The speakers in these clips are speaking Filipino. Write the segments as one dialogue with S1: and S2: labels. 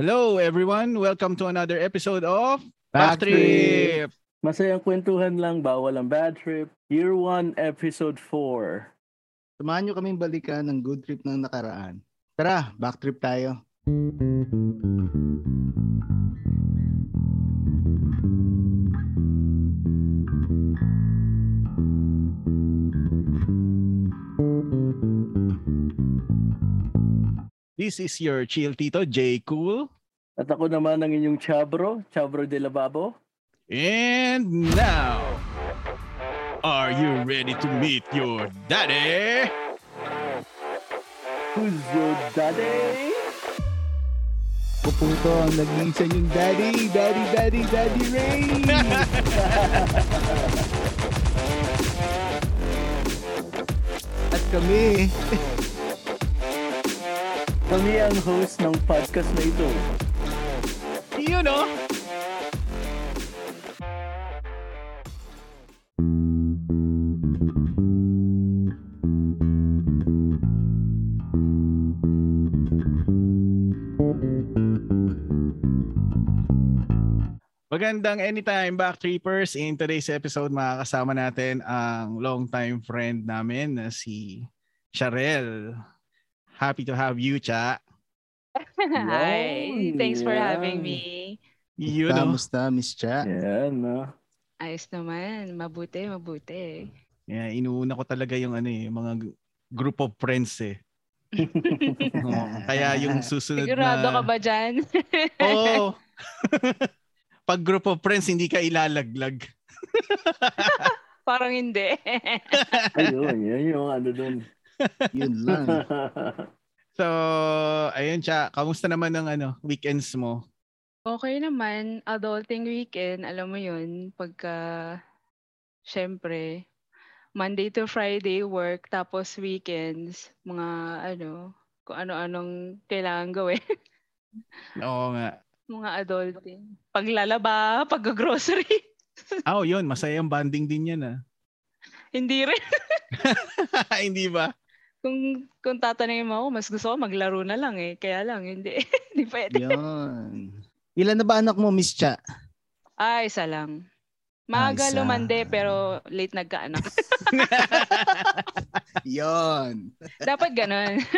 S1: Hello everyone, welcome to another episode of
S2: Back
S1: Back Trip.
S2: Masayang kwentuhan lang, bawal ang bad trip. Year 1, Episode 4.
S3: Samahan nyo kaming balikan ng good trip ng nakaraan. Tara, back trip tayo.
S1: This is your chill tito J Cool
S2: At ako naman ang inyong Chabro, Chabro de la Babo.
S1: and now Are you ready to meet your daddy?
S2: Who's your daddy?
S3: Puputo ang nag-iisa yung daddy, daddy, daddy, daddy Ray! At kami,
S2: Kami ang host ng podcast na ito.
S1: you know. Magandang anytime back trippers. In today's episode, makakasama natin ang longtime friend namin na si Sharel. Happy to have you, Cha.
S4: Hi.
S2: Yun,
S4: Thanks for
S2: yan.
S4: having me.
S1: You
S3: oh.
S1: know.
S3: kamusta Miss Cha?
S2: Yan, na.
S4: Ayos naman. Mabuti, mabuti.
S1: Yeah, inuuna ko talaga yung ano eh, mga g- group of friends eh. Oo, Kaya yung susunod
S4: Sigurado
S1: na...
S4: ka ba dyan?
S1: Oo. Pag group of friends, hindi ka ilalaglag.
S4: Parang hindi.
S2: Ayun, yan yung ano dun.
S3: Yun lang.
S1: So, ayun siya. Kamusta naman ang ano, weekends mo?
S4: okay naman. Adulting weekend. Alam mo yun. Pagka, syempre, Monday to Friday work. Tapos weekends, mga ano, kung ano-anong kailangan gawin.
S1: Oo nga.
S4: mga adulting. Paglalaba, pag-grocery.
S1: Ah, Oh, yun. Masayang banding din yan ah.
S4: hindi rin.
S1: hindi ba?
S4: kung kung tatanungin mo ako, mas gusto ko maglaro na lang eh. Kaya lang, hindi. hindi pwede.
S3: Yun. Ilan na ba anak mo, Miss Cha?
S4: Ah, isa lang.
S3: Ah,
S4: Maaga
S3: isa.
S4: lumande pero late nagkaanak.
S3: Yun.
S4: Dapat ganun.
S2: Yun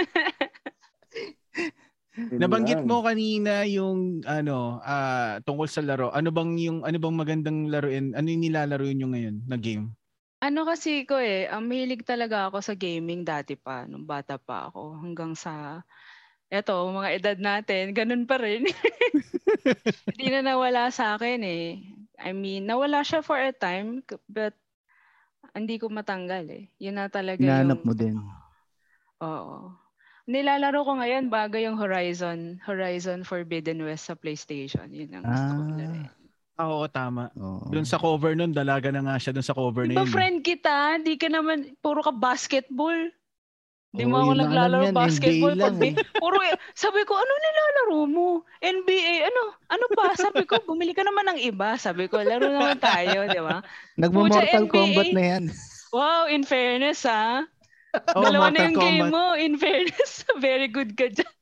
S1: Nabanggit
S2: lang.
S1: mo kanina yung ano, ah, tungkol sa laro. Ano bang yung ano bang magandang laruin? Ano yung nilalaro nyo ngayon na game?
S4: ano kasi ko eh, ang mahilig talaga ako sa gaming dati pa, nung bata pa ako, hanggang sa, eto, mga edad natin, ganun pa rin. Hindi na nawala sa akin eh. I mean, nawala siya for a time, k- but hindi ko matanggal eh. Yun na talaga
S3: Hinahanap
S4: yung...
S3: mo din.
S4: Oo. Nilalaro ko ngayon bago yung Horizon, Horizon Forbidden West sa PlayStation. Yun ang gusto eh. kong
S3: Ah.
S4: laruin.
S1: Ah, Oo, tama.
S3: Oo.
S1: Doon sa cover nun, dalaga na nga siya doon sa cover
S4: Di
S1: na yun.
S4: ba
S1: eh.
S4: friend kita? Di ka naman, puro ka basketball. Di
S3: Oo,
S4: mo
S3: yun lang alam
S4: ako naglalaro
S3: yan, NBA
S4: basketball.
S3: lang eh.
S4: Pag, puro, sabi ko, ano nilalaro mo? NBA, ano? Ano pa? Sabi ko, bumili ka naman ng iba. Sabi ko, laro naman tayo, di ba?
S3: Nagmo-Mortal
S4: Pucha,
S3: Kombat
S4: NBA.
S3: na yan.
S4: Wow, in fairness ha.
S1: Oo,
S4: Dalawa
S1: Mortal
S4: na yung game
S1: Kombat.
S4: mo, in fairness. Very good ka dyan.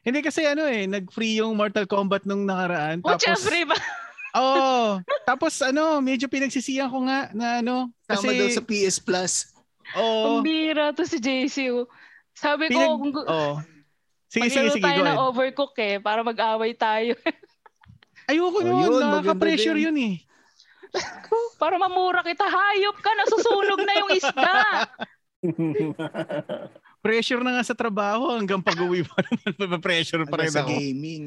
S1: Hindi kasi ano eh, nag-free yung Mortal Kombat nung nakaraan.
S4: O,
S1: Tapos,
S4: syempre ba?
S1: Oo. tapos ano, medyo pinagsisiyan ko nga na ano. Kasi,
S3: Tama daw sa PS Plus.
S1: oo.
S4: Ang bira to si JC. oh.
S1: oh.
S4: Sabi
S1: Pinag-
S4: ko, kung gu-
S1: oo. Sige, sige,
S4: maglaro
S1: sige.
S4: ano tayo
S1: Go
S4: ng
S1: ahead.
S4: overcook eh, para mag-away tayo.
S1: Ayoko
S3: Oh,
S1: yun.
S3: yun, maganda
S1: Nakaka-pressure
S3: din.
S1: yun eh.
S4: para mamura kita, hayop ka, nasusunog na yung isda.
S1: Pressure na nga sa trabaho hanggang pag-uwi pa naman. pressure pa
S3: Para
S1: rin
S3: Ano, sa
S1: ako.
S3: gaming.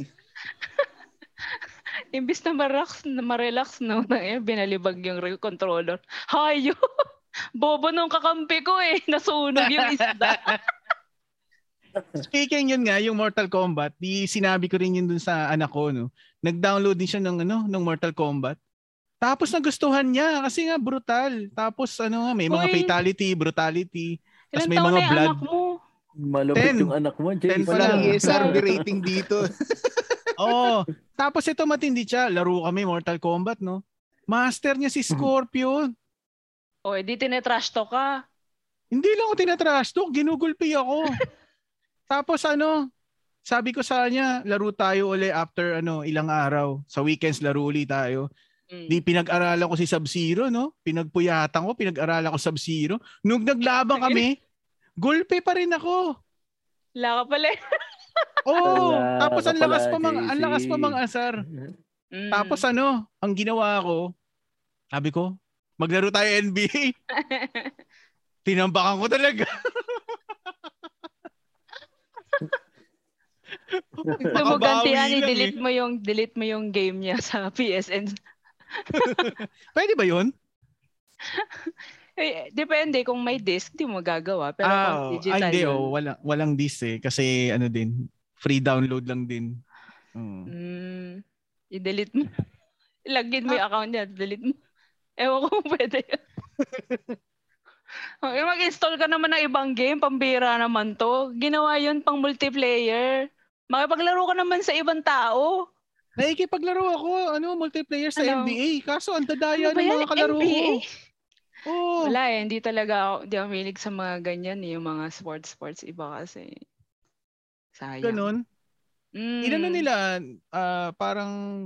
S4: Imbis na ma-relax, na ma-relax no, eh, binalibag yung re- controller. Hayop! Bobo nung kakampi ko eh, nasunog yung isda.
S1: Speaking yun nga, yung Mortal Kombat, di sinabi ko rin yun dun sa anak ko, no. Nag-download din siya ng ano, ng Mortal Kombat. Tapos nagustuhan niya kasi nga brutal. Tapos ano nga, may mga
S4: Uy.
S1: fatality, brutality. Tas
S4: Ilang
S1: may
S4: taon
S1: mga
S4: na yung
S1: blood.
S4: anak mo?
S2: Malapit
S1: Ten.
S2: yung anak mo, Jay.
S1: Ten pa lang.
S3: Walang ESRB rating dito.
S1: Oo. Tapos ito matindi siya, laro kami Mortal Kombat, no. Master niya si Scorpion.
S4: O, edi Oh, eh, tinetrash to ka.
S1: Hindi lang ako tinatrash to, ginugulpi ako. Tapos ano, Sabi ko sa kanya, laro tayo uli after ano, ilang araw. Sa weekends, laro uli tayo.
S4: Mm.
S1: Di pinag-aralan ko si Sub-Zero, no? Pinagpuyatan ko, pinag-aralan ko Sub-Zero. Nung naglaban kami, gulpe pa rin ako.
S4: Wala ka pala.
S1: Oo.
S2: Wala
S1: tapos
S2: ka
S1: ang lakas
S2: pala,
S1: pa mang ang
S2: JC.
S1: lakas pa mang asar.
S4: Mm.
S1: Tapos ano, ang ginawa ko, sabi ko, maglaro tayo NBA. Tinambakan ko talaga.
S4: Tumugantihan,
S1: Nakabawi lang
S4: i-delete mo yung eh. delete mo yung game niya sa PSN.
S1: eh. Pwede ba yun?
S4: Eh, depende kung may disc, di mo gagawa. Pero
S1: ah,
S4: kung
S1: oh,
S4: digital,
S1: ay, hindi,
S4: yun.
S1: oh, walang, walang disc eh. Kasi ano din, free download lang din. Oo.
S4: Mm, i-delete mo. Login mo yung account niya, delete mo. Ewan ko kung pwede yun. Okay, mag-install ka naman ng ibang game, pambira naman to. Ginawa yun pang multiplayer. Makipaglaro ka naman sa ibang tao.
S1: Nakikipaglaro ako, ano, multiplayer sa
S4: Ano?
S1: NBA. Kaso ang dadaya
S4: Ano ba
S1: ng
S4: yan?
S1: mga kalaro
S4: NBA?
S1: ko. Oo.
S4: Wala eh, hindi talaga ako, hindi ako mahilig sa mga ganyan eh, yung mga sports-sports iba kasi. Sayang.
S1: Ganun.
S4: Mm.
S1: Inano nila, ah, parang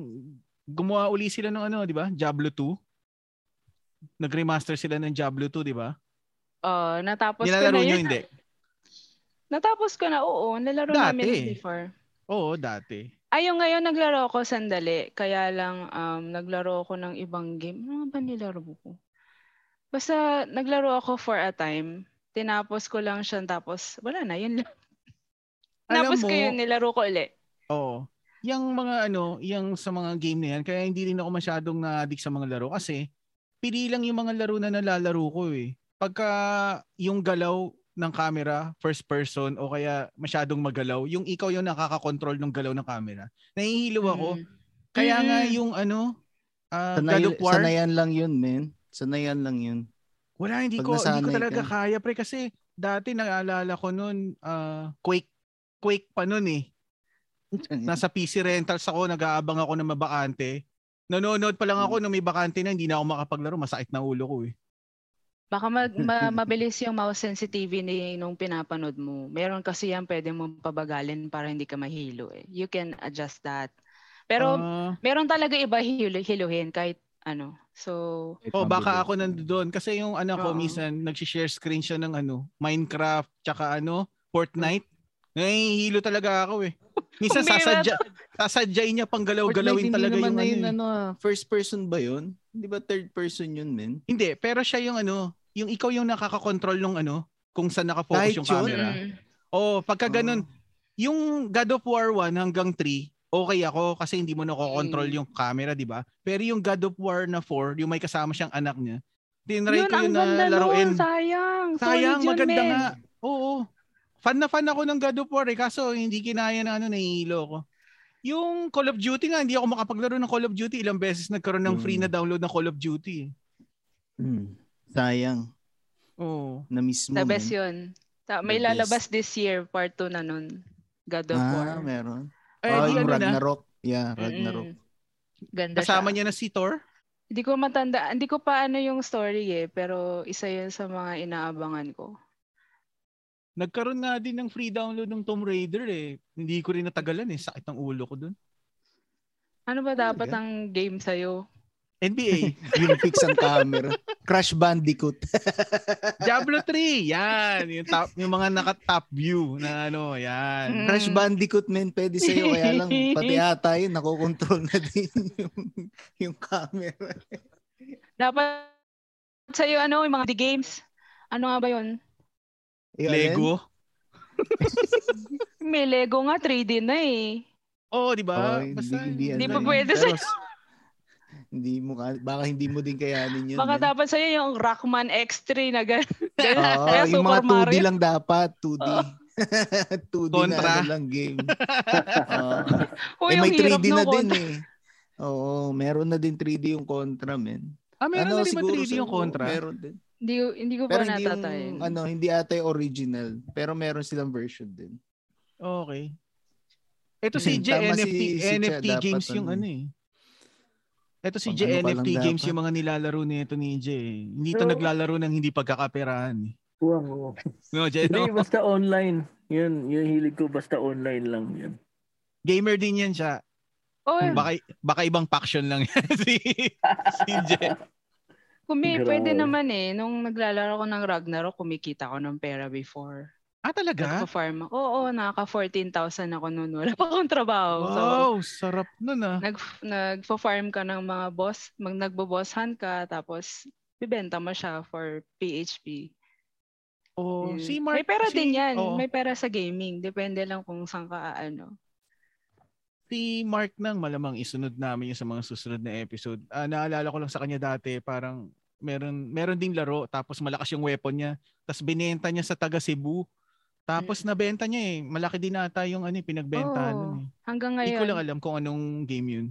S1: gumawa uli sila ng ano, di ba? Diablo 2. Nag-remaster sila ng Diablo 2, di ba?
S4: Oo, Oh, natapos ko
S1: Nilalaro
S4: na
S1: nyo
S4: yun.
S1: hindi?
S4: Natapos ko na, oo. Nalaro
S1: Dati.
S4: namin yun before.
S1: Oo, dati.
S4: Ayun, ngayon naglaro ako sandali. Kaya lang um, naglaro ako ng ibang game. Ano nga ba nilaro ko? Basta naglaro ako for a time. Tinapos ko lang siya tapos wala na, yun lang.
S1: Alam
S4: Tapos
S1: mo,
S4: ko yun, nilaro ko ulit.
S1: Oo. Yung mga ano, yung sa mga game na yan, kaya hindi rin ako masyadong na-addict sa mga laro kasi pili lang yung mga laro na nalalaro ko eh. Pagka yung galaw ng camera, first person, o kaya masyadong magalaw, yung ikaw yung nakakakontrol ng galaw ng camera. Nahihilo ako.
S4: Mm.
S1: Kaya nga
S4: Mm.
S1: yung ano, ah
S3: Sanay,
S1: God of War,
S3: sanayan lang yun, men. Sanayan lang yun.
S1: wala, hindi
S3: pag
S1: ko, hindi ko
S3: nasanay
S1: talaga
S3: ka.
S1: kaya pre kasi dati naalala ko noon, ah, Quake, Quake pa noon eh. nasa PC rentals ako, nag-aabang ako ng mabakante. Nanonood pa lang
S3: Hmm.
S1: ako nung may bakante na hindi na ako makapaglaro, masakit na ulo ko eh.
S4: Baka mag, ma- mabilis yung mouse sensitivity ni nung pinapanood mo. Meron kasi yan pwede mong pabagalin para hindi ka mahilo eh. You can adjust that. Pero
S1: Ah,
S4: meron talaga iba hilo, hiluhin kahit ano. So,
S1: oh, baka ako nandoon kasi yung anak ko
S4: Oo.
S1: minsan nag-share screen siya ng ano, Minecraft tsaka ano, Fortnite. Nahihilo talaga ako eh. Minsan
S4: Ang bira
S1: sasadya, sasadyain niya pang galaw-galawin talaga yung ano.
S3: yun,
S1: eh.
S3: ano, ah, first person ba yun? Hindi ba third person yun, men?
S1: Hindi, pero siya yung ano, yung ikaw yung nakakakontrol nung ano, kung saan nakafocus
S3: Kahit
S1: yung
S3: yun?
S1: camera.
S4: Mm.
S1: Oh, pagka ganun, yung God of War 1 hanggang 3, okay ako kasi hindi mo nakokontrol
S4: Mm.
S1: yung camera, di ba? Pero yung God of War na 4, yung may kasama siyang anak niya, tinry
S4: yun,
S1: ko yun
S4: ang ganda
S1: na laruin.
S4: nun. Sayang.
S1: Sayang,
S4: Solid yun,
S1: maganda
S4: men.
S1: nga. Oo. Fan na fan ako ng God of War eh, kaso hindi kinaya na ano, nahihilo ko. Yung Call of Duty nga, hindi ako makapaglaro ng Call of Duty. Ilang beses nagkaroon ng free na
S3: Mm.
S1: download ng Call of Duty. eh.
S3: Hmm. Sayang.
S1: Oo.
S3: Na-miss mo,
S4: The best
S3: men.
S4: yun. Ta- may
S3: Mm. The best.
S4: lalabas this year, part 2 na nun. God of War.
S3: Ah, meron.
S1: Eh,
S3: oh,
S1: di
S3: yung
S1: ano na,
S3: Ragnarok. Yeah,
S4: Mm-mm.
S3: Ragnarok.
S4: Ganda
S1: kasama
S4: siya.
S1: niya na si Thor.
S4: Hindi ko matanda, hindi ko pa ano yung story eh, pero isa yun sa mga inaabangan ko.
S1: Nagkaroon nga din ng free download ng Tomb Raider eh. Hindi ko rin natagalan eh. Sakit ng ulo ko dun.
S4: Ano ba dapat
S3: Talaga?
S4: ang game sa'yo?
S1: NBA.
S3: yung fix ang camera. Crash Bandicoot.
S1: Diablo 3. Yan. Yung, top, yung mga naka-top view na ano. Yan.
S3: Crash
S4: Mm.
S3: Bandicoot, men. Pwede sa'yo. Kaya lang, pati ata yun, nakokontrol na din yung, yung camera.
S4: Dapat sa'yo ano, yung mga the games. Ano nga ba yun?
S3: Eh, alin?
S1: Lego.
S4: May Lego nga, 3D na eh.
S1: Oo, di ba?
S3: Oo, hindi-
S1: Basta.
S3: hindi
S4: Hindi
S3: ano
S4: pa
S3: yun.
S4: pwede
S3: Pero
S4: sa'yo.
S3: s- Hindi mo, ka- baka hindi mo din kayanin yun.
S4: Baka
S3: men.
S4: dapat sa'yo yung Rockman X3 na gano'n.
S3: Oo,
S4: Kaya
S3: yung mga
S4: Super
S3: 2D
S4: Mario.
S3: lang dapat, 2D. 2D
S1: Contra.
S3: na ano lang game. Oo.
S4: Oh,
S3: eh,
S4: yung
S3: may
S4: hirap
S3: 3D na
S4: no,
S3: din eh. Oo, meron na din 3D yung Contra, men.
S1: Ah, meron
S3: Ano,
S1: na rin ba
S3: siguro
S1: 3D yung
S3: sa-
S1: kontra?
S3: Meron din.
S4: Hindi, ko- hindi ko
S3: Pero
S4: pa
S3: hindi yung,
S4: natatayin.
S3: ano, hindi ata yung original. Pero meron silang version din.
S1: Okay. Ito
S3: Hmm,
S1: si J,
S3: tama
S1: NFT,
S3: si- si Ch-
S1: NFT
S3: dapat
S1: games yung
S3: ano
S1: ano eh. Ito si J,
S3: Pang ano pa lang
S1: NFT games
S3: dapat.
S1: yung mga nilalaro nito ni J. Hindi to
S2: Pero-
S1: naglalaro ng hindi pagkakaperahan. eh.
S2: Wow.
S1: No,
S2: Hindi,
S1: Jeno.
S2: basta online. Yun, yung hilig ko basta online lang yun.
S1: Gamer din yan siya.
S4: Oh,
S3: Hmm.
S1: Baka, baka ibang faction lang yan si, si Jen.
S4: kumi,
S2: Grabe.
S4: pwede naman eh. Nung naglalaro ko ng Ragnarok, kumikita ko ng pera before.
S1: Ah, talaga?
S4: Nagpa-farm ako. Oo, nakaka-14,000 ako noon. Wala pa akong trabaho. So,
S1: Wow, sarap nun ah.
S4: nag, nagpa-farm ka ng mga boss, mag, nagbo-boss hunt ka, tapos bibenta mo siya for PHP.
S1: Oh,
S4: Yun.
S1: si Mark.
S4: May pera
S1: si,
S4: din yan.
S1: oo,
S4: May pera sa gaming. Depende lang kung saan ka ano.
S1: si Mark nang malamang isunod namin yung sa mga susunod na episode. Ah, naalala ko lang sa kanya dati, parang meron meron ding laro tapos malakas yung weapon niya. Tapos binenta niya sa taga Cebu. Tapos
S3: Mm.
S1: nabenta niya eh. Malaki din ata yung ano, eh, pinagbentahan
S4: Oo,
S1: nun eh.
S4: Hanggang
S1: Hindi ko lang
S4: ngayon.
S1: alam kung anong game yun.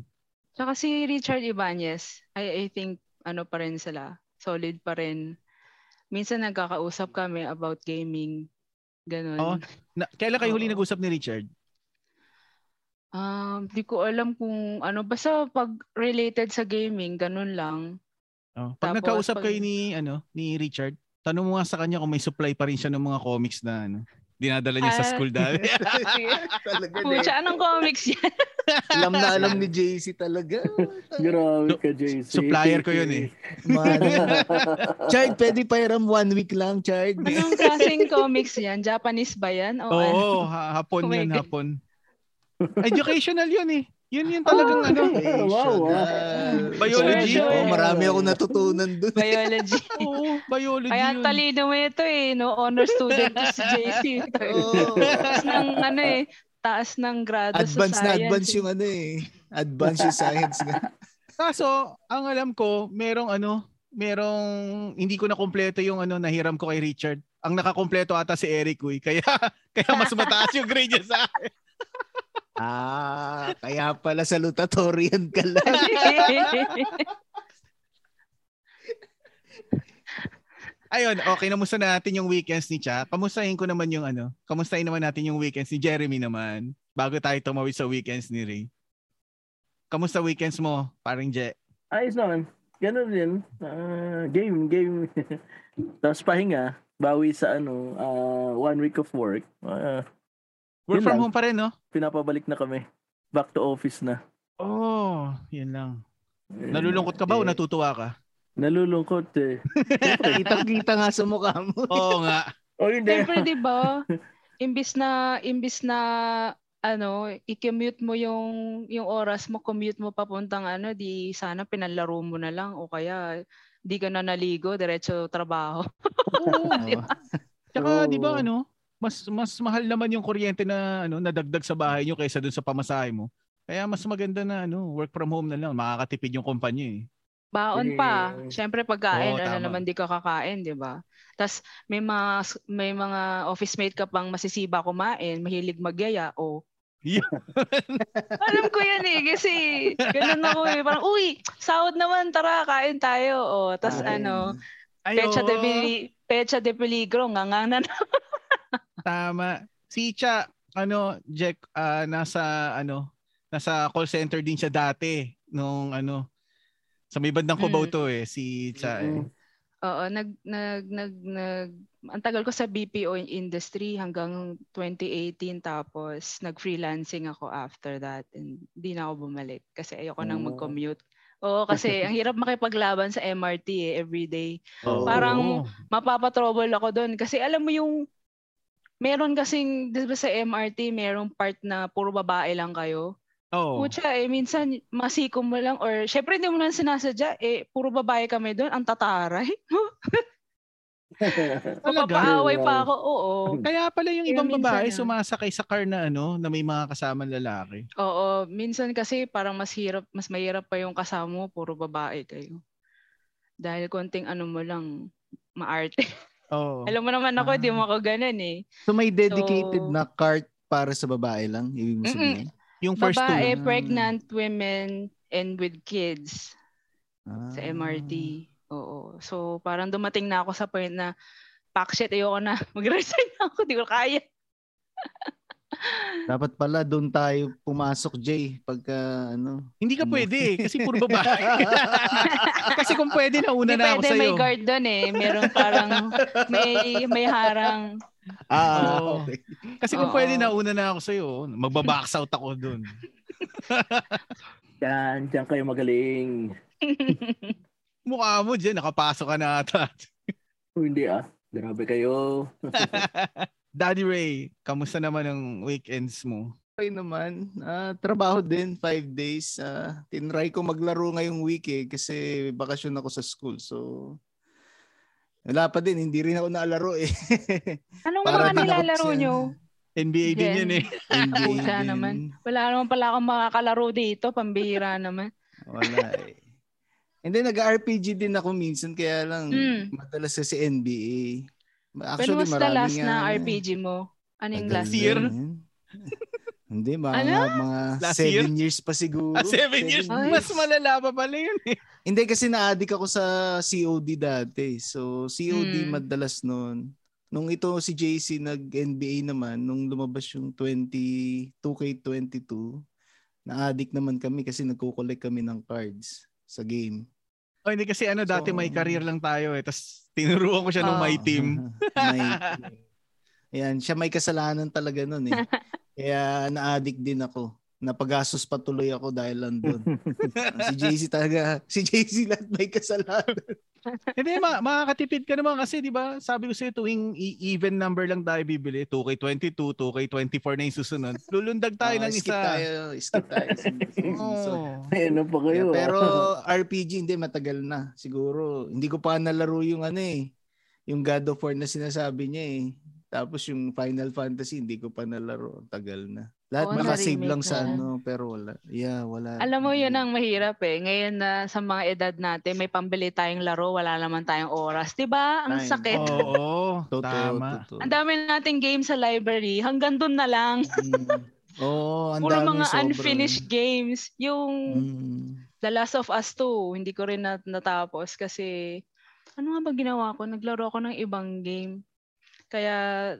S4: Tsaka si Richard Ibanez, I, I think ano pa rin sila. Solid pa rin. Minsan nagkakausap kami about gaming. Ganun.
S1: Oo. Na, kailan kayo huli
S4: Oo.
S1: nag-usap ni Richard?
S4: Um, di ko alam kung ano. Basta pag related sa gaming, ganun lang.
S1: Oh, pag
S4: Tapos,
S1: nagkausap
S4: pag-
S1: kayo ni ano ni Richard, tanong mo nga sa kanya kung may supply pa rin siya ng mga comics na ano, dinadala niya sa
S4: Ah.
S1: school dati.
S3: talaga
S4: Pucha, anong comics yan?
S3: Alam na alam ni JC talaga.
S2: Grabe
S1: Su-
S2: ka, JC.
S1: supplier ko yun eh.
S3: Man. Chard, pwede pairam one week lang, Chard.
S1: Ano?
S4: Anong klaseng comics yan? Japanese ba yan? O
S1: Oo,
S4: ano?
S1: ha- hapon
S4: Oh my
S1: yun,
S4: God.
S1: hapon. Educational yun eh. Yun yun talagang
S4: Oh,
S1: ano.
S2: Ah, Wow, wow.
S1: Biology?
S3: Oh, marami ako natutunan dun.
S4: Biology.
S1: Oo, biology
S4: Kaya
S1: yun.
S4: ang talino mo ito eh. No honor student to si JC.
S3: Oh.
S4: taas ng ano eh. Taas ng grado
S3: Advance na
S4: sa science.
S3: advance
S4: eh.
S3: yung ano eh. Advance yung science nga.
S1: Kaso, ang alam ko, merong ano, merong, hindi ko na kompleto yung ano, nahiram ko kay Richard. Ang nakakompleto ata si Eric, uy. Kaya, kaya mas mataas yung grade niya sa akin.
S3: Ah, kaya pala salutatorian ka lang.
S1: Ayun, okay, namusta natin yung weekends ni Cha. Kamustahin ko naman yung ano, kamustahin naman natin yung weekends ni Jeremy naman. Bago tayo tumawid sa weekends ni Ray. Kamusta weekends mo, paring Je?
S2: Ayos naman. Ganun din. Ah, game, game. Tapos pahinga. Bawi sa ano, ah, one week of work. Ah,
S1: Work
S2: Yun
S1: from
S2: lang.
S1: home pa rin, no?
S2: pinapabalik na kami. Back to office na.
S1: Oh, yun lang.
S2: Eh,
S1: Nalulungkot ka ba o
S2: eh,
S1: natutuwa ka?
S2: Nalulungkot eh.
S3: Kitang-kita nga sa mukha mo.
S1: Oo nga.
S2: Oh, hindi.
S4: Siyempre, di ba? Imbis na, imbis na, ano, i-commute mo yung, yung oras mo, commute mo papuntang ano, di sana pinalaro mo na lang o kaya di ka na naligo, diretso trabaho.
S1: Tsaka
S2: Oo.
S1: 'di ba ano, mas mas mahal naman yung kuryente na ano nadagdag sa bahay nyo kaysa dun sa pamasahe mo. Kaya mas maganda na ano, work from home na lang, makakatipid yung kumpanya eh.
S4: Baon pa.
S2: Mm.
S4: Siyempre pagkain,
S1: Oo,
S4: ano
S1: tama.
S4: naman di ka kakain, 'di ba? Tapos may mga may mga office mate ka pang masisiba kumain, mahilig magyaya o
S1: Yeah.
S4: Alam ko yan eh kasi ganun ako eh. Parang, uy, sahod naman, tara, kain tayo. O, tas
S2: Kain.
S4: ano,
S1: Ayo.
S4: pecha de, peli- pecha de peligro, nga nga na
S1: Tama. Si Cha, ano, Jack, ah, nasa ano, nasa call center din siya dati nung ano sa may bandang Cubao
S4: Mm.
S1: to eh si Cha.
S2: Mm.
S1: Eh.
S4: Oo, nag nag nag nag ang tagal ko sa BPO industry hanggang 2018 tapos nag-freelancing ako after that and di na ako bumalik kasi ayoko nang
S2: Oh.
S4: mag-commute. Oo, kasi ang hirap makipaglaban sa MRT eh, every day.
S2: Oo.
S4: Parang- Mapapatrouble ako doon kasi alam mo yung meron kasing di ba sa MRT merong part na puro babae lang kayo.
S1: oh.
S4: Pucha eh minsan masiko mo lang or syempre hindi mo lang sinasadya eh puro babae kami doon ang tataray.
S1: Talaga?
S4: Papaaway
S2: Wow.
S4: pa ako. Oo.
S1: Kaya pala yung
S4: Kaya
S1: ibang
S4: minsan
S1: babae
S4: yan.
S1: sumasakay sa car na ano, na may mga kasama lalaki.
S4: Oo, minsan kasi parang mas hirap, mas mahirap pa yung kasama mo, puro babae kayo. Dahil konting ano mo lang, maarte.
S1: Oo.
S3: Oh.
S4: Alam mo naman
S1: Ah.
S4: ako, di mo ako ganun eh.
S3: So may dedicated
S4: So-
S3: na cart para sa babae lang, ibig mo
S4: Mm-mm.
S3: sabihin?
S1: Yung first two.
S4: Babae,
S3: Ah.
S4: pregnant women, and with kids
S3: Ah.
S4: sa MRT. Oo. So parang dumating na ako sa point na, fuck shit, ayoko na. Mag-resign na ako, di ko kaya.
S3: Ah. Dapat pala doon tayo pumasok, Jay. Pagka ano.
S1: Hindi ka
S3: Ano?
S1: pwede eh, kasi puro babae. kasi kung pwede, nauna
S4: Hindi
S1: na ako
S4: pwede, may
S1: sa'yo.
S4: guard doon eh. Meron parang, may, may harang.
S3: Ah,
S1: Oo.
S3: okay.
S1: Kasi kung
S4: Oo.
S1: pwede, nauna na ako sa'yo. Magbabacks out ako doon.
S2: Yan, diyan kayo magaling.
S1: Mukha mo dyan, nakapasok ka na ata.
S2: O, hindi ah. Grabe kayo.
S1: Daddy Ray, kamusta naman ang weekends mo?
S3: Okay naman. Ah, trabaho din, five days. Ah, tinry ko maglaro ngayong week eh, kasi bakasyon ako sa school. So, wala pa din. Hindi rin ako naalaro eh.
S4: Anong
S3: Para
S4: mga
S3: din ako
S4: nilalaro
S3: siya.
S4: nyo?
S1: NBA din
S4: Jen.
S1: yun eh.
S3: NBA
S4: Puta
S3: din.
S4: naman. Wala naman pala akong makakalaro dito. Pambira naman.
S3: Wala eh. And then, nag-RPG din ako minsan, kaya lang
S4: Mm.
S3: madalas kasi NBA.
S4: When
S3: Actually,
S4: was the
S3: marami
S4: last
S3: nga,
S4: na
S3: ano eh.
S4: RPG mo? Ano yung
S3: Tagal
S4: last?
S3: din,
S1: year?
S3: eh. Hindi, mga,
S4: Ano?
S3: mga
S1: Last
S3: seven years pa siguro.
S1: Ah, seven years.
S4: years.
S1: Mas malala pa pala yun eh.
S3: Hindi kasi na-addict ako sa COD dati. So COD
S4: Mm.
S3: madalas noon. Nung ito si JC nag-NBA naman, nung lumabas yung 20, 2K22, na-addict naman kami kasi nagko-collect kami ng cards sa game.
S1: O hindi kasi ano, dati
S3: So,
S1: may career lang tayo eh. Tapos tinuruan ko siya nung
S4: Oo.
S1: my team.
S3: may Ah, team. Ayan, siya may kasalanan talaga nun eh. Kaya na-addict din ako. Napagastos pa tuloy ako dahil lang doon. si JC talaga, si JC lahat may kasalanan.
S1: Hindi, ma- makakatipid ka naman kasi, di ba? Sabi ko sa'yo, tuwing i- even number lang tayo bibili, 2K22, 2K24 na yung susunod, lulundag tayo
S3: Oh,
S1: ng
S3: skip
S1: isa.
S3: tayo, skip tayo. So,
S1: Oo.
S2: Ay, ano pa
S3: Yeah,
S2: kayo ah.
S3: pero RPG hindi matagal na siguro. Hindi ko pa nalaro yung ano eh, yung God of War na sinasabi niya eh. Tapos yung Final Fantasy hindi ko pa nalaro, Ang tagal na. Lahat
S4: Oo,
S3: nakasave
S4: na-remake
S3: lang sa
S4: na.
S3: ano pero wala. Yeah, wala.
S4: Alam mo, yun ang mahirap eh. Ngayon na sa mga edad natin, may pambili tayong laro, wala naman tayong oras. 'Di ba Ang
S3: Time.
S4: sakit.
S1: Oo,
S3: totoo,
S1: tama.
S3: totoo.
S4: Ang dami nating game sa library. Hanggang doon na lang.
S3: Mm. Oo, ang
S4: Puro
S3: dami,
S4: mga
S3: sobrang.
S4: unfinished games. Yung
S3: Mm.
S4: The Last of Us 2, hindi ko rin nat- natapos kasi ano nga ba ginawa ko? Naglaro ako ng ibang game. Kaya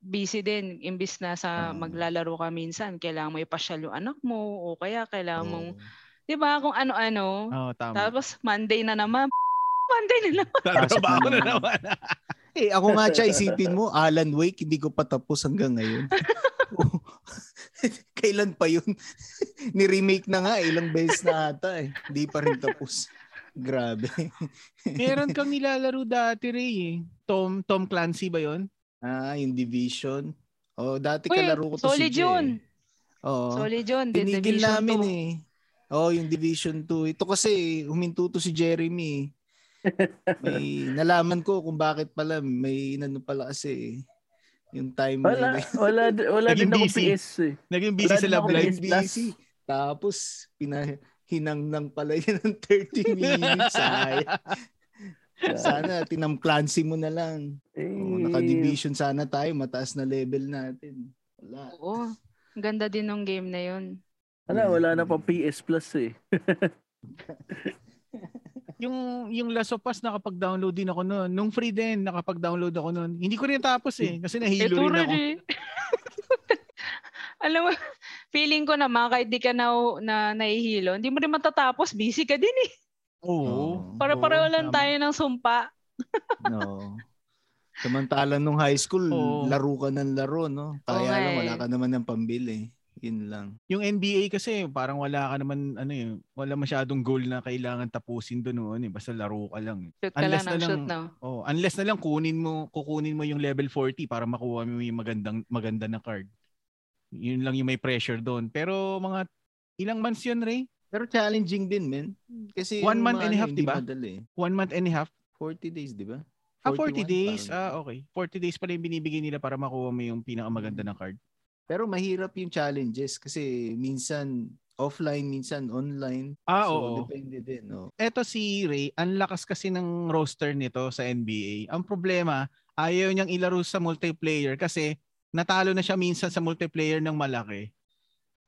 S4: busy din. Imbis na
S3: Ah.
S4: sa maglalaro ka minsan, kailangan mo ipasyal yung anak mo o kaya kailangan mong,
S3: Oo.
S4: di ba, kung ano-ano.
S1: Oo, tama.
S4: Tapos Monday na naman. Monday na naman.
S1: Tatrabaho na
S3: Pasok na
S1: naman.
S3: Eh, ako nga siya, isipin mo, Alan Wake, hindi ko pa tapos hanggang ngayon. Oo. Kailan pa yun? Ni-remake na nga, eh, ilang beses na ata eh. Hindi pa rin tapos. Grabe.
S1: Meron kang nilalaro dati, Ray. eh. Tom, Tom Clancy ba yon?
S3: Ah, yung Division. Oh, dati
S4: Uy,
S3: kalaro ko to
S4: solid
S3: si Jay. eh.
S4: yun.
S3: Oo.
S4: Solid yun. The
S3: Pinigil
S4: Division
S3: namin
S4: 2.
S3: eh. Oh, yung Division 2. Ito kasi huminto to si Jeremy. eh. May nalaman ko kung bakit pala may inano pala kasi eh. yung time eh.
S2: Wala, wala, wala din
S1: Naging
S2: ako
S1: busy.
S2: PS eh.
S1: Naging busy sa
S2: Wala din
S1: love
S2: ako
S1: life.
S2: Blind
S3: Blind
S2: Plus.
S3: BC. Tapos, pina, hinangnang pala yun ng 30 minutes. Ay, sana, tinamklansi mo na lang.
S2: Eh,
S3: Kung naka-division sana tayo, mataas na level natin. Wala.
S4: Oo. Ang ganda din ng game na yun.
S2: Wala, wala na pang PS Plus eh.
S1: Yung, yung Last of Us, nakapag-download din ako noon. Nung free din, nakapag-download ako noon. Hindi ko rin tapos eh,
S3: Hmm.
S1: kasi nahilo
S4: Ito
S1: rin ako.
S4: eh. Alam mo, feeling ko naman kahit di ka na, na nahihilo, hindi mo rin matatapos. Busy ka din eh.
S3: Oh.
S1: Oo.
S4: Para
S1: Oo,
S4: pareho lang
S1: tama.
S4: tayo ng sumpa.
S3: No. Samantala nung high school,
S1: Oo.
S3: laro ka ng laro, no? Kaya
S4: nga
S3: lang,
S4: eh.
S3: wala ka naman ng pambili. Yun lang.
S1: Yung NBA kasi parang wala ka naman ano eh, wala masyadong goal na kailangan tapusin doon noon eh, basta laro ka lang. eh.
S4: Shoot ka
S1: Unless
S4: lang ng
S1: na lang-
S4: shoot, no?
S1: Oh, unless na lang kunin mo kukunin mo yung level 40 para makuha mo yung magandang maganda na card. Yun lang yung may pressure doon. Pero mga ilang months yun, Ray?
S3: Pero challenging din, men. Kasi
S1: One
S3: yung
S1: month
S3: mga
S1: and a
S3: ano,
S1: half,
S3: hindi
S1: diba?
S3: madali.
S1: One month and a half?
S3: 40 days, di ba?
S1: Ah, 40
S3: 41,
S1: days.
S3: parang
S1: Ah, okay. 40 days pala yung binibigay nila para makuha mo yung pinakamaganda na card.
S3: Pero mahirap yung challenges kasi minsan offline, minsan online.
S1: Ah,
S3: so,
S1: oo.
S3: depende din. No?
S1: Eto si Ray, ang lakas kasi ng roster nito sa NBA. Ang problema, ayaw niyang ilaro sa multiplayer kasi natalo na siya minsan sa multiplayer ng malaki.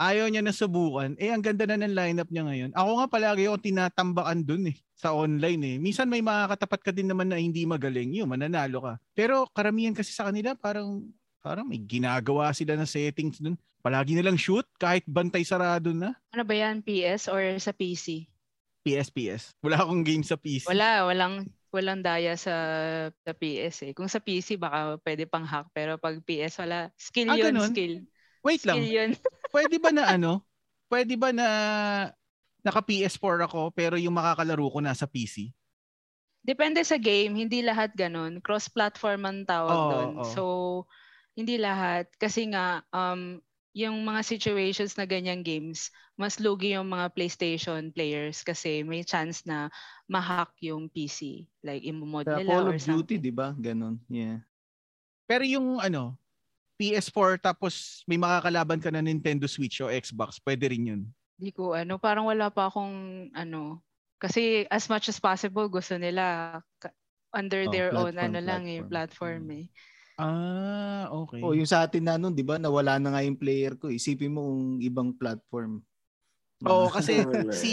S1: Ayaw niya na subukan. Eh, ang ganda na ng lineup niya ngayon. Ako nga palagi yung tinatambakan dun eh, sa online eh. Minsan may makakatapat ka din naman na hindi magaling. Yun, mananalo ka. Pero karamihan kasi sa kanila, parang Parang may ginagawa sila na settings dun. Palagi nilang shoot kahit bantay sarado na.
S4: Ano ba yan? PS or sa PC?
S1: PS, PS. Wala akong game sa PC.
S4: Wala, walang walang daya sa sa PS eh. Kung sa PC baka pwede pang hack pero pag PS wala skill
S1: Ah,
S4: yun,
S1: ganun?
S4: skill.
S1: Wait
S4: skill
S1: lang.
S4: yun.
S1: Pwede ba na ano? Pwede ba na naka PS4 ako pero yung makakalaro ko nasa PC?
S4: Depende sa game, hindi lahat ganun. Cross-platform ang tawag
S1: Oo,
S4: doon.
S1: oo.
S4: So, hindi lahat. Kasi nga, um, yung mga situations na ganyang games, mas lugi yung mga PlayStation players kasi may chance na ma-hack yung PC. Like, imomod
S3: Sa
S4: nila
S3: Call
S4: or
S3: of Duty,
S4: something.
S3: di ba? Ganon. Yeah.
S1: Pero yung ano, PS4 tapos may makakalaban ka na Nintendo Switch o Xbox, pwede rin yun.
S4: Hindi ko ano, parang wala pa akong ano. Kasi as much as possible, gusto nila ka- under
S3: Oh,
S4: their own
S3: platform,
S4: ano lang eh,
S3: platform.
S4: platform
S3: Mm.
S4: eh.
S1: Ah, okay.
S3: O Oh, yung sa atin na nun, di ba? Nawala na nga yung player ko. Isipin mo kung ibang platform.
S1: Oo,
S3: Mga-
S1: kasi si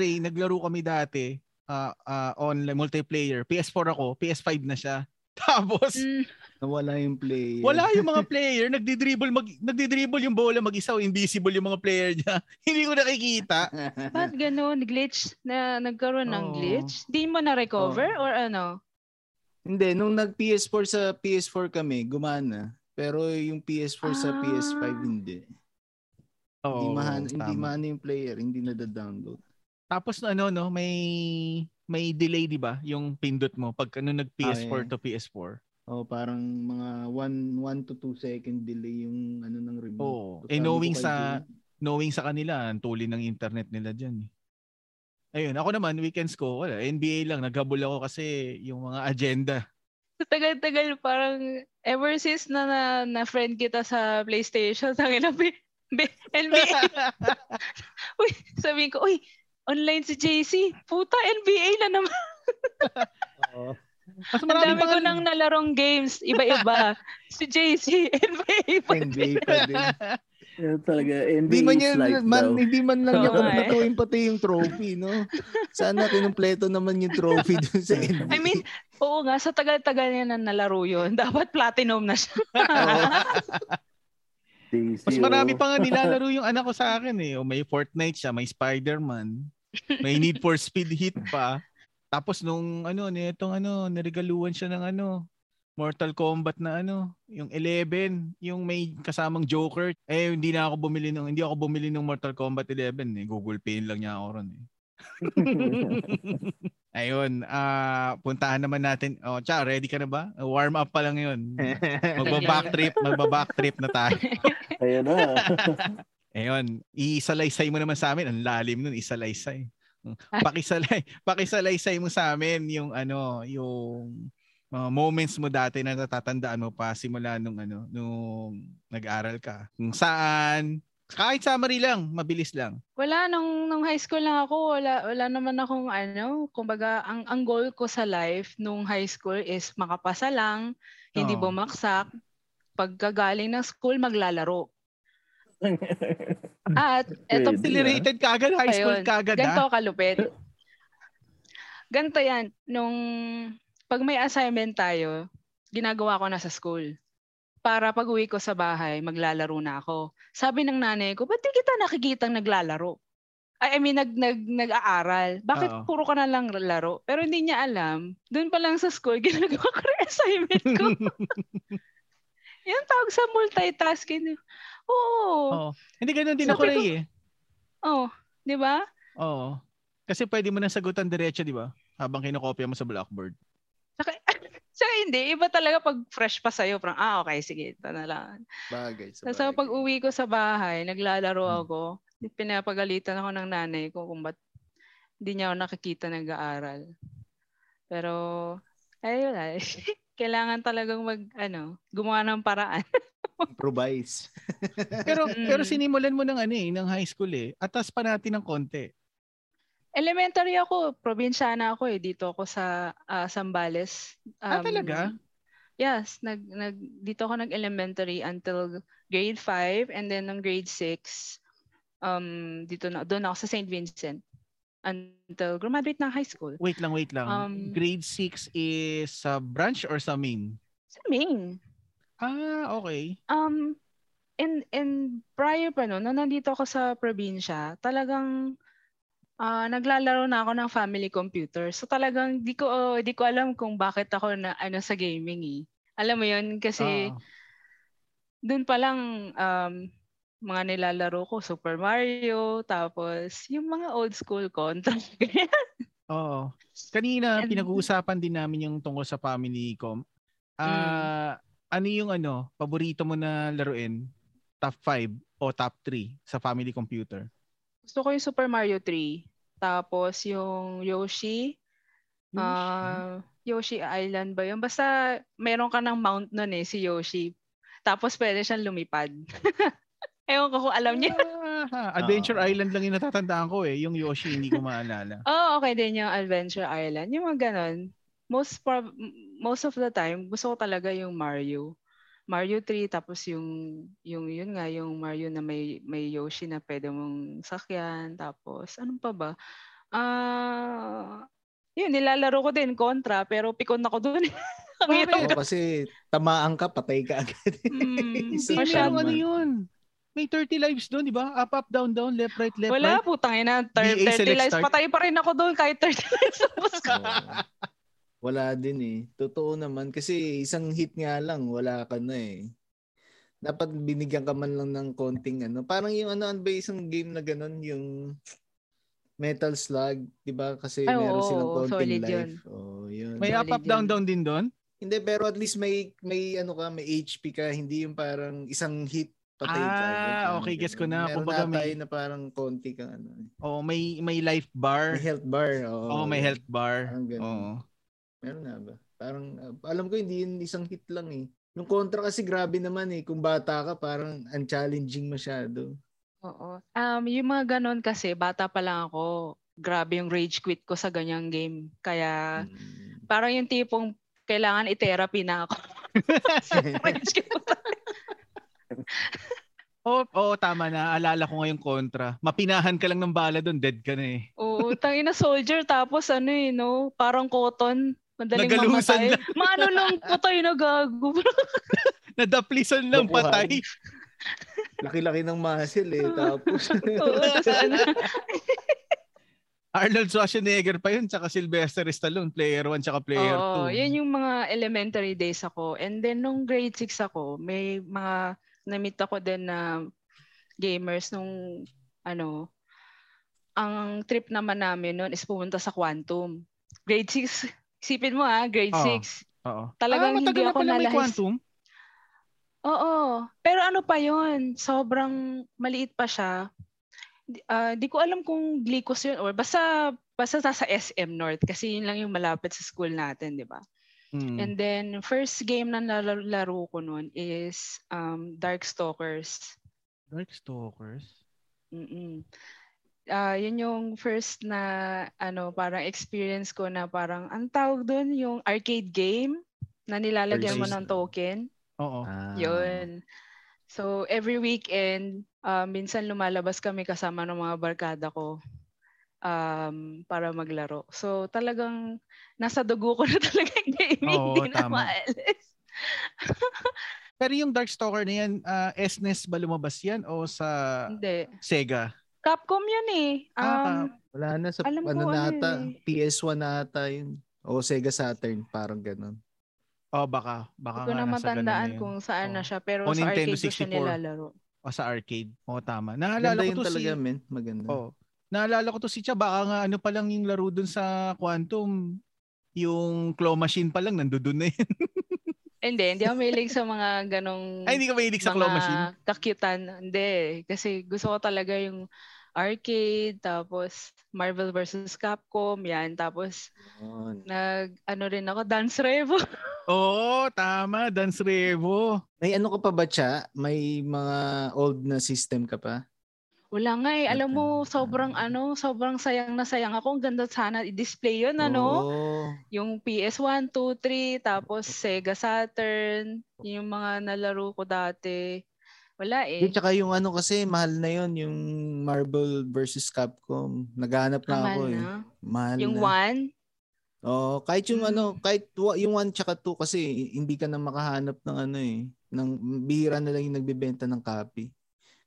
S1: Ray, naglaro kami dati ah, ah, online multiplayer. PS4 ako, PS5 na siya. Tapos
S4: Mm.
S3: Nawala yung player.
S1: wala yung mga player, nagdi-dribble mag nagdi-dribble yung bola mag-isa, o invisible yung mga player niya. Hindi ko nakikita.
S4: Ba't gano'n? Glitch? Na, nagkaroon ng
S1: Oo.
S4: glitch? Di mo na-recover or ano?
S3: Hindi, nung nag PS4 sa PS4 kami, gumana. Pero yung PS4 sa
S4: Ah.
S3: PS5 hindi. hindi
S1: Oo,
S3: mahan, hindi
S1: tama.
S3: mahan yung player, hindi nada-download.
S1: Tapos ano no, may may delay 'di ba yung pindot mo pag ano nag PS4
S3: Ah, yeah.
S1: to PS4.
S3: Oh, parang mga 1 1 to 2 second delay yung ano ng remote.
S1: Oo.
S3: So,
S1: Eh,
S3: sabi
S1: knowing
S3: ko kay
S1: sa-
S3: Jun,
S1: Knowing sa kanila, ang tuli ng internet nila diyan. Ayun, ako naman weekends ko, wala, NBA lang naghabol ako kasi yung mga agenda.
S4: Sa tagal-tagal parang ever since na na, na friend kita sa PlayStation, sa akin na B- B- NBA. uy, sabihin ko, uy, online si JC. Puta, NBA na naman.
S1: Mas
S4: Ang
S1: marami
S4: dami ko
S1: pang-
S4: nang nalarong games. Iba-iba. si JC, NBA. pa.
S3: NBA pa din.
S2: Yan talaga,
S3: Hindi
S2: NBA
S3: man
S2: is
S3: niya
S2: life
S3: man,
S2: daw.
S3: hindi man lang niya
S4: Oo nga eh.
S3: kumpletuhin pati yung trophy, no? Sana kinumpleto naman yung trophy dun sa NBA.
S4: I mean, oo nga, sa tagal-tagal niya na nalaro yun. Dapat platinum na siya.
S2: DC,
S1: Mas marami
S2: oh.
S1: pa nga nilalaro yung anak ko sa akin eh. O may Fortnite siya, may Spider-Man, may Need for Speed Hit pa. Tapos nung ano, nitong ano, niregaluhan siya ng ano, Mortal Kombat na ano, yung 11, yung may kasamang Joker. Eh hindi na ako bumili ng hindi ako bumili ng Mortal Kombat 11 eh. Google Pay lang niya ako ron eh. Ayun, ah puntahan naman natin. Oh, cha, ready ka na ba? Warm up pa lang 'yun. Magba-back trip, magba-back trip na tayo.
S2: Ayan na.
S1: Ayun, isalaysay mo naman sa amin. Ang lalim nun, isalaysay.
S4: Ah.
S1: Pakisalay, pakisalaysay mo sa amin yung ano, yung mga moments mo dati na natatandaan mo pa simula nung ano, nung nag-aral ka. Kung saan, kahit summary lang, mabilis lang.
S4: Wala, nung, nung high school lang ako, wala, wala naman akong ano, kumbaga, ang, ang goal ko sa life nung high school is makapasa lang, hindi
S1: Oo.
S4: bumaksak, pagkagaling ng school, maglalaro. At, eto,
S2: Pwede.
S1: Accelerated kagad, high school
S4: ah. Ayun.
S1: kagad
S4: ganito
S1: ah.
S4: kalupit. Ganito yan, nung, pag may assignment tayo, ginagawa ko na sa school. Para pag uwi ko sa bahay, maglalaro na ako. Sabi ng nanay ko, ba't di kita nakikitang naglalaro? Ay, I mean, nag, nag, nag-aaral.
S1: Oo.
S4: Bakit puro ka na lang laro? Pero hindi niya alam. Doon pa lang sa school, ginagawa ko rin assignment ko. Yan tawag sa multitasking. Oo.
S1: Oo. Hindi ganun din
S4: Sabi
S1: ako,
S4: ko-
S1: Ray eh.
S4: Oh, di ba?
S1: Oo. Kasi pwede mo nang sagutan diretso, di ba? Habang kinokopya mo sa blackboard.
S4: Saka, saka hindi. Iba talaga pag fresh pa sa'yo. Parang, ah, okay, sige. Ito na lang.
S3: bagay sa
S4: Tapos so,
S3: bagay.
S4: pag uwi ko sa bahay, naglalaro
S3: Hmm.
S4: ako. Pinapagalitan ako ng nanay ko kung ba't hindi niya ako nakikita nag-aaral. Pero, ayun ay, kailangan talagang mag, ano, gumawa ng paraan.
S3: improvise.
S1: Pero pero
S4: Mm.
S1: sinimulan mo ng ano eh, ng high school eh. Atas pa natin ng konti.
S4: Elementary ako, probinsyana ako eh. Dito ako sa ah, Sambales.
S1: Ah,
S4: Um,
S1: talaga?
S4: Yes, nag, nag, dito ako nag-elementary until grade 5 and then nung grade 6, um, dito na, doon ako sa St. Vincent until graduate ng high school.
S1: Wait lang, wait lang.
S4: Um,
S1: Grade 6 is sa branch or sa main?
S4: Sa Ming.
S1: Ah, okay.
S4: Um, and, and prior pa noon, na nandito ako sa probinsya, talagang ah, naglalaro na ako ng family computer. So talagang di ko, di ko alam kung bakit ako na ano sa gaming eh. Alam mo yun, kasi
S1: Ah.
S4: doon pa lang um, mga nilalaro ko, Super Mario, tapos yung mga old school contra.
S1: Oo. Kanina,
S4: And-
S1: pinag-uusapan din namin yung tungkol sa family com. Ah, Ano yung ano, paborito mo na laruin? Top 5 o top 3 sa family computer?
S4: Gusto ko yung Super Mario 3. Tapos yung Yoshi. ah, Yoshi Island ba yun? Basta meron ka ng mount nun eh, si Yoshi. Tapos pwede siyang lumipad. Ewan ko kung alam niya.
S1: Ah, Adventure
S3: Ah.
S1: Island lang yung natatandaan ko eh. Yung Yoshi, hindi ko maalala.
S4: Oh, okay din yung Adventure Island. Yung mga ganun. Most, prob- m- most of the time, gusto ko talaga yung Mario. Mario 3, tapos yung, yung yun nga, yung Mario na may, may Yoshi na pwede mong sakyan. Tapos, anong pa ba? Ah, yun, nilalaro ko din kontra, pero pikon ako dun. Ang hirap.
S3: Oo, kasi tamaan ka, patay ka agad.
S4: Mm,
S1: Hindi,
S3: Isa
S1: merong
S4: masyado.
S1: ano yun. May 30 lives doon, di ba? Up, up, down, down, left, right, left,
S4: Wala,
S1: right.
S4: putang ina. Thir-
S1: BA
S4: 30
S1: select
S4: lives.
S1: start.
S4: Patay pa rin ako doon kahit 30 lives. Tapos ka.
S3: Oo. Diba? wala din eh. Totoo naman. Kasi isang hit nga lang, wala ka na eh. Dapat binigyan ka man lang ng konting ano. Parang yung ano, ano ba isang game na ganun, yung Metal Slug, di ba? Kasi
S4: Ay,
S3: meron
S4: oo,
S3: silang
S4: oo,
S3: konting
S4: solid
S3: life.
S4: yun.
S3: Oh, yun.
S1: May up, up, down, down din doon.
S3: Hindi, pero at least may may ano ka, may HP ka, hindi yung parang isang hit patay ka.
S1: Ah,
S3: Parang
S1: okay,
S3: ganun.
S1: gets ko na.
S3: Meron
S1: Kumbaga
S3: ata
S1: may-
S3: yun na parang konti ka ano. eh.
S1: Oo, may, may life
S3: May
S1: bar.
S3: health bar.
S1: Oo,
S3: Oo,
S1: may health bar.
S3: Parang ganun.
S1: Oo.
S3: Meron na ba? Parang uh, alam ko hindi yun isang hit lang eh. Yung kontra kasi grabe naman eh. Kung bata ka parang unchallenging masyado.
S4: Oo. Um, yung mga ganun kasi, bata pa lang ako, grabe yung rage quit ko sa ganyang game. Kaya,
S3: Mm.
S4: parang yung tipong kailangan i-therapy na ako. rage quit ko.
S1: Oo, oo, tama na. Alala ko ngayong kontra. Mapinahan ka lang ng bala doon, dead ka na eh.
S4: Oo, tangina soldier. Tapos ano eh, no? Parang cotton. Madaling
S1: Nagalusan
S4: mamatay. Maano lang po tayo na gago.
S1: Nadaplisan lang
S3: Nakuha.
S1: patay.
S3: Laki-laki ng muscle eh. Tapos
S4: Oo, tas ano,
S1: Arnold Schwarzenegger pa yun, tsaka Sylvester Stallone, player 1 tsaka player 2.
S4: Oo, yan yung mga elementary days ako. And then nung grade 6 ako, may mga na-meet ako din na gamers nung ano, ang trip naman namin noon is pumunta sa Quantum. Grade 6, isipin mo ha, grade
S1: Oo.
S4: 6.
S1: Oo. Ah.
S4: Talagang
S1: matagal
S4: hindi
S1: na
S4: ako
S1: pala may
S4: nalahis.
S1: Quantum.
S4: Oo. Pero ano pa yon Sobrang maliit pa siya. Di- ah, di ko alam kung Glicos yun or basta basta nasa SM North kasi yun lang yung malapit sa school natin, di ba?
S1: Mm.
S4: And then first game na nalaro laro ko noon is um Darkstalkers.
S1: Darkstalkers.
S4: Mm. Ah, yun yung first na ano, parang experience ko na parang ang tawag doon yung arcade game na nilalagyan mo
S3: Versus-
S4: ng token.
S1: Oo.
S3: Ah.
S4: Yun. So every weekend, ah, minsan lumalabas kami kasama ng mga barkada ko um, para maglaro. So talagang nasa dugo ko na talaga yung gaming.
S1: Oo,
S4: Hindi na
S1: tama.
S4: maalis.
S1: Pero yung Darkstalker na yan, ah, SNES ba lumabas yan o sa
S4: Hindi.
S1: Sega?
S4: Capcom yun eh. Um,
S1: Ah,
S3: Wala na sa
S4: Alam ko
S3: ano
S4: ano
S3: na ata.
S4: yun eh.
S3: PS1 na ata yun. O Sega Saturn. Parang ganun.
S1: O baka,
S4: Um, Hindi
S1: baka
S4: ko
S1: nga nasa
S4: na
S1: ganun na
S4: matandaan
S1: yun.
S4: kung saan na
S1: Oo.
S4: siya. Pero
S1: O
S4: sa
S1: Nintendo
S4: arcade ko
S1: 64.
S4: siya nilalaro.
S1: O sa arcade. O tama. Naalala
S3: Maganda
S1: ko
S3: yun
S1: to si...
S3: talaga men. Maganda.
S4: Mm.
S1: Oh. Naalala ko to si Cha, baka nga ano pa lang yung laro dun sa Quantum. Yung claw machine pa lang, nandoon na yun.
S4: Hindi, hindi ako mahilig sa mga ganong
S1: Ay, hindi ka mahilig sa claw machine.
S4: kakyutan. Hindi. Kasi gusto ko talaga yung arcade, tapos Marvel vs. Capcom, yan. Tapos
S3: Yun.
S4: nag, ano rin ako, Dance Revo.
S1: Oo, tama. Dance Revo.
S3: May ano ka pa ba, Cha? May mga old na system ka pa?
S4: Wala nga eh. Alam mo,
S3: Matanda.
S4: sobrang ano, sobrang sayang na sayang ako. Ang ganda sana i-display yun, ano?
S3: Oo.
S4: Yung PS1, 2, 3, tapos
S3: Mm.
S4: Sega Saturn. Yun yung mga nalaro ko dati. Wala eh.
S3: Yung tsaka yung ano kasi, mahal na yon yung Marvel versus Capcom. Naghahanap na
S4: Ah, Mahal
S3: ako eh.
S4: na.
S3: Mahal
S4: Yung
S3: na.
S4: 1,
S3: Oo, kahit yung
S4: Mm.
S3: ano, kahit wa- yung one tsaka two kasi hindi ka na makahanap ng ano eh. Nang, bihira na lang yung nagbebenta ng copy.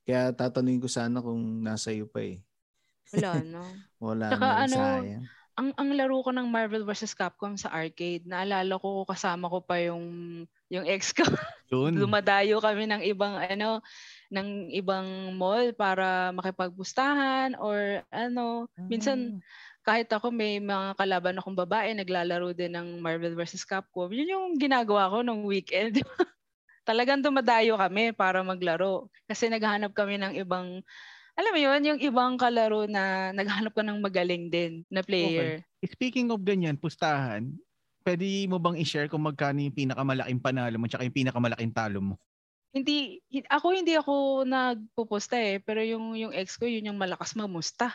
S3: Kaya tatanungin ko sana kung nasa iyo pa eh.
S4: Wala, no?
S3: Wala
S4: Tsaka
S3: na
S4: ano,
S3: sayang.
S4: ang ang laro ko ng Marvel vs. Capcom sa arcade, naalala ko kasama ko pa yung yung ex ko.
S1: Yun.
S4: Lumadayo kami ng ibang ano ng ibang mall para makipagbustahan or ano,
S3: Ah,
S4: minsan kahit ako may mga kalaban akong babae naglalaro din ng Marvel vs. Capcom. Yun yung ginagawa ko nung weekend. Talagang dumadayo kami para maglaro kasi naghanap kami ng ibang alam mo yun, yung ibang kalaro na naghanap ka ng magaling din na player.
S1: Speaking of ganyan, pustahan, pwede mo bang i-share kung magkano yung pinakamalaking panalo mo tsaka yung pinakamalaking talo mo?
S4: hindi hin- ako hindi ako nagpupusta eh pero yung yung ex ko yun yung malakas mamusta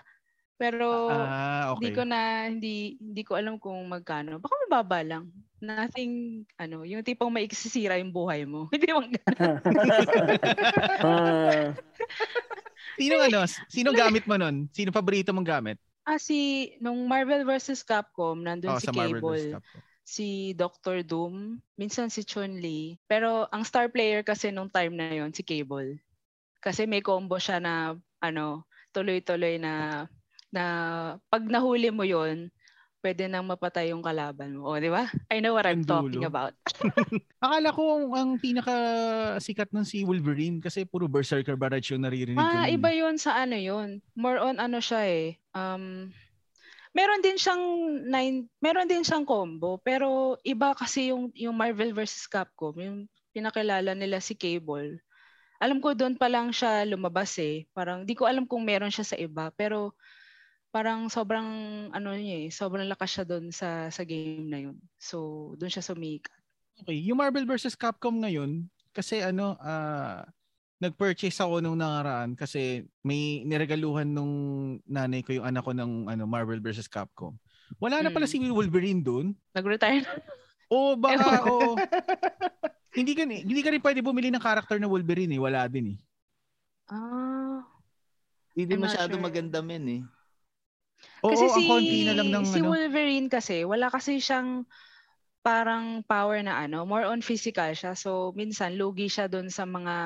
S4: pero
S1: ah,
S4: hindi
S1: okay.
S4: ko na hindi hindi ko alam kung magkano baka mababa lang nothing ano yung tipong maiksisira yung buhay mo hindi bang
S2: Ah,
S1: Sino ano? Sino gamit mo nun? Sino paborito mong gamit?
S4: ah si nung Marvel vs Capcom
S1: Oh,
S4: nandun si
S1: sa Marvel vs.
S4: Cable
S1: Capcom.
S4: si Doctor Doom minsan si Chun-Li pero ang star player kasi nung time na yon si Cable kasi may combo siya na ano, tuloy-tuloy na na pag nahuli mo 'yon, pwede nang mapatay yung kalaban mo. O, di ba? I know what
S1: Ang
S4: I'm
S1: dulo.
S4: talking about.
S1: Akala ko ang, ang pinaka sikat ng si Wolverine kasi puro Berserker Barrage yung naririnig ko.
S4: Ah,
S1: eh.
S4: iba 'yon sa ano 'yon. More on ano siya eh. Um Meron din siyang nine, meron din siyang combo, pero iba kasi yung yung Marvel vs Capcom, yung pinakilala nila si Cable. Alam ko doon pa lang siya lumabas eh. Parang di ko alam kung meron siya sa iba, pero parang sobrang ano niya eh, sobrang lakas siya doon sa sa game na yun. So, doon siya sumikat.
S1: Okay, yung Marvel vs. Capcom ngayon, kasi ano, ah, nag-purchase ako nung nakaraan kasi may niregaluhan nung nanay ko yung anak ko ng ano, Marvel vs. Capcom. Wala na pala
S4: Mm.
S1: si Wolverine doon.
S4: Nag-retire na.
S1: Oo, baka, oo. hindi ka, ni- hindi ka rin pwede bumili ng character na Wolverine eh. Wala din eh.
S4: Ah.
S3: Hindi
S4: I'm not
S3: masyado
S4: sure.
S3: maganda men eh.
S1: Oo,
S4: Kasi si,
S1: ang konti na lang ng
S4: si
S1: ano.
S4: Wolverine kasi, wala kasi siyang parang power na ano, more on physical siya. So, minsan, lugi siya doon sa mga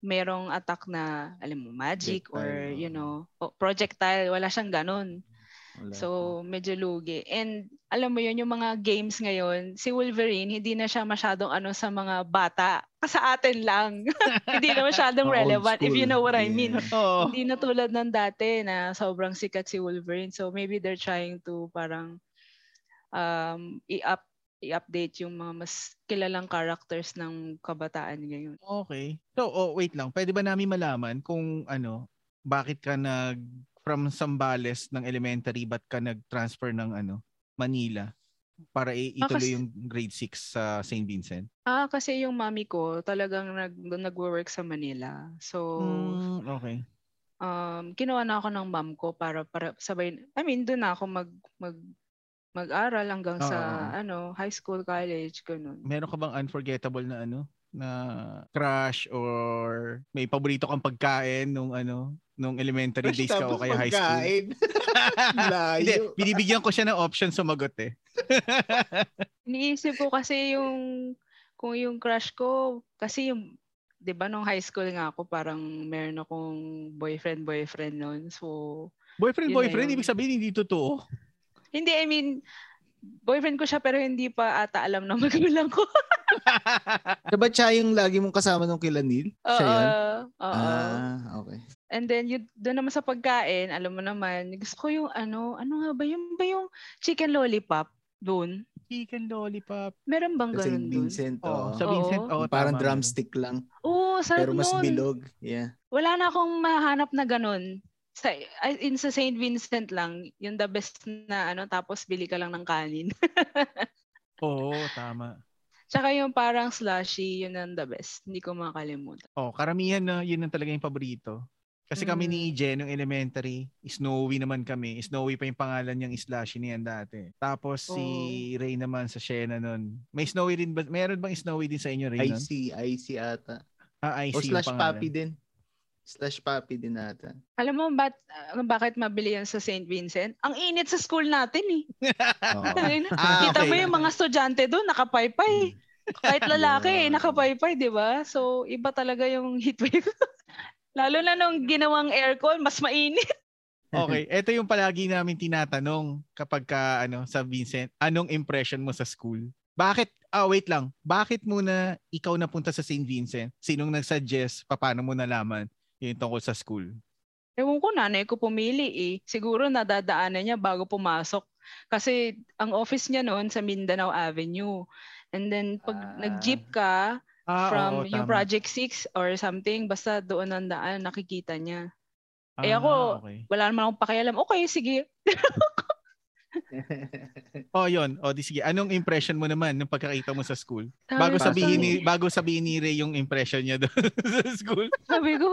S4: merong attack na, alam mo, magic or,
S3: Projectile,
S4: you
S3: oo.
S4: know, o- projectile. Wala siyang ganun.
S3: Wala.
S4: So, medyo lugi. And alam mo yun, yung mga games ngayon, si Wolverine, hindi na siya masyadong ano sa mga bata. Sa atin lang. hindi na
S3: Mga
S4: masyadong
S1: Ah,
S3: old
S4: relevant, if you
S3: school.
S4: know what I
S3: Yeah.
S4: mean.
S1: Oo.
S4: Hindi na tulad ng dati na sobrang sikat si Wolverine. So maybe they're trying to parang um, i-up i-update yung mga mas kilalang characters ng kabataan ngayon.
S1: Okay. So, oh, wait lang. Pwede ba namin malaman kung ano, bakit ka nag from Sambales ng elementary ba't ka nag-transfer ng ano, Manila para i-
S4: Ah,
S1: ituloy
S4: kasi-
S1: yung grade 6 sa St. Vincent?
S4: Ah, kasi yung mami ko talagang nag, nag-work sa Manila. So, Hmm,
S1: Mm, okay.
S4: um, kinuha na ako ng mom ko para, para sabay, I mean, doon na ako mag, mag, mag-aral hanggang sa,
S1: Oo.
S4: ano, high school, college, ganun.
S1: Meron ka bang unforgettable na ano, na crush or may paborito kang pagkain nung ano, nung elementary days ka o
S3: Tapos
S1: kaya high school?
S3: pagkain.
S1: Hindi,
S3: Layo.
S1: binibigyan ko siya ng option sumagot eh.
S4: Iniisip ko kasi yung kung yung crush ko kasi yung 'di ba nung high school nga ako parang meron akong boyfriend boyfriend noon. So
S1: Boyfriend,
S4: Yun na
S1: boyfriend,
S4: yun.
S1: ibig sabihin hindi totoo.
S4: hindi I mean boyfriend ko siya pero hindi pa ata alam ng magulang ko.
S3: Diba siya yung lagi mong kasama nung kila Neil? Siya
S4: Oo.
S3: yun?
S4: Oo.
S3: Ah, okay.
S4: And then yun, doon naman sa pagkain, alam mo naman, gusto ko yung ano, ano nga ba yung ba yung chicken lollipop doon?
S1: Chicken lollipop.
S4: Meron bang
S3: Sa St.
S4: ganun doon?
S3: Vincent.
S1: Oh,
S3: Oh,
S1: sa
S4: Oo. Ano
S1: Vincent. Oh,
S3: parang
S1: tama.
S3: drumstick lang.
S4: Oo, sarap
S3: Pero mas
S4: nun.
S3: bilog. Yeah.
S4: wala na akong mahanap na ganun. Sa, ay, in sa St. Vincent lang, yung the best na ano, tapos bili ka lang ng kanin.
S1: Oo, tama.
S4: Tsaka yung parang slushy, yun ang the best. Hindi ko makalimutan.
S1: Oh, karamihan na yun ang talaga yung paborito. Kasi kami
S4: Mm.
S1: ni Jen, nung elementary, Snowy naman kami. Snowy pa yung pangalan niyang slashy niyan dati. Tapos si Ray naman sa Shena nun. May Snowy rin ba? Meron bang Snowy din sa inyo, Ray? Nun?
S3: Icy. Icy ata.
S1: Ah, Icy
S3: O
S1: yung
S3: slash
S1: pangalan.
S3: papi din. Slash papi din ata.
S4: Alam mo ba't, ah, bakit mabili yan sa St. Vincent? Ang init sa school natin eh.
S3: Oo.
S4: Tangina.
S1: Ah,
S4: Kita mo
S1: okay. Hmm.
S4: yung mga estudyante doon, nakapaypay. Kahit lalaki, eh, nakapaypay, di ba? So, iba talaga yung heatwave. Lalo na nung ginawang aircon, mas mainit.
S1: Okay, ito yung palagi namin tinatanong kapag ka, ano, sa Vincent, anong impression mo sa school? Bakit, ah wait lang, bakit muna ikaw napunta sa St. Vincent? Sinong nagsuggest? Paano mo nalaman yung tungkol sa school?
S4: Ewan ko, nanay ko pumili eh. Siguro nadadaanan niya bago pumasok. Kasi ang office niya noon sa Mindanao Avenue. And then pag
S2: Ah.
S4: nag-jeep ka
S1: Ah, oo,
S4: from
S1: tama.
S4: yung Project 6 or something, basta doon ang daan, nakikita niya.
S1: Ah,
S4: eh, ako,
S1: okay.
S4: Wala naman akong pakialam. Okay, sige.
S1: Oh, yun. Oh, di sige. Anong impression mo naman nung pagkakita mo sa school?
S4: Sabi
S1: Bago
S4: ko,
S1: sabihin ni bago sabihin ni Ray yung impression niya doon sa school.
S4: Sabi ko,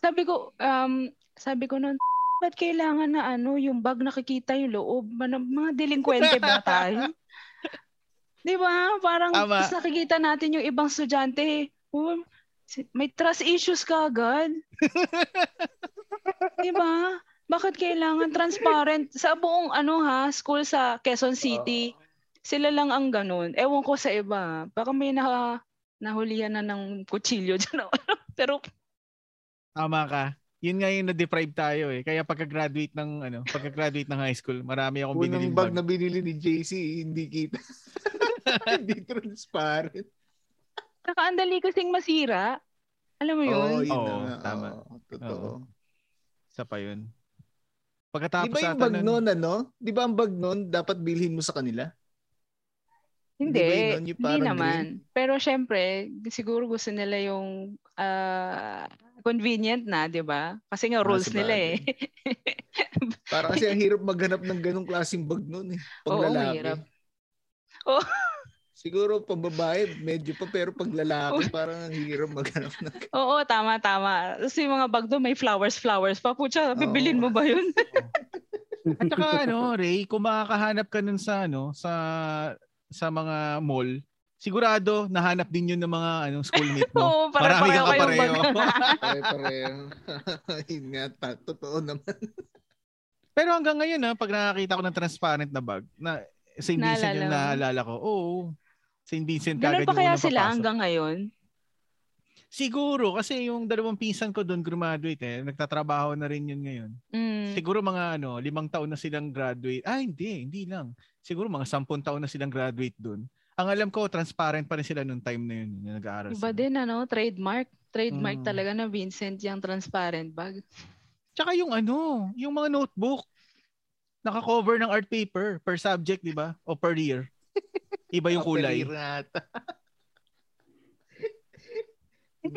S4: sabi ko, um, sabi ko noon, ba't kailangan na ano, yung bag nakikita yung loob? Mana- mga delinkwente ba tayo? Di ba? Parang
S1: Tama.
S4: tapos nakikita natin yung ibang estudyante. Oh, si- may trust issues ka agad. Di ba? Bakit kailangan transparent? Sa buong ano ha, school sa Quezon City, sila lang ang ganun. Ewan ko sa iba. Baka may na, nahulihan na ng kutsilyo dyan. Pero
S1: Tama ka. Yun nga yung na-deprive tayo eh. Kaya pagka-graduate ng ano, pagka-graduate ng high school, marami akong binili
S3: Unang bag na binili ni JC, hindi kita. hindi transparent.
S4: Saka ang dali kasing masira. Alam mo Ano yun?
S3: Oo, Oh, yun
S1: Oo,
S3: na nga.
S1: tama.
S3: Oo, totoo.
S1: Isa pa yun.
S3: Di
S1: Pagkatapos
S3: ba yung
S1: ata
S3: bag
S1: nun-
S3: nun, ano? Di ba ang bag nun, dapat bilhin mo sa kanila?
S4: hindi.
S3: di ba yun, yun yung
S4: hindi
S3: parang
S4: naman. Pero syempre, siguro gusto nila yung ah, convenient na, di ba? Kasi nga
S3: Ah,
S4: rules
S3: sabagay.
S4: nila eh.
S3: Para kasi ang hirap maghanap ng ganong klaseng bag nun eh. Pag
S4: Oo,
S3: lalaki.
S4: mahirap. Oo.
S3: Siguro pang babae, medyo pa, pero pag
S4: Oh.
S3: lalaki, parang ang hirap maghanap ng
S4: Oo, tama, tama. Tapos yung mga bag doon, may flowers, flowers pa. Pucha, bibilin mo ba yun?
S1: At saka ano, Ray, kung makakahanap ka nun sa ano, sa sa mga mall, sigurado nahanap din yun ng mga ano, schoolmate mo.
S4: Oo,
S1: Marami
S4: para pareho
S1: kang
S4: kayong bag.
S1: kapareho.
S3: pare-pareho. yun nga, ta- totoo naman.
S1: Pero hanggang ngayon ha, pag nakakita ko ng transparent na bag, na St. Vincent yung
S4: Naalala
S1: naalala ko. Oo. St. Vincent
S4: Ganun
S1: kagad
S4: pa
S1: yung
S4: kaya
S1: unang
S4: sila
S1: papasok.
S4: hanggang ngayon?
S1: Siguro, kasi yung dalawang pinsan ko doon graduate eh. Nagtatrabaho na rin yun ngayon.
S4: Mm.
S1: Siguro mga ano, limang taon na silang graduate. Ah, hindi, hindi lang. Siguro mga sampung taon na silang graduate doon. Ang alam ko, transparent pa rin sila nung time na yun, na nag-aaral sila.
S4: Iba din, ano? Trademark. Trademark
S1: Mm.
S4: talaga na Vincent yung transparent bag.
S1: Tsaka yung ano, yung mga notebook, naka-cover ng art paper per subject, di ba? O per year. Iba
S3: Oh,
S1: yung kulay.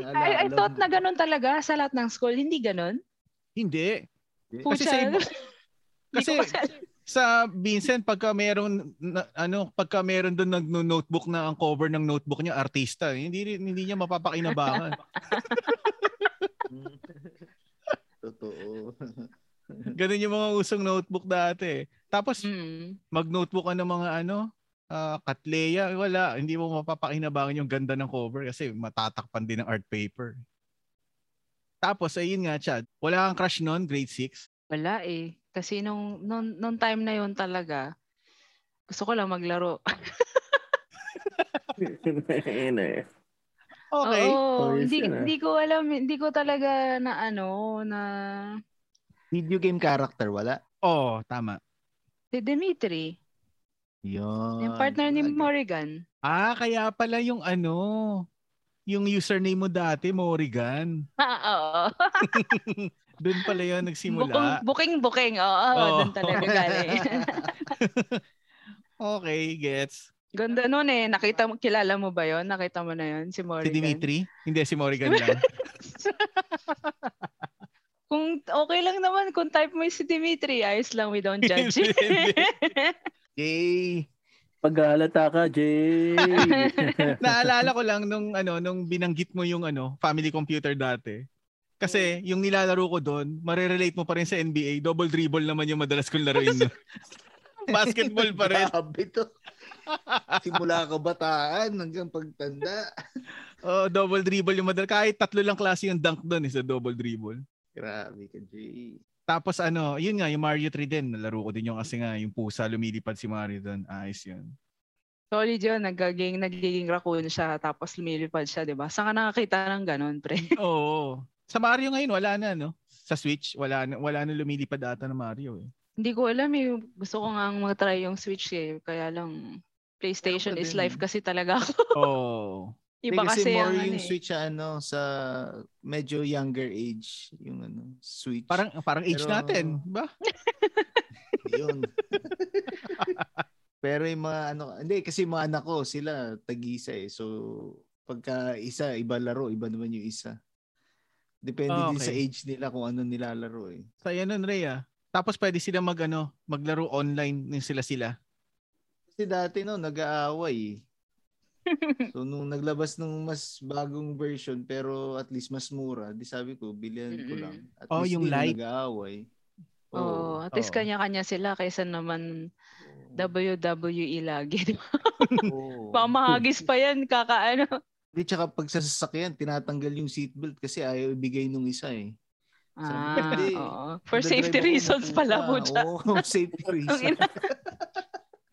S4: I, I thought na ganun talaga sa lahat ng school. Hindi ganun.
S1: Hindi. Kasi
S4: Pucha.
S1: sa iba,
S4: Hindi
S1: kasi
S4: ko alam.
S1: sa Vincent pagka meron na, ano pagka meron doon nagno-notebook na ang cover ng notebook niya artista eh. hindi hindi niya mapapakinabangan
S3: totoo.
S1: ganun yung mga usong notebook dati eh. tapos
S4: Mm.
S1: mag-notebook ka ng mga ano ah, Katleya wala hindi mo mapapakinabangan yung ganda ng cover kasi matatakpan din ng art paper tapos ayun nga Chad wala kang crush noon grade 6
S4: Wala eh. Kasi nung, nung, nung time na yon talaga, gusto ko lang maglaro.
S2: Ayun na eh.
S1: okay Oh,
S4: Oo,
S2: Ayos yan
S4: hindi,
S1: eh.
S2: ah.
S4: hindi ko alam, hindi ko talaga na ano, na
S3: Video game character, wala?
S1: oh tama
S4: si Dimitri,
S3: Yun.
S4: yung partner ni
S3: Bagay.
S4: Morrigan.
S1: ah kaya pala yung ano yung username mo dati Morrigan
S4: Ah, Oo.
S1: Doon pala yun nagsimula.
S4: Buking, buking, oo.
S1: Oo.
S4: Doon talaga galing.
S1: Okay, gets.
S4: Ganda nun eh. Nakita mo, kilala mo ba yon Nakita mo na yon si
S1: Si
S4: Morrigan.
S1: Dimitri? Hindi, si Morrigan lang.
S4: Kung okay lang naman, kung type mo yung si Dimitri, ayos lang, we don't judge.
S1: Hindi, hindi.
S3: Yay!
S2: Paghalata ka, Jay.
S1: Naalala ko lang nung, ano, nung binanggit mo yung ano, family computer dati. Kasi yung nilalaro ko doon, marirelate mo pa rin sa NBA, double dribble naman yung madalas kong laruin. nun. Basketball pa rin.
S3: Grabe to. Simula kabataan hanggang pagtanda.
S1: Oh, double dribble yung madalas. Kahit tatlo lang klase yung dunk doon eh, sa double dribble.
S3: Grabe ka, Jay.
S1: Tapos ano, yun nga, yung Mario 3 din. Nalaro ko din yung kasi nga, yung pusa lumilipad si Mario doon. Ayos yun.
S4: Solid yun, nagaging, nagiging raccoon siya, tapos lumilipad siya, di ba? Saan ka nakakita ng ganun, pre?
S1: Oo. Sa Mario ngayon, wala na, no? Sa Switch, wala na, wala na lumilipad ata ng Mario. Eh.
S4: Hindi ko alam eh. Gusto ko nga mag-try yung Switch eh. Kaya lang, PlayStation
S3: Meron pa
S4: is
S3: din
S4: life
S3: eh.
S4: kasi talaga ako.
S1: Oo.
S4: Iba
S3: Hindi,
S4: kasi,
S3: more
S4: ang ano
S3: yung
S4: eh.
S3: Switch siya, ano sa medyo younger age yung ano Switch.
S1: Parang parang age
S3: Pero-
S1: natin, ba?
S3: yun. Pero yung mga ano, hindi kasi yung mga anak ko sila tag-isa eh. So pagka isa iba laro, iba naman yung isa. Depende
S1: Ah,
S3: din sa
S1: okay.
S3: age nila kung ano nilalaro eh.
S1: Sa yan nun, Rhea. Tapos pwede sila mag, ano, maglaro online ng sila-sila.
S3: Kasi dati no, nag-aaway. eh. so nung naglabas ng mas bagong version pero at least mas mura, di sabi ko bilhan ko
S4: Mm-mm.
S3: lang. At
S1: Oh,
S3: least
S1: yung
S3: di na
S1: light.
S3: nag-aaway.
S4: Oo, at least
S1: oo.
S4: kanya-kanya sila kaysa naman WWE lagi. di ba?
S3: Oo.
S4: Baka mahagis pa yan, kakaano.
S3: Di tsaka pag sa sasakyan, tinatanggal yung seatbelt kasi ayaw ibigay nung isa eh.
S4: Ah,
S3: Hindi.
S4: oo. For
S3: Nadadrive
S4: safety
S3: ako,
S4: reasons pala
S3: naputa.
S4: po dyan.
S3: Ah, Oo, for safety
S4: Ang
S3: reasons.
S4: ina-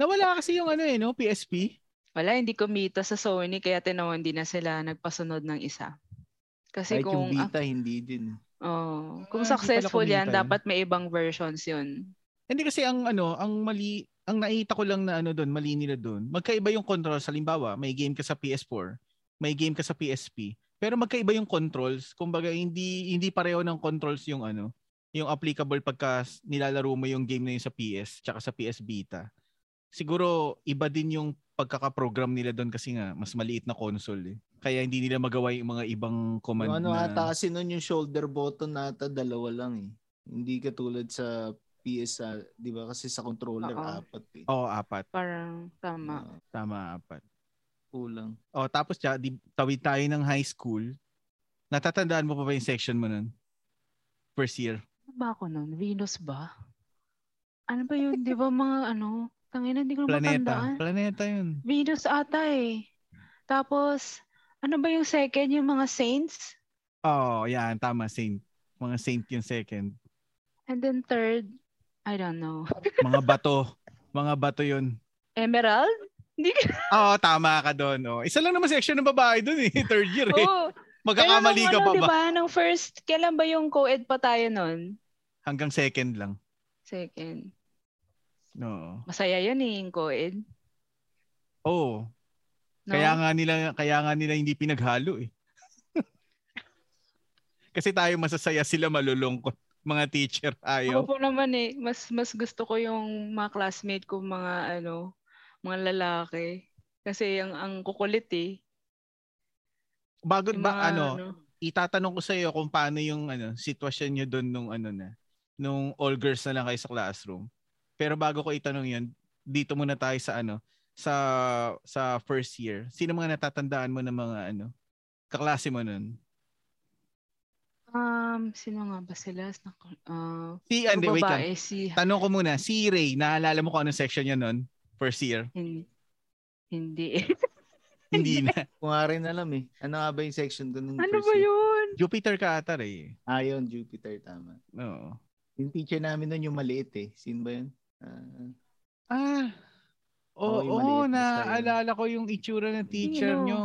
S1: Nawala kasi yung ano eh, no? PSP.
S4: Wala, hindi kumita sa Sony kaya tinawan din na sila nagpasunod ng isa. Kasi
S3: Kahit yung
S4: kung
S3: Vita, hindi din.
S4: Oh,
S1: Ah,
S4: kung
S1: hindi pala
S4: successful
S1: kumita
S4: yan,
S1: yun.
S4: dapat may ibang versions yun.
S1: Hindi kasi ang ano, ang mali, ang nakita ko lang na ano doon, mali nila doon. Magkaiba yung controls. Halimbawa, may game ka sa PS4, may game ka sa PSP. Pero magkaiba yung controls. Kumbaga, hindi hindi pareho ng controls yung ano, yung applicable pagka s- nilalaro mo yung game na yun sa PS tsaka sa PS Vita. Siguro iba din yung pagkakaprogram nila doon kasi nga mas maliit na console eh. Kaya hindi nila magawa yung mga ibang command
S3: Yung ano
S1: na...
S3: ata kasi nun yung shoulder button ata dalawa lang eh. Hindi katulad sa PS, ah, di ba? Kasi sa controller,
S4: Oo.
S3: apat eh.
S1: Oo, apat.
S4: Parang tama.
S3: Ah,
S1: Tama, apat.
S3: kulang.
S1: Oh, tapos siya, di, tawid tayo ng high school. Natatandaan mo pa ba yung section mo nun? First year.
S4: Ano ba ako nun? Venus ba? Ano ba yun? Di ba mga ano? Tangina, hindi ko na
S1: Planeta.
S4: matandaan.
S1: Planeta yun.
S4: Venus ata eh. Tapos, ano ba yung second? Yung mga saints?
S1: Oh, yan. Tama, saint. Mga saint yung second.
S4: And then third, I don't know.
S1: Mga bato. Mga bato yun.
S4: Emerald? Hindi ko.
S1: Oo, tama ka doon. Oh. Isa lang naman section ng babae doon eh. Third year eh.
S4: Oo. Pero nung
S1: Magkakamali ka
S4: ano,
S1: pa
S4: di
S1: ba?
S4: ba? Nung first, kailan ba yung co-ed pa tayo nun?
S1: Hanggang second lang.
S4: Second.
S1: No.
S4: Masaya yun eh, yung co-ed.
S1: Oh,
S4: No?
S1: kaya nga nila kaya nga nila hindi pinaghalo eh. Kasi tayo masasaya sila malulungkot. Mga teacher ayaw.
S4: Ako po naman eh, mas mas gusto ko yung mga classmate ko mga ano, mga lalaki kasi ang ang kukulit eh.
S1: Bago
S4: Yung mga,
S1: ba ano, itatanong ko sa iyo kung paano yung ano sitwasyon niyo doon nung ano na nung all girls na lang kayo sa classroom. Pero bago ko itanong 'yun, dito muna tayo sa ano sa sa first year. Sino mga natatandaan mo ng mga ano kaklase mo nun?
S4: um sino nga ba sila? Naku- ah,
S1: Si Andy,
S4: puro
S1: wait lang.
S4: babae, si
S1: Tanong ko muna, si Ray, naalala mo kung anong section niya nun? First year?
S4: hindi. Hindi. eh.
S1: Hindi na.
S3: Kung nga rin alam eh. Ano nga ba yung section ko nung
S4: ano
S3: first
S4: ba
S3: year?
S4: yun?
S1: Jupiter ka ata, Ray.
S3: Ah, yun, Jupiter, tama.
S1: Oo.
S3: Yung teacher namin nun yung maliit eh. Sino ba yun? Ah,
S1: Ah. Oo,
S3: Oo, yung
S1: oh,
S3: maliit na siya, yun.
S1: naalala ko yung itsura ng teacher
S4: Sino?
S1: nyo.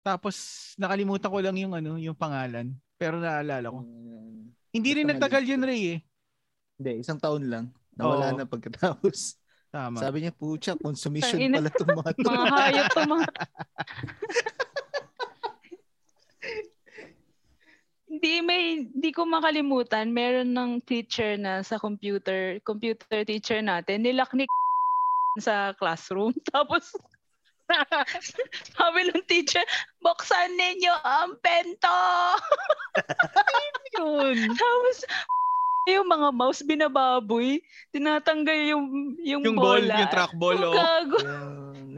S1: Tapos nakalimutan ko lang yung ano, yung pangalan. Pero naalala ko.
S3: ah,
S1: Hindi rin
S3: basta maliit
S1: nagtagal yun,
S3: siya.
S1: Ray eh.
S3: Hindi, isang taon lang. Nawala
S1: Oo.
S3: na pagkatapos.
S1: Tama.
S3: Sabi niya, pucha, consumption
S4: Tangina.
S3: pala itong mga to."
S4: Mga hayop to mga Hindi may hindi ko makalimutan, meron ng teacher na sa computer, computer teacher natin, nilakni sa classroom. Tapos sabi ng teacher, buksan ninyo ang pento!
S1: yun.
S4: Tapos yung mga mouse binababoy, tinatanggal yung yung,
S1: Yung ball,
S4: bola.
S1: yung trackball.
S4: Ang
S1: Oh.
S4: gago.
S3: Yun.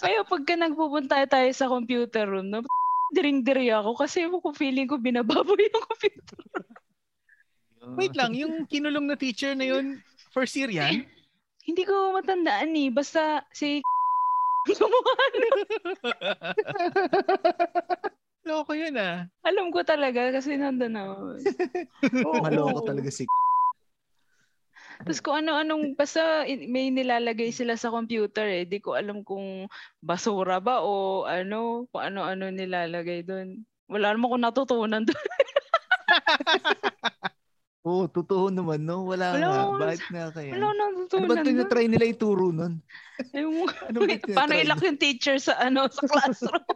S4: Kaya pagka nagpupunta tayo sa computer room, no, diring-diri ako kasi ako feeling ko binababoy yung computer.
S3: Yun.
S1: Wait lang, yung kinulong na teacher na yun, first year yan?
S4: Hindi ko matandaan eh. Basta si gumawa na.
S1: Loko yun ah.
S4: Alam ko talaga kasi nandun ako.
S3: Maloko talaga si
S4: Tapos kung ano-anong, basta in- may nilalagay sila sa computer eh. Di ko alam kung basura ba o ano, kung ano-ano nilalagay doon. Wala naman akong natutunan doon.
S3: Oo, totoo naman, no? Wala,
S4: Wala
S3: nga.
S4: akong-
S3: Bakit nga kaya?
S4: Wala akong
S3: Ano
S4: natutunan
S3: ba
S4: doon.
S3: tinatry nila ituro nun?
S4: Ayun mo.
S3: Ano ba tinatry
S4: Paano
S3: nila?
S4: ilak yung teacher sa ano sa classroom?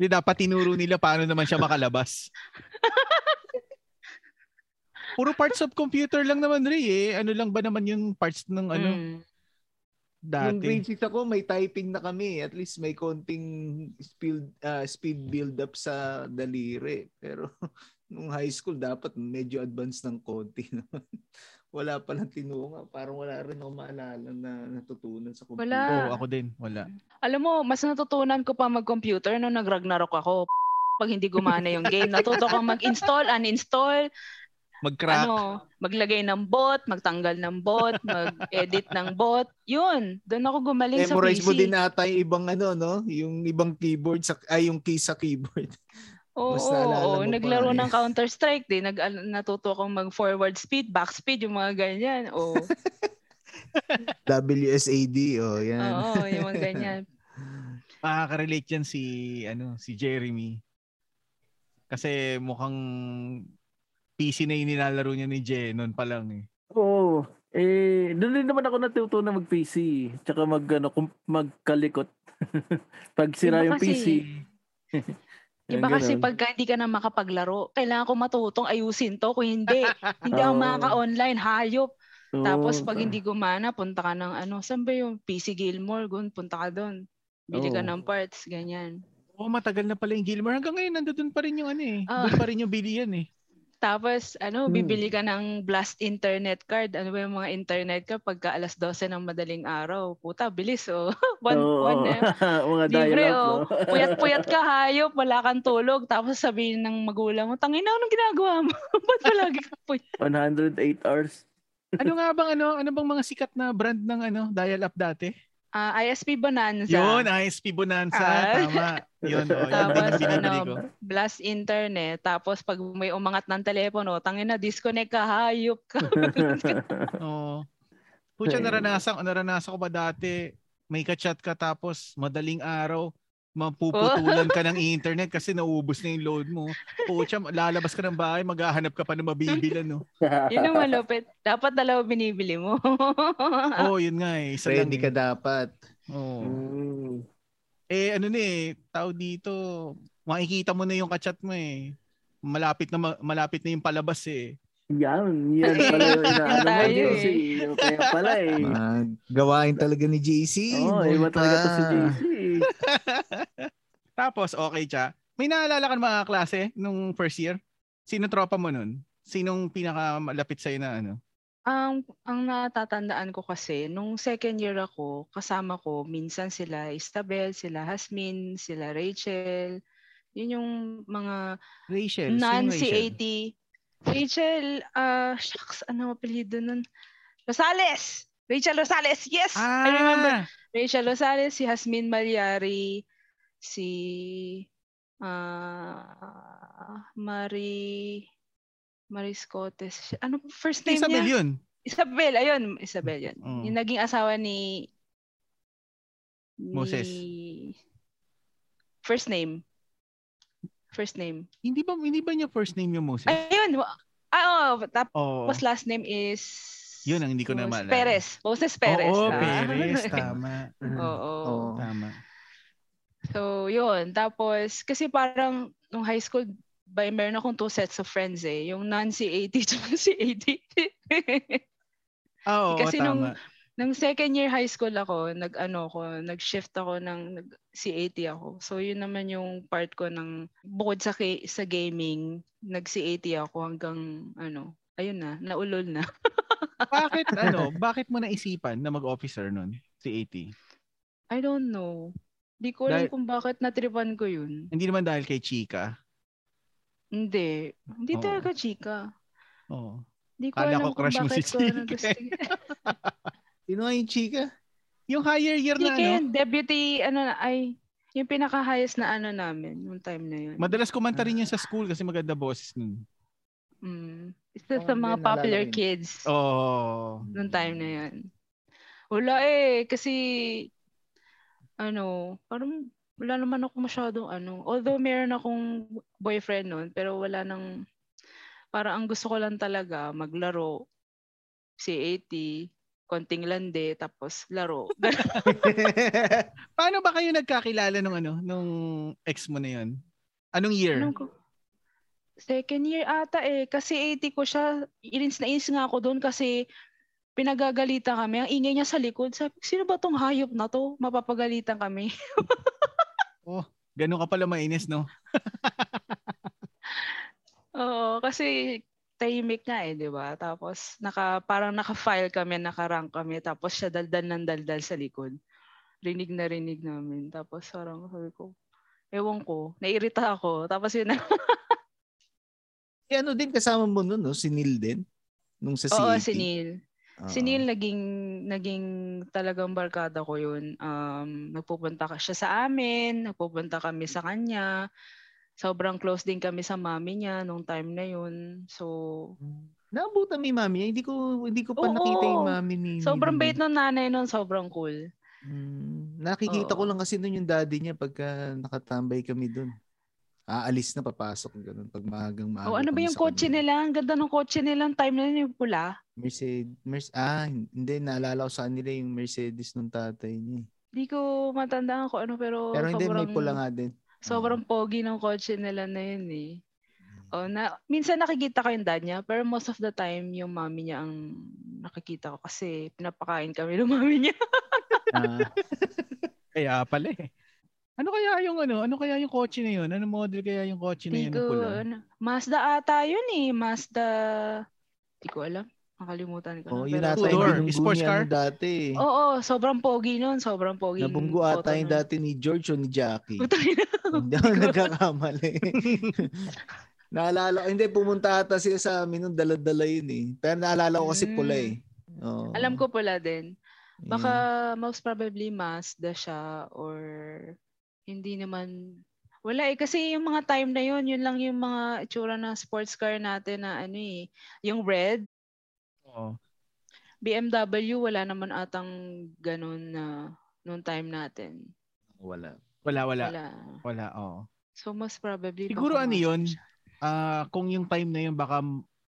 S1: Hindi dapat tinuro nila paano naman siya makalabas. Puro parts of computer lang naman, Ray. Eh. Ano lang ba naman yung parts ng ano
S4: Mm.
S3: Nung
S1: dati?
S3: grade 6 ako, may typing na kami. eh. At least may konting speed, ah, speed build up sa daliri. Pero nung high school, dapat medyo advanced ng konti naman. Wala palang tinunga. Parang wala rin ako maalala na natutunan sa computer. Oh, ah,
S4: Wala.
S1: Oo, ako din. Wala.
S4: Alam mo, mas natutunan ko pa mag-computer nung nag-Ragnarok ako. Pag hindi gumana yung game, natuto kang mag-install, uninstall,
S1: Mag-crack.
S4: ano, maglagay ng bot, magtanggal ng bot, mag-edit ng bot. Yun, doon ako gumaling sa
S3: Memorize
S4: PC.
S3: mo din ata yung ibang ano, no? Yung ibang keyboard, sa, ay yung key sa keyboard.
S4: Oo,
S3: Mas naalala
S4: oo,
S3: mo pa
S4: naglaro
S3: eh.
S4: ng Counter-Strike, din, nag, al- natuto akong mag-forward speed, back speed, yung mga ganyan. Oo,
S3: WSAD, oh, yan.
S4: oo yung mga ganyan.
S1: Makaka-relate yan si, ano, si Jeremy. Kasi mukhang PC na yung nilalaro niya ni Jay noon pa lang eh.
S2: Oo. Eh, doon din naman ako natuto na mag-PC. Tsaka mag, ano, kum- magkalikot. Pag sira
S4: Iba
S2: yung
S4: kasi.
S2: PC. Yung
S4: Iba kasi
S2: ganun.
S4: pagka hindi ka na makapaglaro, kailangan ko matutong ayusin to. Kung hindi, hindi ako
S2: Oo.
S4: makaka-online, hayop.
S2: Oo.
S4: Tapos pag hindi gumana, punta ka ng ano, saan ba yung PC Gilmore? Gun, punta ka doon. Bili
S2: Oo.
S4: ka ng parts, ganyan.
S1: Oo, matagal na pala yung Gilmore. Hanggang ngayon, nandoon pa rin yung ano eh.
S4: Ah.
S1: Doon pa rin yung bilian eh.
S4: Tapos ano,
S2: Hmm.
S4: bibili ka ng Blast Internet Card. Ano ba yung mga internet card pagka alas 12 ng madaling araw? Puta, bilis oh. one,
S2: Oo,
S4: one,
S2: oo.
S4: eh.
S2: Mga
S4: Libre,
S2: dial-up,
S4: oh.
S2: no?
S4: Puyat-puyat ka, hayop, wala kang tulog. Tapos sabihin ng magulang mo, tangina, anong ginagawa mo? Ba't palagi ka puyat?
S2: 108 hours.
S1: Ano nga bang ano? Ano bang mga sikat na brand ng ano, dial-up dati?
S4: Ah, ISP Bonanza.
S1: Yun, ISP Bonanza.
S4: Ah.
S1: Tama. Yun, oh, yun din
S4: Tapos
S1: yung binibili ko.
S4: ano, blast internet. Tapos pag may umangat ng telepono, tangina, disconnect ka, hayop ka.
S1: Oo. Pucha,
S2: Ayun.
S1: naranasan, naranasan ko ba dati, may kachat ka tapos madaling araw, mapuputulan ka
S2: Oh.
S1: ng internet kasi naubos na yung load mo. Pucha, lalabas ka ng bahay, maghahanap ka pa ng mabibilan, no?
S4: Yun ang malupit. Dapat dalawa binibili mo. Ah,
S1: Oo, oh, yun nga eh. Isa
S3: Ready
S1: lang, eh.
S3: ka dapat.
S1: Oo.
S2: Mm.
S1: Eh, ano na eh, tao dito, makikita mo na yung kachat mo eh. Malapit na, ma- malapit na yung palabas eh.
S2: Yan, yan pala yung inaano mo,
S4: Tayo,
S2: JC. Kaya pala eh.
S3: Mga gawain talaga ni JC.
S2: Oo,
S3: Noon
S2: iba talaga to si
S3: pa.
S2: JC.
S1: Tapos, okay, cha. May naalala ka ng mga klase nung first year? Sino tropa mo nun? Sinong pinakamalapit sa'yo na ano?
S4: ang, ang natatandaan ko kasi, nung second year ako, kasama ko, minsan sila Isabel, sila Hasmin, sila Rachel. Yun yung mga
S1: Rachel. Sinong Rachel?
S4: non-CAT. Rachel, ah, shucks, ano ang apelido nun? Rosales! Rachel Rosales, yes!
S1: Ah,
S4: I remember Rachel Rosales, si Jasmine Malyari, si ah Marie Marie Scotes. Ano po first name
S1: Isabel
S4: niya?
S1: yun.
S4: Isabel, ayun, Isabel yun.
S1: Mm.
S4: Yung naging asawa ni, ni
S1: Moses.
S4: First name. First name.
S1: Hindi ba hindi ba niya first name yung Moses?
S4: Ayun. wa- Ah, oh, tapos
S1: Oo.
S4: last name is
S1: Yun ang hindi ko na maalala.
S4: Moses- Perez. Moses Perez.
S1: Oo,
S4: ah.
S1: Perez. Tama.
S4: Oo.
S3: Oo.
S1: Tama.
S4: So, yun. Tapos, kasi parang nung high school, by meron akong two sets of friends eh. Yung non-CAT at CAT.
S1: Ah, Oo,
S4: Kasi
S1: tama.
S4: nung- nung second year high school ako, nag-ano ko, nag-shift ako ng nag CAT ako. So, yun naman yung part ko ng bukod sa, ki- sa gaming, nag-CAT ako hanggang ano, ayun na, naulol na.
S1: bakit ano, bakit mo naisipan na mag-officer nun? Si AT.
S4: I don't know. Di ko alam
S1: Dahil-
S4: kung bakit natripan ko yun.
S1: Hindi naman dahil kay Chika.
S4: Hindi. Hindi
S1: Oo.
S4: talaga chika.
S1: Oo.
S4: Di ko
S1: Kala ko
S4: alam
S1: crush
S4: kung
S1: mo si
S4: bakit ko
S1: Chicken.
S4: nagustuhan.
S3: Sino nga yung chika?
S1: Yung higher year na ano,
S4: Chicken, deputy, ano na, ay, yung pinaka-highest na ano namin, yung time na yun. Ah.
S1: madalas kumanta rin yun sa school kasi maganda boses nun.
S4: Mm. Isa sa
S3: Ano yun,
S4: mga
S3: naalala
S4: popular
S3: ko yun.
S4: kids
S1: Oh.
S4: nung time na yun. Wala eh, kasi ano, parang wala naman ako masyadong ano. Although meron akong boyfriend noon, pero wala nang, parang ang gusto ko lang talaga maglaro, CAT, konting lande, tapos laro. Ganun.
S1: Paano ba kayo nagkakilala nung ano, nung ex mo na 'yon? Anong year?
S4: Anong ko- Second year ata eh, kasi 80 ko siya, inis na inis nga ako doon kasi pinagagalita kami. Ang ingay niya sa likod, sabi, sino ba tong hayop na to? Mapapagalitan kami.
S1: Ganun ka pala mainis, no?
S4: Oo, kasi tahimik nga eh, di ba? Tapos naka, parang naka-file kami, naka-rank kami, tapos siya daldal ng daldal sa likod. Rinig na rinig namin. Tapos parang sabi ko, ewan ko, nairita ako. Tapos yun na,
S3: Eh, ano din kasama mo nun, no? Si Neil din? Nung sa E
S4: oo,
S3: CAT.
S4: si Neil.
S3: Oo.
S4: Si Neil naging, naging talagang barkada ko yun. Um, nagpupunta ka siya sa amin, nagpupunta kami sa kanya. Sobrang close din kami sa mami niya nung time na yun. So,
S3: Naabutan mo yung mami niya. Hindi ko, hindi ko pa
S4: Oo.
S3: nakita yung mami ni ni
S4: sobrang
S3: Neil.
S4: bait ng nanay nun, sobrang cool.
S3: Mm, nakikita ko
S4: Oo.
S3: lang kasi nun yung daddy niya pagka nakatambay kami dun. Aalis na, papasok. Ganun, pag maagang maaga.
S4: Oh, ano ba
S3: kami
S4: yung
S3: Ah, sa
S4: kotse
S3: kanila.
S4: nila? Ang ganda ng kotse nila. Ang time na yun yung pula.
S3: Mercedes. Merce, ah, hindi. Naalala ko sa kanila yung Mercedes nung tatay niya. eh.
S4: Hindi ko matandaan kung ano pero,
S3: Pero hindi,
S4: sobrang,
S3: may pula nga din. Mm.
S4: sobrang pogi ng kotse nila na yun eh. Oh, na, minsan nakikita ko yung dad niya, pero most of the time yung mami niya ang nakikita ko kasi pinapakain kami ng mami niya.
S3: Ah,
S1: Kaya pala eh. Ano kaya yung ano? Ano kaya yung kotse na 'yon? Ano model kaya yung kotse na
S4: Hindi
S1: 'yon? na
S4: ko,
S1: pula?
S4: ano, Mazda ata yun eh. Mazda, hindi ko alam. Nakalimutan ko. na.
S3: oh, yun
S4: Pero- Oh,
S3: ata
S1: Tudor,
S3: yung binunggo
S1: sports
S3: niya
S1: car?
S3: nung dati. eh.
S4: Oo, sobrang pogi nun. Sobrang pogi.
S3: Nabunggo ata yung dati ni George o ni Jackie. Hindi ako
S4: Hindi ko-
S3: nagkakamali. naalala ko, hindi, pumunta ata sila sa amin nung daladala yun eh. Pero naalala ko kasi
S4: Mm.
S3: pula eh. Oo.
S4: Alam ko pula din.
S3: Yeah.
S4: Baka
S1: Mm.
S4: most probably Mazda siya or hindi naman wala eh kasi yung mga time na yun, yun lang yung mga itsura ng sports car natin na ano eh, yung red,
S1: Oo.
S4: BMW wala naman atang ganun na nung time natin.
S3: Wala.
S1: Wala, wala.
S4: Wala.
S1: Wala, oo.
S4: So most probably baka
S1: Siguro ano
S4: Mazda
S1: yun?
S4: siya.
S1: Ah, kung yung time na yun baka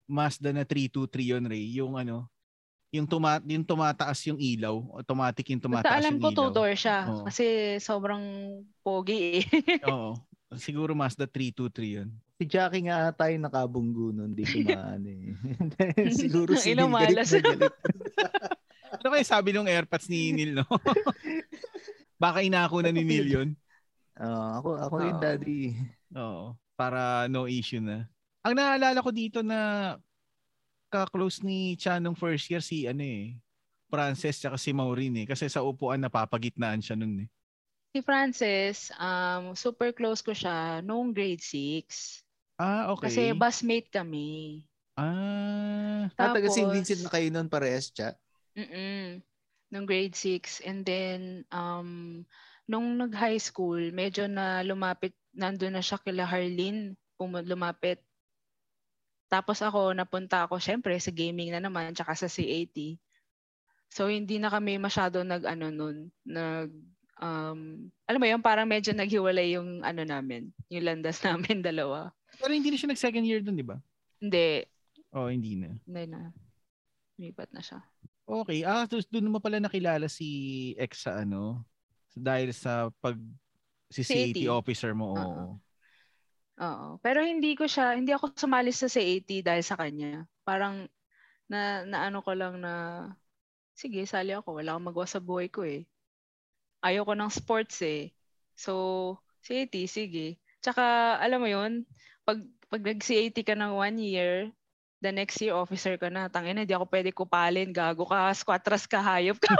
S1: Mazda na 323 yun, Ray, yung ano, yung tuma yung tumataas yung ilaw, automatic yung
S4: Basta
S1: tumataas
S4: alam
S1: yung
S4: ko
S1: ilaw.
S4: two-door siya
S1: Oo.
S4: kasi sobrang pogi eh.
S1: Oo. Siguro Mazda 323 yun.
S3: Si Jackie nga ata yung nakabunggo nun. Hindi ko maano eh. Siguro
S4: Ang
S3: si
S4: ilang
S3: Neil galit
S4: malas.
S3: na galit.
S1: Ano kaya sabi ng airpods ni Neil, no? Baka inako na ni Neil yun.
S3: Oo, ako, ako yung
S4: Oo.
S3: daddy.
S1: Oo. Para no issue na. Ang naalala ko dito na ka-close ni Chan nung first year si ano eh, Frances tsaka si Maureen eh. Kasi sa upuan napapagitnaan siya nun eh.
S4: si Frances, um, super close ko siya noong grade 6.
S1: Ah, okay.
S4: Kasi busmate kami.
S1: ah,
S3: Ah, taga St. Vincent na kayo nun parehas, Cha.
S4: Mm-mm. Nung grade 6. And then, um, nung nag-high school, medyo na lumapit, nandun na siya kila Harleen, pum- lumapit. Tapos ako, napunta ako, syempre, sa gaming na naman, tsaka sa CAT. So, hindi na kami masyado nag, ano nun, nag, um, alam mo yun, parang medyo naghiwalay yung, ano namin, yung landas namin dalawa.
S1: pero hindi na siya nag-second year dun, di ba?
S4: Hindi,
S1: Oh, hindi na.
S4: hindi na. Lumipat na siya.
S1: Okay. Ah, so doon mo pala nakilala si ex sa ano? Dahil sa pag si
S4: CAT.
S1: CAT officer mo. Oo.
S4: Oo. Oo. Pero hindi ko siya, hindi ako sumali sa CAT dahil sa kanya. Parang na naano ko lang na sige, sali ako. Wala akong magawa sa buhay ko eh. Ayaw ko ng sports eh. So, CAT, sige. Tsaka, alam mo yun, pag, pag nag-CAT ka ng one year, the next year, officer ka na. Tangina, hindi ako pwede kupalin. Gago ka, squatras ka, hayop ka.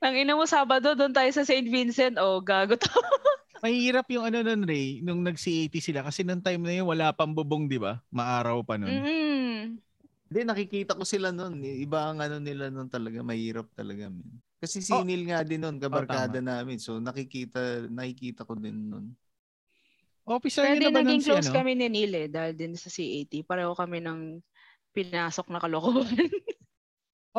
S4: Tangina mo, Sabado, doon tayo sa St. Vincent. Oh, gago to.
S1: Mahirap yung ano nun, Ray, nung nag-CAT sila. Kasi nung time na yun, wala pang bubong, di ba? Maaraw pa nun.
S4: Mm-mm.
S3: Hindi, nakikita ko sila nun. Iba ang ano nila nun talaga. Mahirap talaga, man. Kasi si
S1: Oh.
S3: Neil nga din nun, kabarkada
S1: Oh,
S3: namin. So nakikita, nakikita ko din nun.
S1: Officer
S4: Kaya
S1: niyo na
S4: din
S1: ba nun
S4: naging
S1: si
S4: close
S1: ano?
S4: kami ni Neil eh, dahil din sa C80. Pareho kami ng pinasok na kalokohan.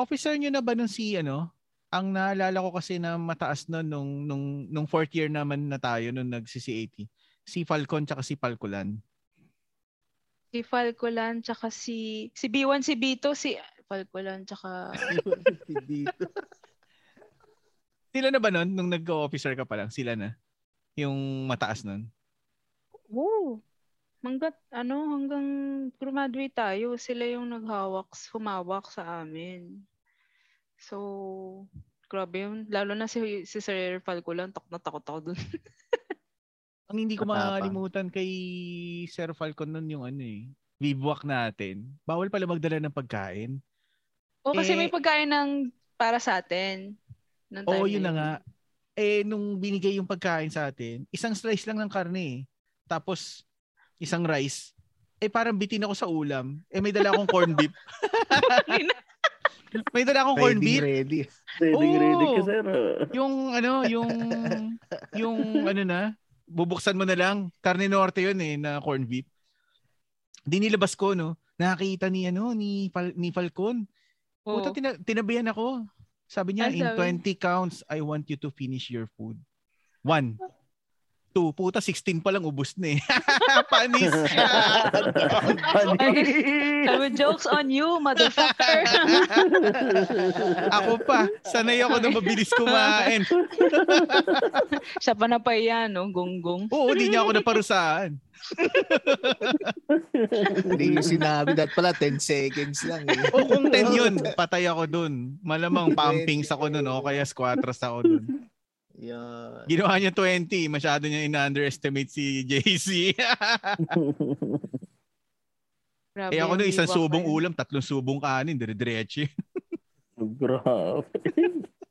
S1: Officer niyo na ba nun si ano? Ang naalala ko kasi na mataas nun nung, nung, nung fourth year naman na tayo nung nagsi-C80. Si Falcon tsaka si Palkulan.
S4: si Falcolan, tsaka si, si B1, si B2, si Falcolan, tsaka...
S3: Dito.
S1: Sila na ba nun? Nung nag-officer ka pa lang, sila na? Yung mataas nun?
S4: Woo! Hanggat, ano, hanggang graduate tayo, sila yung naghawak, humawak sa amin. So, grabe yun. Lalo na si, si Sir Falcolan, tak na takot ako dun.
S1: Ang hindi ko
S3: Matapang.
S1: makalimutan kay Sir Falcon nun yung ano eh, bibwak natin. Bawal pala magdala ng pagkain.
S4: O, kasi
S1: Eh,
S4: may pagkain ng para sa atin. Nung time
S1: Oo, yun na nga. Eh, nung binigay yung pagkain sa atin, isang slice lang ng karne eh. Tapos, isang rice. Eh, parang bitin ako sa ulam. Eh, may dala akong corned beef. may dala akong corned
S3: Ready,
S1: beef.
S3: ready.
S2: Ready,
S1: Oo.
S2: ready ka, sir. ah.
S1: Yung ano, yung, yung ano na, bubuksan mo na lang. Karne norte yun eh, na corned beef. Di nilabas ko, no? Nakakita ni, ano, ni, Fal- ni Falcon.
S4: Oo.
S1: Puta, tina- tinabihan ako. Sabi niya,
S4: Ano
S1: in 20
S4: sabi?
S1: counts, I want you to finish your food. One. Two. Puta, 16 pa lang, ubus na eh. Panis.
S4: Sabi, jokes on you, motherfucker.
S1: ako pa. Sanay ako na mabilis kumain.
S4: Siya pa na pa yan, no? Gonggong.
S1: Oo, di niya ako naparusaan.
S3: Hindi yung sinabi. Dapat pala 10 seconds lang. Eh.
S1: O kung 10 yun, patay ako dun. Malamang pumpings ako nun o kaya squatras ako dun.
S3: Yun.
S1: Ginawa niya 20. Masyado niya in-underestimate si JC.
S4: Grabe
S1: eh ako
S4: yung
S1: na isang
S4: iwak na
S1: subong
S4: yun.
S1: ulam, tatlong subong kanin, dire-diretso.
S2: Grabe.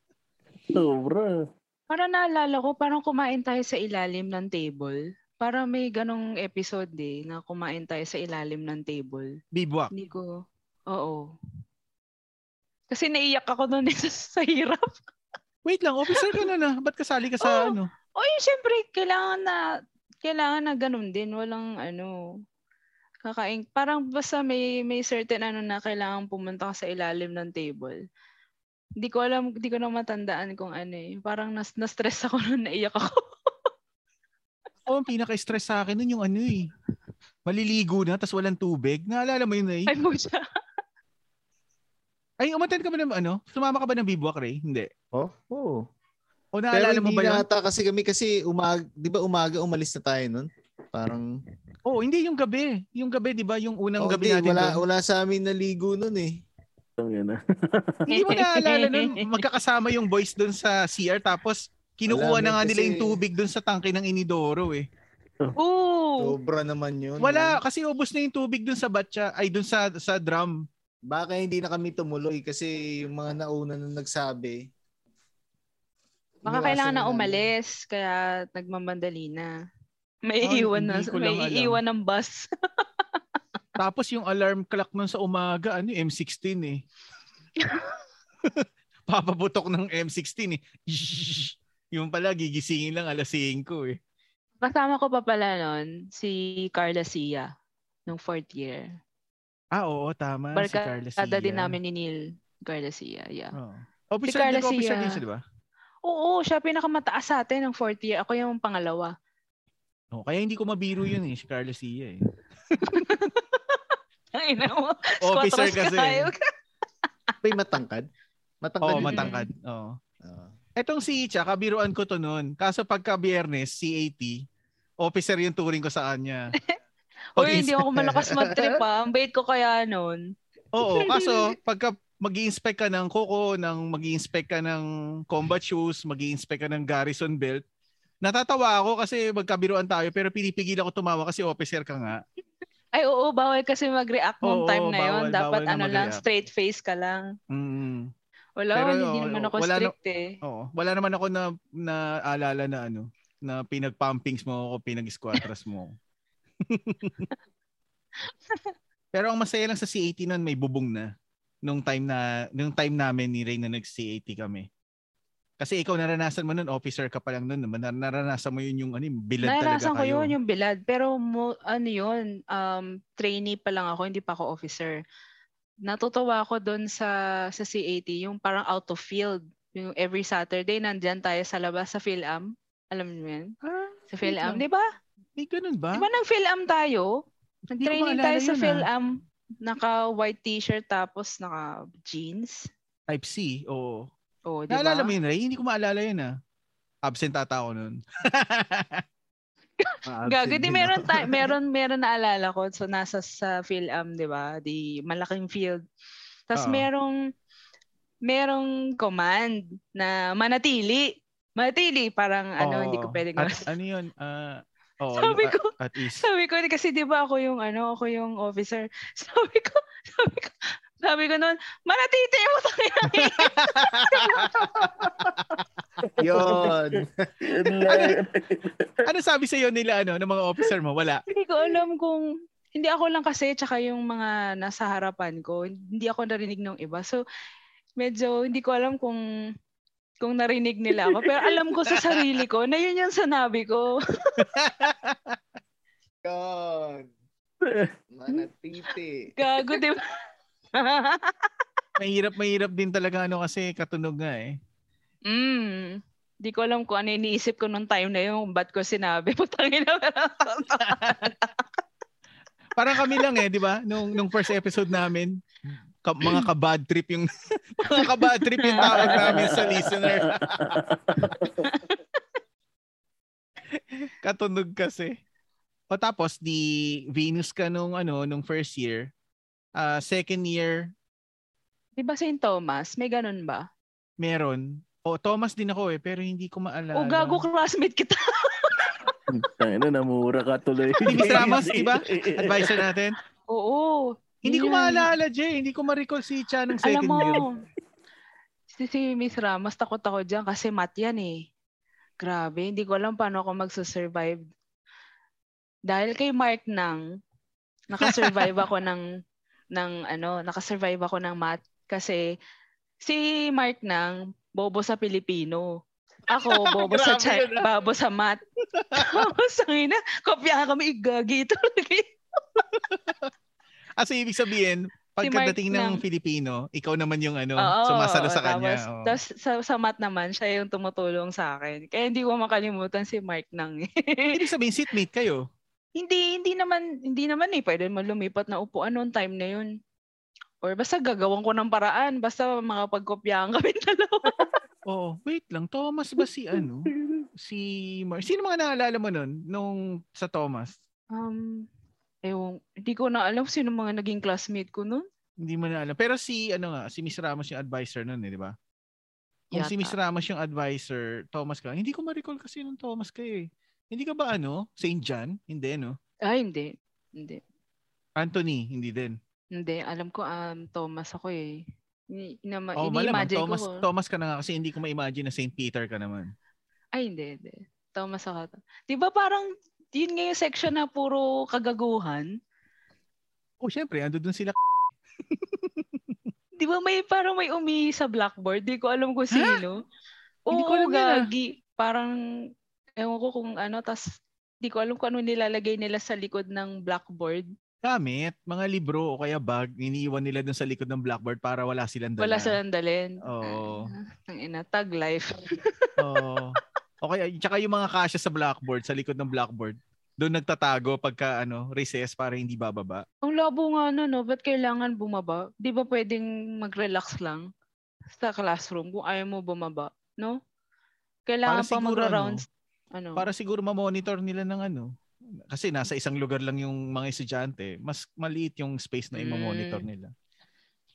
S2: Sobra.
S4: Parang naalala ko, parang kumain tayo sa ilalim ng table. Parang may ganong episode eh, na kumain tayo sa ilalim ng table.
S1: Bibwak.
S4: Hindi ko, oo. Kasi naiyak ako noon sa, sa hirap.
S1: Wait lang, officer ka na na. Ba't kasali ka sa
S4: Oo.
S1: ano?
S4: O yun, syempre, kailangan na, kailangan na ganun din. Walang ano, kakain. Parang basta may, may certain ano na kailangan pumunta ka sa ilalim ng table. Hindi ko alam, hindi ko na matandaan kung ano eh. Parang nas, na-stress ako noon, naiyak ako.
S1: Oo, Oh, ang pinaka-stress sa akin nun yung ano eh. Maliligo na, tas walang tubig. Naalala mo yun, Ray?
S4: Ay, mo siya.
S1: Ay, umattend ka ba ng ano? Sumama ka ba ng bibwak, Ray? Hindi.
S3: Oh, oh.
S1: O
S3: Pero
S1: naalala mo ba
S3: hindi
S1: yun?
S3: na ata kasi kami kasi umag, 'di ba umaga umalis na tayo nun? Parang
S1: Oo, hindi yung gabi. Yung gabi, di ba? Yung unang
S3: Oh,
S1: gabi
S3: hindi,
S1: natin.
S3: wala
S1: doon.
S3: wala sa amin naligo nun eh.
S2: Ang gana.
S1: Hindi mo naalala nun, magkakasama yung boys doon sa CR tapos kinukuha
S3: Wala,
S1: na nga
S3: man,
S1: nila
S3: kasi-
S1: yung tubig doon sa tangke ng Inidoro eh.
S4: Oo.
S3: Sobra naman 'yun.
S1: Wala, kasi ubos na yung tubig doon sa batcha, ay doon sa sa drum.
S3: Baka hindi na kami tumuloy kasi yung mga nauna na nagsabi.
S4: Baka
S3: iniwasan
S4: kailangan na
S3: namin.
S4: umalis, kaya nagmamandali na. May
S1: Ay,
S4: iiwan na,
S1: Oh, hindi ko lang
S4: may
S1: alam.
S4: iiwan ng bus.
S1: Tapos yung alarm clock nun sa umaga, ano, M16 eh. Papaputok ng M16 eh. yung pala, gigisingin lang alas 5 eh.
S4: Kasama ko pa pala nun, si Carla Sia, nung fourth year.
S1: Ah, oo, tama. si Carla Sia.
S4: Barkada din namin ni Neil, Carla Sia, yeah.
S1: Oo. Officer,
S4: Si Carla
S1: di ba officer
S4: Sia.
S1: din siya, di ba?
S4: Oo, siya pinakamataas sa atin ng fourth year. Ako yung pangalawa.
S1: Oo, Oh, kaya hindi ko mabiro yun eh, si Carla Sia eh.
S4: Ay, no.
S1: Officer kasi.
S3: Pa'y matangkad. Matangkad.
S1: Oo,
S3: yun. Ah.
S1: matangkad. Oo.
S3: Oo.
S1: Etong si Icha, kabiruan ko to noon. Kaso pagka biyernes, C80, officer yung turing ko sa kanya. Pag
S4: Uy, hindi ako malakas mag-trip ah. Ang bait ko kaya nun.
S1: Oo, kaso pagka mag inspect ka ng koko, ng mag inspect ka ng combat shoes, mag inspect ka ng garrison belt, natatawa ako kasi magkabiruan tayo pero pinipigil ako tumawa kasi officer ka nga.
S4: Ay, oo, bawal kasi mag-react
S1: Oo,
S4: noong time na yun.
S1: bawal,
S4: Dapat
S1: bawal na
S4: ano lang,
S1: mag-react.
S4: straight face ka lang.
S1: Mm.
S4: Wala,
S1: Pero,
S4: hindi
S1: oo,
S4: naman ako
S1: wala na-
S4: strict eh.
S1: Oo. Wala naman ako na naalala na ano, na pinagpumpings mo ako, pinag-squatras mo ako. Pero ang masaya lang sa C80 noon, may bubong na nung time na nung time namin ni Ray na nag C80 kami. Kasi ikaw naranasan mo nun, officer ka pa lang nun, nar- naranasan mo yun yung ano, yung bilad talaga
S4: Naranasan ko
S1: kayo.
S4: yun, yung bilad. Pero mo, ano yun, um, trainee pa lang ako, hindi pa ako officer. Natutuwa ako doon sa, sa CAT, yung parang out of field. Yung every Saturday, nandyan tayo sa labas sa PhilAm. Alam niyo yun?
S1: Ah,
S4: Sa PhilAm.
S1: lang.
S4: Di ba?
S1: may ganun ba?
S4: Di ba nang PhilAm tayo? Nag-training
S1: maalala
S4: tayo sa
S1: yun, ah.
S4: PhilAm. Naka white t-shirt tapos naka jeans.
S1: Type C, oo.
S4: O, Oh, di ba?
S1: Naalala mo yun, Ray? Hindi ko maalala yun ah. Absent ata ako nun.
S3: Ah,
S4: Gago,
S3: absent
S4: di
S3: din
S4: meron,
S3: ako.
S4: ta- meron, meron naalala ko. So, nasa sa PhilAm, di ba? Di malaking field. Tapos
S1: Oo.
S4: merong, merong command na manatili. Manatili, parang ano,
S1: Oo.
S4: hindi ko pwedeng
S1: At, ano yun? Ah, oo,
S4: Sabi
S1: yung,
S4: ko,
S1: a- at least.
S4: sabi ko, kasi di ba ako yung ano, ako yung officer. Sabi ko, sabi ko, sabi ko noon, manatiti mo tayo.
S3: Yun.
S1: Ano sabi sa'yo nila ano, ng mga officer mo? Wala.
S4: hindi ko alam kung hindi ako lang kasi tsaka yung mga nasa harapan ko hindi ako narinig ng iba so medyo hindi ko alam kung kung narinig nila ako pero alam ko sa sarili ko na yun yung sinabi ko
S3: Yun. Manatiti.
S4: gago di ba
S1: Mahirap, mahirap din talaga ano kasi katunog nga eh.
S4: mm, hindi ko alam kung ano iniisip ko nung time na yun kung ba't ko sinabi putangin na
S1: Parang kami lang eh, di ba? Nung, nung first episode namin, ka- mga kabad trip yung mga kabad trip yung tawag namin sa listener. Katunog kasi. O tapos di Venus ka nung ano nung first year. Ah, second year
S4: di ba St. Thomas may ganun ba
S1: meron. O Thomas din ako eh pero hindi ko maalala.
S4: o Oh, gago classmate kita
S2: Tangina, namura ka tuloy.
S1: Miss Ramos, di ba? Advisor natin.
S4: oo
S1: Hindi ko
S4: Yun.
S1: maalala, Jay. Hindi ko ma-recall si Cha ng second
S4: Alam mo,
S1: year.
S4: si, si Miss Ramos, takot ako dyan kasi mat yan eh. Grabe, hindi ko alam paano ako magsusurvive. Dahil kay Mark nang, nakasurvive ako ng, ng ano, nakasurvive ako ng mat. Kasi si Mark nang, bobo sa Pilipino. Ako, bobo sa
S1: Grabe
S4: chat,
S1: yun, ah.
S4: babo sa mat. Tapos, ang ina, kopyahan kami, igagi tuloy.
S1: Kasi Ah, ibig sabihin, pagkadating ng
S4: ng-
S1: Filipino, ikaw naman yung ano,
S4: Oo,
S1: sumasalo sa
S4: oo,
S1: kanya.
S4: Tapos,
S1: oo.
S4: tapos sa, sa mat naman, siya yung tumutulong sa akin. Kaya hindi ko makalimutan si Mark nang. eh.
S1: ibig sabihin, seatmate kayo.
S4: hindi, hindi naman, hindi naman eh. Pwede mo lumipat na upuan noong time na yun. Or basta gagawin ko ng paraan. Basta makapagkopyahan kami dalawa.
S1: Oo, wait lang. Thomas ba si ano? Si Mar... Sino mga naalala mo nun? Nung sa Thomas?
S4: Um, ewan, hindi ko na alam sino mga naging classmate ko noon.
S1: Hindi mo naalala. Pero si, ano nga, si Miss Ramos yung advisor nun eh, di ba? Kung si
S4: Yata.
S1: Miss Ramos yung advisor, Thomas ka. Hindi ko ma-recall kasi nung Thomas kayo eh. Hindi ka ba ano? St. John? Hindi, no?
S4: Ay, Ah, hindi. Hindi.
S1: Anthony? Hindi din.
S4: Hindi. Alam ko, um, Thomas ako eh. Ini- Inama,
S1: Oh, malamang
S4: ini-imagine
S1: Thomas,
S4: Ah, ko. ko-
S1: Thomas ka na nga kasi hindi ko ma-imagine na St. Peter ka naman.
S4: Ay, hindi, hindi. Tama sa kata. Di ba parang, yun nga yung section na puro kagaguhan?
S1: Oh, syempre, ando dun sila
S4: Di ba may, parang may umihi sa blackboard? Di ko alam kung sino. Oo,
S1: Hindi ko alam yun, ah.
S4: gagi. Parang, ewan ko kung ano, tas di ko alam kung ano nilalagay nila sa likod ng blackboard.
S1: gamit, mga libro o kaya bag, iniiwan nila dun sa likod ng blackboard para wala silang dala.
S4: Wala silang dalhin.
S1: ah. Oo.
S4: Ah, Ang ina, tag life.
S1: Oo. O kaya, tsaka yung mga kasya sa blackboard, sa likod ng blackboard, doon nagtatago pagka ano, recess para hindi bababa.
S4: Ang labo nga ano, no? Ba't kailangan bumaba? Di ba pwedeng mag-relax lang sa classroom kung ayaw mo bumaba? No?
S1: Para
S4: Kailangan pa
S1: siguro,
S4: mag-rounds. Ano?
S1: Para siguro ma-monitor nila ng ano. Kasi nasa isang lugar lang yung mga estudyante, mas maliit yung space na
S4: Mm.
S1: i-monitor nila.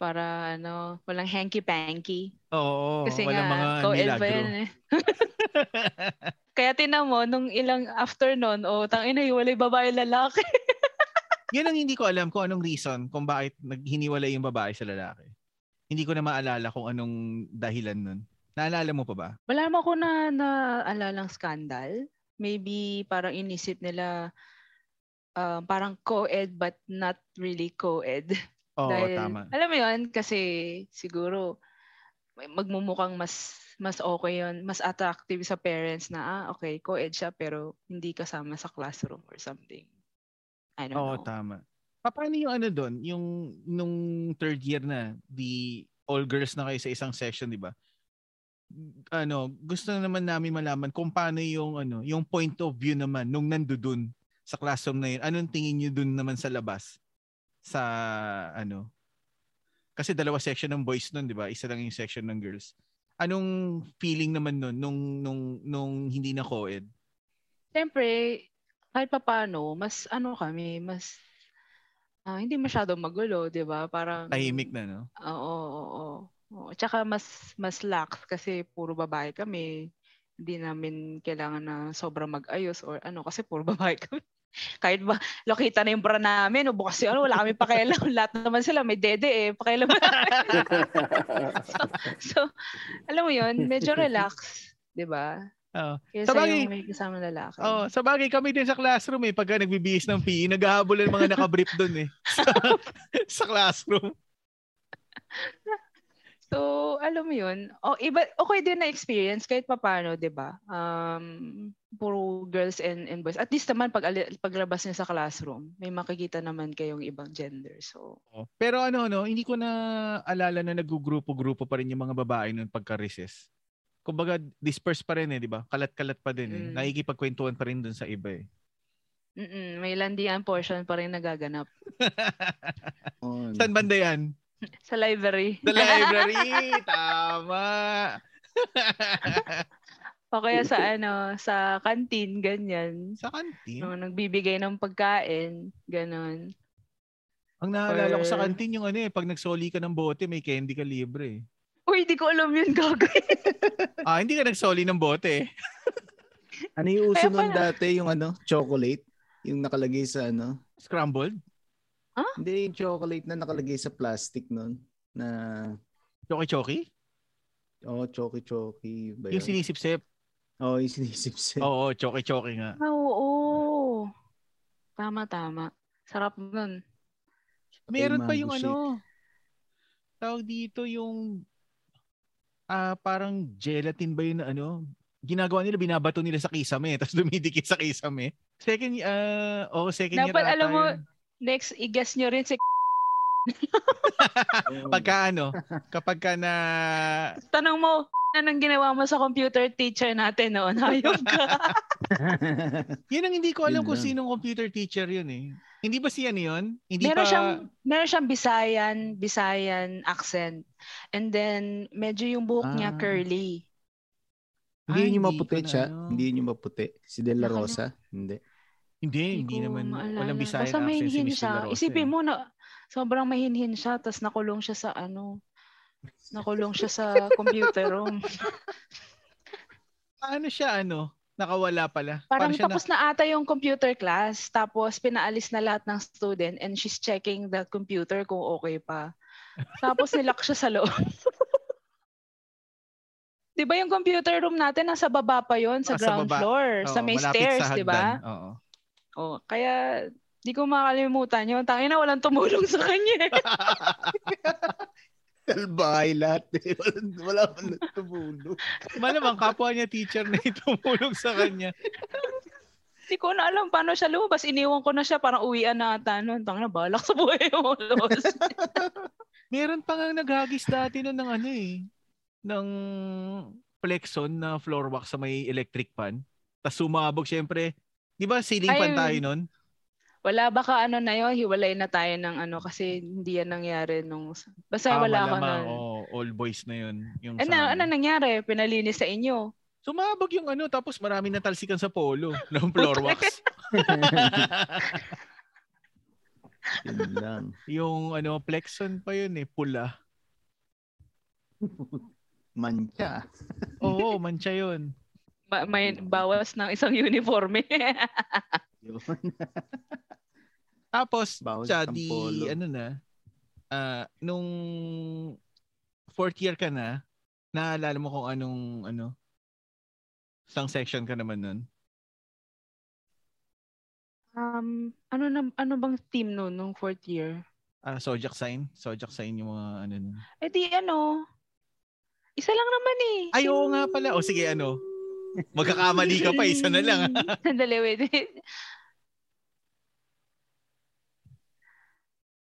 S4: para ano, walang hanky-panky.
S1: Oo,
S4: Kasi
S1: walang
S4: nga,
S1: mga
S4: co-ed ba
S1: milagro.
S4: yan eh. Kaya tinan mo, nung ilang after nun, o oh, tangin na, hiwalay babae lalaki.
S1: Yan ang hindi ko alam kung anong reason kung bakit naghiniwalay yung babae sa lalaki. Hindi ko na maalala kung anong dahilan nun. Naalala mo pa ba?
S4: Wala naman ako na naalalang scandal. Maybe parang inisip nila, ah, parang co-ed but not really co-ed.
S1: Oo,
S4: Dahil,
S1: tama.
S4: Alam mo yun, kasi siguro magmumukhang mas mas okay yon mas attractive sa parents na ah okay co-ed siya pero hindi kasama sa classroom or something I don't
S1: Oo,
S4: know
S1: tama. Pa- Paano yung ano doon? Yung nung third year na, di all girls na kayo sa isang section, di ba? Ano, gusto na naman namin malaman kung paano yung ano, yung point of view naman nung nandoon sa classroom na yun. Anong tingin niyo doon naman sa labas? Sa ano? Kasi dalawa section ng boys noon, di ba? Isa lang yung section ng girls. Anong feeling naman noon nung nung nung hindi na co-ed?
S4: Siyempre, kahit papaano, mas ano kami, mas ah, hindi masyado magulo, 'di ba? Parang
S1: Tahimik na, no?
S4: Oo, oo, oo. Oo, Tsaka mas mas lax kasi puro babae kami. Hindi namin kailangan na sobrang mag-ayos or ano kasi puro babae kami. Kahit ba lokita na yung bra namin o bukas yung ano, wala kami pakialam. Lahat naman sila may dede eh. Pakialam so, alam mo yun, medyo relax. 'di ba?
S1: Oo.
S4: Kaysa
S1: Sabagay-
S4: yung may kasama lalaki.
S1: Oh, sa bagay kami din sa classroom eh. Pagka nagbibihis ng PE, naghahabol ang mga nakabrief doon eh. Sa, sa classroom.
S4: So, alam mo yun. O, iba, okay din na experience kahit papano, di ba? Um, puro girls and, and boys. At least naman, pag, ali- paglabas niya sa classroom, may makikita naman kayong ibang gender. So,
S1: Pero ano no, hindi ko na alala na nagugrupo-grupo pa rin yung mga babae noon pagka recess. Kumbaga dispersed pa rin eh, 'di ba? Kalat-kalat pa din eh.
S4: Mm.
S1: Nakikipagkwentuhan pa rin doon sa iba eh.
S4: mm may landian portion pa rin nagaganap.
S3: On.
S1: Saan banda 'yan?
S4: Sa library.
S1: The library. Tama.
S4: O kaya sa ano, sa canteen, ganyan.
S1: sa kantin.
S4: No, nagbibigay ng pagkain, ganon.
S1: Ang naalala ko sa
S4: Or-
S1: kantin yung ano eh, pag nagsoli ka ng bote, may candy ka libre eh.
S4: Uy, di ko alam yun, gagawin.
S1: Ah, hindi ka nagsoli ng bote eh.
S3: Ano yung uso
S4: Kaya
S3: nun
S4: pala.
S3: dati? Yung ano? Chocolate? Yung nakalagay sa ano?
S1: Scrambled.
S3: Hindi, yung chocolate na nakalagay sa plastic nun. Na,
S1: Choki-choki.
S3: oh, choki-choki. Ba yun?
S1: Yung sinisip-sip.
S3: Oh, yung sinisipsip.
S1: Oo, choki-choki nga.
S4: Ah, Oo. Tama, tama. Sarap nun.
S1: Meron pa
S3: mango
S1: yung
S3: shake.
S1: ano, tawag dito yung ah parang gelatin ba yun na ano? Ginagawa nila, binabato nila sa kisame, eh, tapos dumidikit sa kisame. Second, ah oh, second year
S4: Dapat
S1: ata
S4: alam mo-
S1: yun.
S4: Next, i-guess nyo rin si
S1: Pagka ano, kapag ka na,
S4: Tanong mo, anong ginawa mo sa computer teacher natin noon? Hayop ka.
S1: yun ang hindi ko alam
S3: Yun
S1: kung
S3: lang.
S1: sinong computer teacher yun eh. Hindi ba siya yun? Hindi
S4: meron
S1: pa,
S4: siyang meron siyang Bisayan, Bisayan accent. And then medyo yung buhok
S3: Ah.
S4: niya curly.
S3: hindi
S1: Ah,
S3: yun yung
S1: hindi
S3: maputi
S1: ko na
S3: siya.
S1: ano.
S3: Hindi yun yung maputi. Si De La
S4: Nakala-
S3: Rosa? Hindi.
S1: hindi,
S4: Hindi
S1: Eh, hindi
S4: ko
S1: naman,
S4: maalala.
S1: walang Bisayan
S4: Basta
S1: accent si
S4: mahinhin
S1: Miss De La
S4: siya.
S1: Rosa,
S4: Isipin
S1: eh.
S4: mo na sobrang mahinhin siya tapos nakulong siya sa ano nakulong siya sa computer room.
S1: Paano siya ano, nakawala pala?
S4: Parang
S1: Paano siya
S4: tapos na ata yung computer class, tapos pinaalis na lahat ng student and she's checking the computer kung okay pa. Tapos nilock siya sa loob. 'Di ba yung computer room natin nasa baba pa yon sa
S1: Ah, sa
S4: ground
S1: baba.
S4: floor, sa
S1: Oo,
S4: may
S1: malapit
S4: stairs,
S1: sa
S4: 'di ba?
S1: hagdan. Oo.
S4: Oh, kaya di ko makalimutan yun. Tangina, walang tumulong sa kanya.
S3: Kalbahay lahat. eh. Wala, wala pa nagtumulo.
S1: Malamang kapwa niya teacher na itumulong sa kanya.
S4: Hindi ko na alam paano siya lumabas. Iniwan ko na siya, parang uwian na ata nun. Tangina, balak sa buhay mo. Lumabas.
S1: Meron pa nga naghagis dati nun ng ano eh, ng Flexon na floor wax sa may electric pan. Tapos sumabog syempre. Di ba ceiling pan
S4: Ay,
S1: tayo nun?
S4: Wala baka ano na yun, hiwalay na tayo ng ano kasi hindi yan nangyari nung basta wala ako
S1: malamang, Ah,
S4: nun.
S1: oo, all boys na yun. Yung
S4: Ano,
S1: sa
S4: ano
S1: amin.
S4: nangyari? Pinalinis sa inyo.
S1: Sumabog yung ano, tapos marami natalsikan sa polo ng floor wax.
S3: Yun lang.
S1: yung ano, Flexon pa yun eh, pula.
S3: Mancha.
S1: Oo, mancha yun.
S4: Ba- may
S1: Hmm.
S4: bawas ng isang uniforme.
S3: Yun.
S1: Tapos,
S3: Bawal
S1: siya,
S3: ang
S1: di,
S3: polo.
S1: ano na, ah, nung fourth year ka na, naalala mo kung anong, ano, sang section ka naman nun?
S4: um, ano na ano bang team noon nung fourth year?
S1: Ah, Sojak sign? Sojak sign yung mga, ano, nun.
S4: Eh di ano, Isa lang naman eh.
S1: Ay, oo nga pala. O sige, ano? Magkakamali ka pa, isa na lang.
S4: Sandali, wait.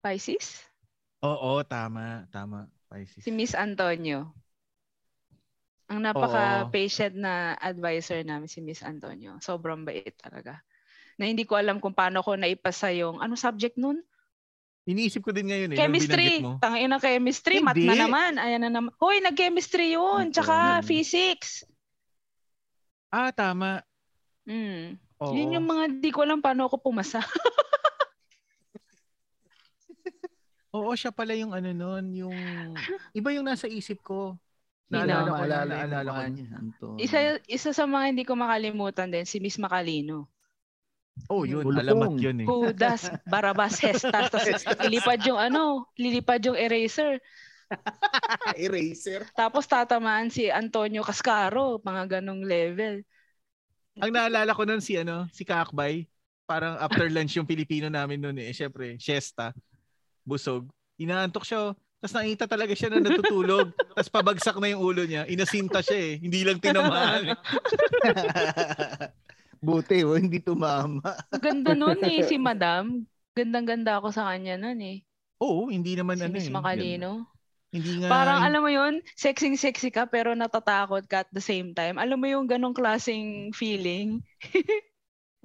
S4: Pisces?
S1: Oo, tama, tama. Pisces.
S4: Si Miss Antonio. Ang napaka-patient na advisor namin si Miss Antonio. Sobrang bait talaga. Na hindi ko alam kung paano ko naipasa yung, ano subject nun?
S1: Iniisip ko din ngayon eh. nung
S4: Chemistry.
S1: binanggit mo.
S4: Tangin na chemistry. Mat
S1: Hindi.
S4: na naman. Ayan na naman. Hoy, nag-chemistry yun.
S3: Oo, yun.
S4: Tsaka physics.
S1: Ah, tama.
S4: Mm.
S1: Oo.
S4: Yun yung mga di ko alam paano ako pumasa.
S1: Oo, siya pala yung ano nun, yung... Iba yung nasa isip ko.
S4: Hindi
S1: Naalala
S4: na
S1: ko,
S3: Maalala
S1: naalala,
S3: yung
S1: naalala ko.
S3: mukha niya, Anton.
S4: Isa, isa sa mga hindi ko makalimutan din, si Miss Macalino.
S1: Oh, yun.
S3: Bulpong.
S1: Alamat yun eh.
S4: Pudas, Barabas, Hestas. Tapos lilipad yung ano, lilipad yung eraser.
S3: Ah, eraser.
S4: Tapos tatamaan si Antonio Cascaro. Mga ganong level.
S1: Ang naalala ko nun si ano, si Kakbay. Parang after lunch yung Pilipino namin nun eh. Siyempre, siesta. Busog. Inaantok siya. oh. Tapos nakita talaga siya na natutulog. Tapos pabagsak na yung ulo niya. Inasinta siya eh. Hindi lang tinamaan. eh.
S3: Buti, oh, hindi tumama.
S4: Ang Ganda nun eh, si Madam. Gandang-ganda ako sa kanya nun eh.
S1: Oo, hindi naman
S4: Si
S1: ano
S4: Miss
S1: eh.
S4: Macalino.
S1: Hindi nga.
S4: Parang alam mo yun, sexing-sexy ka pero natatakot ka at the same time. Alam mo yung ganong klaseng feeling?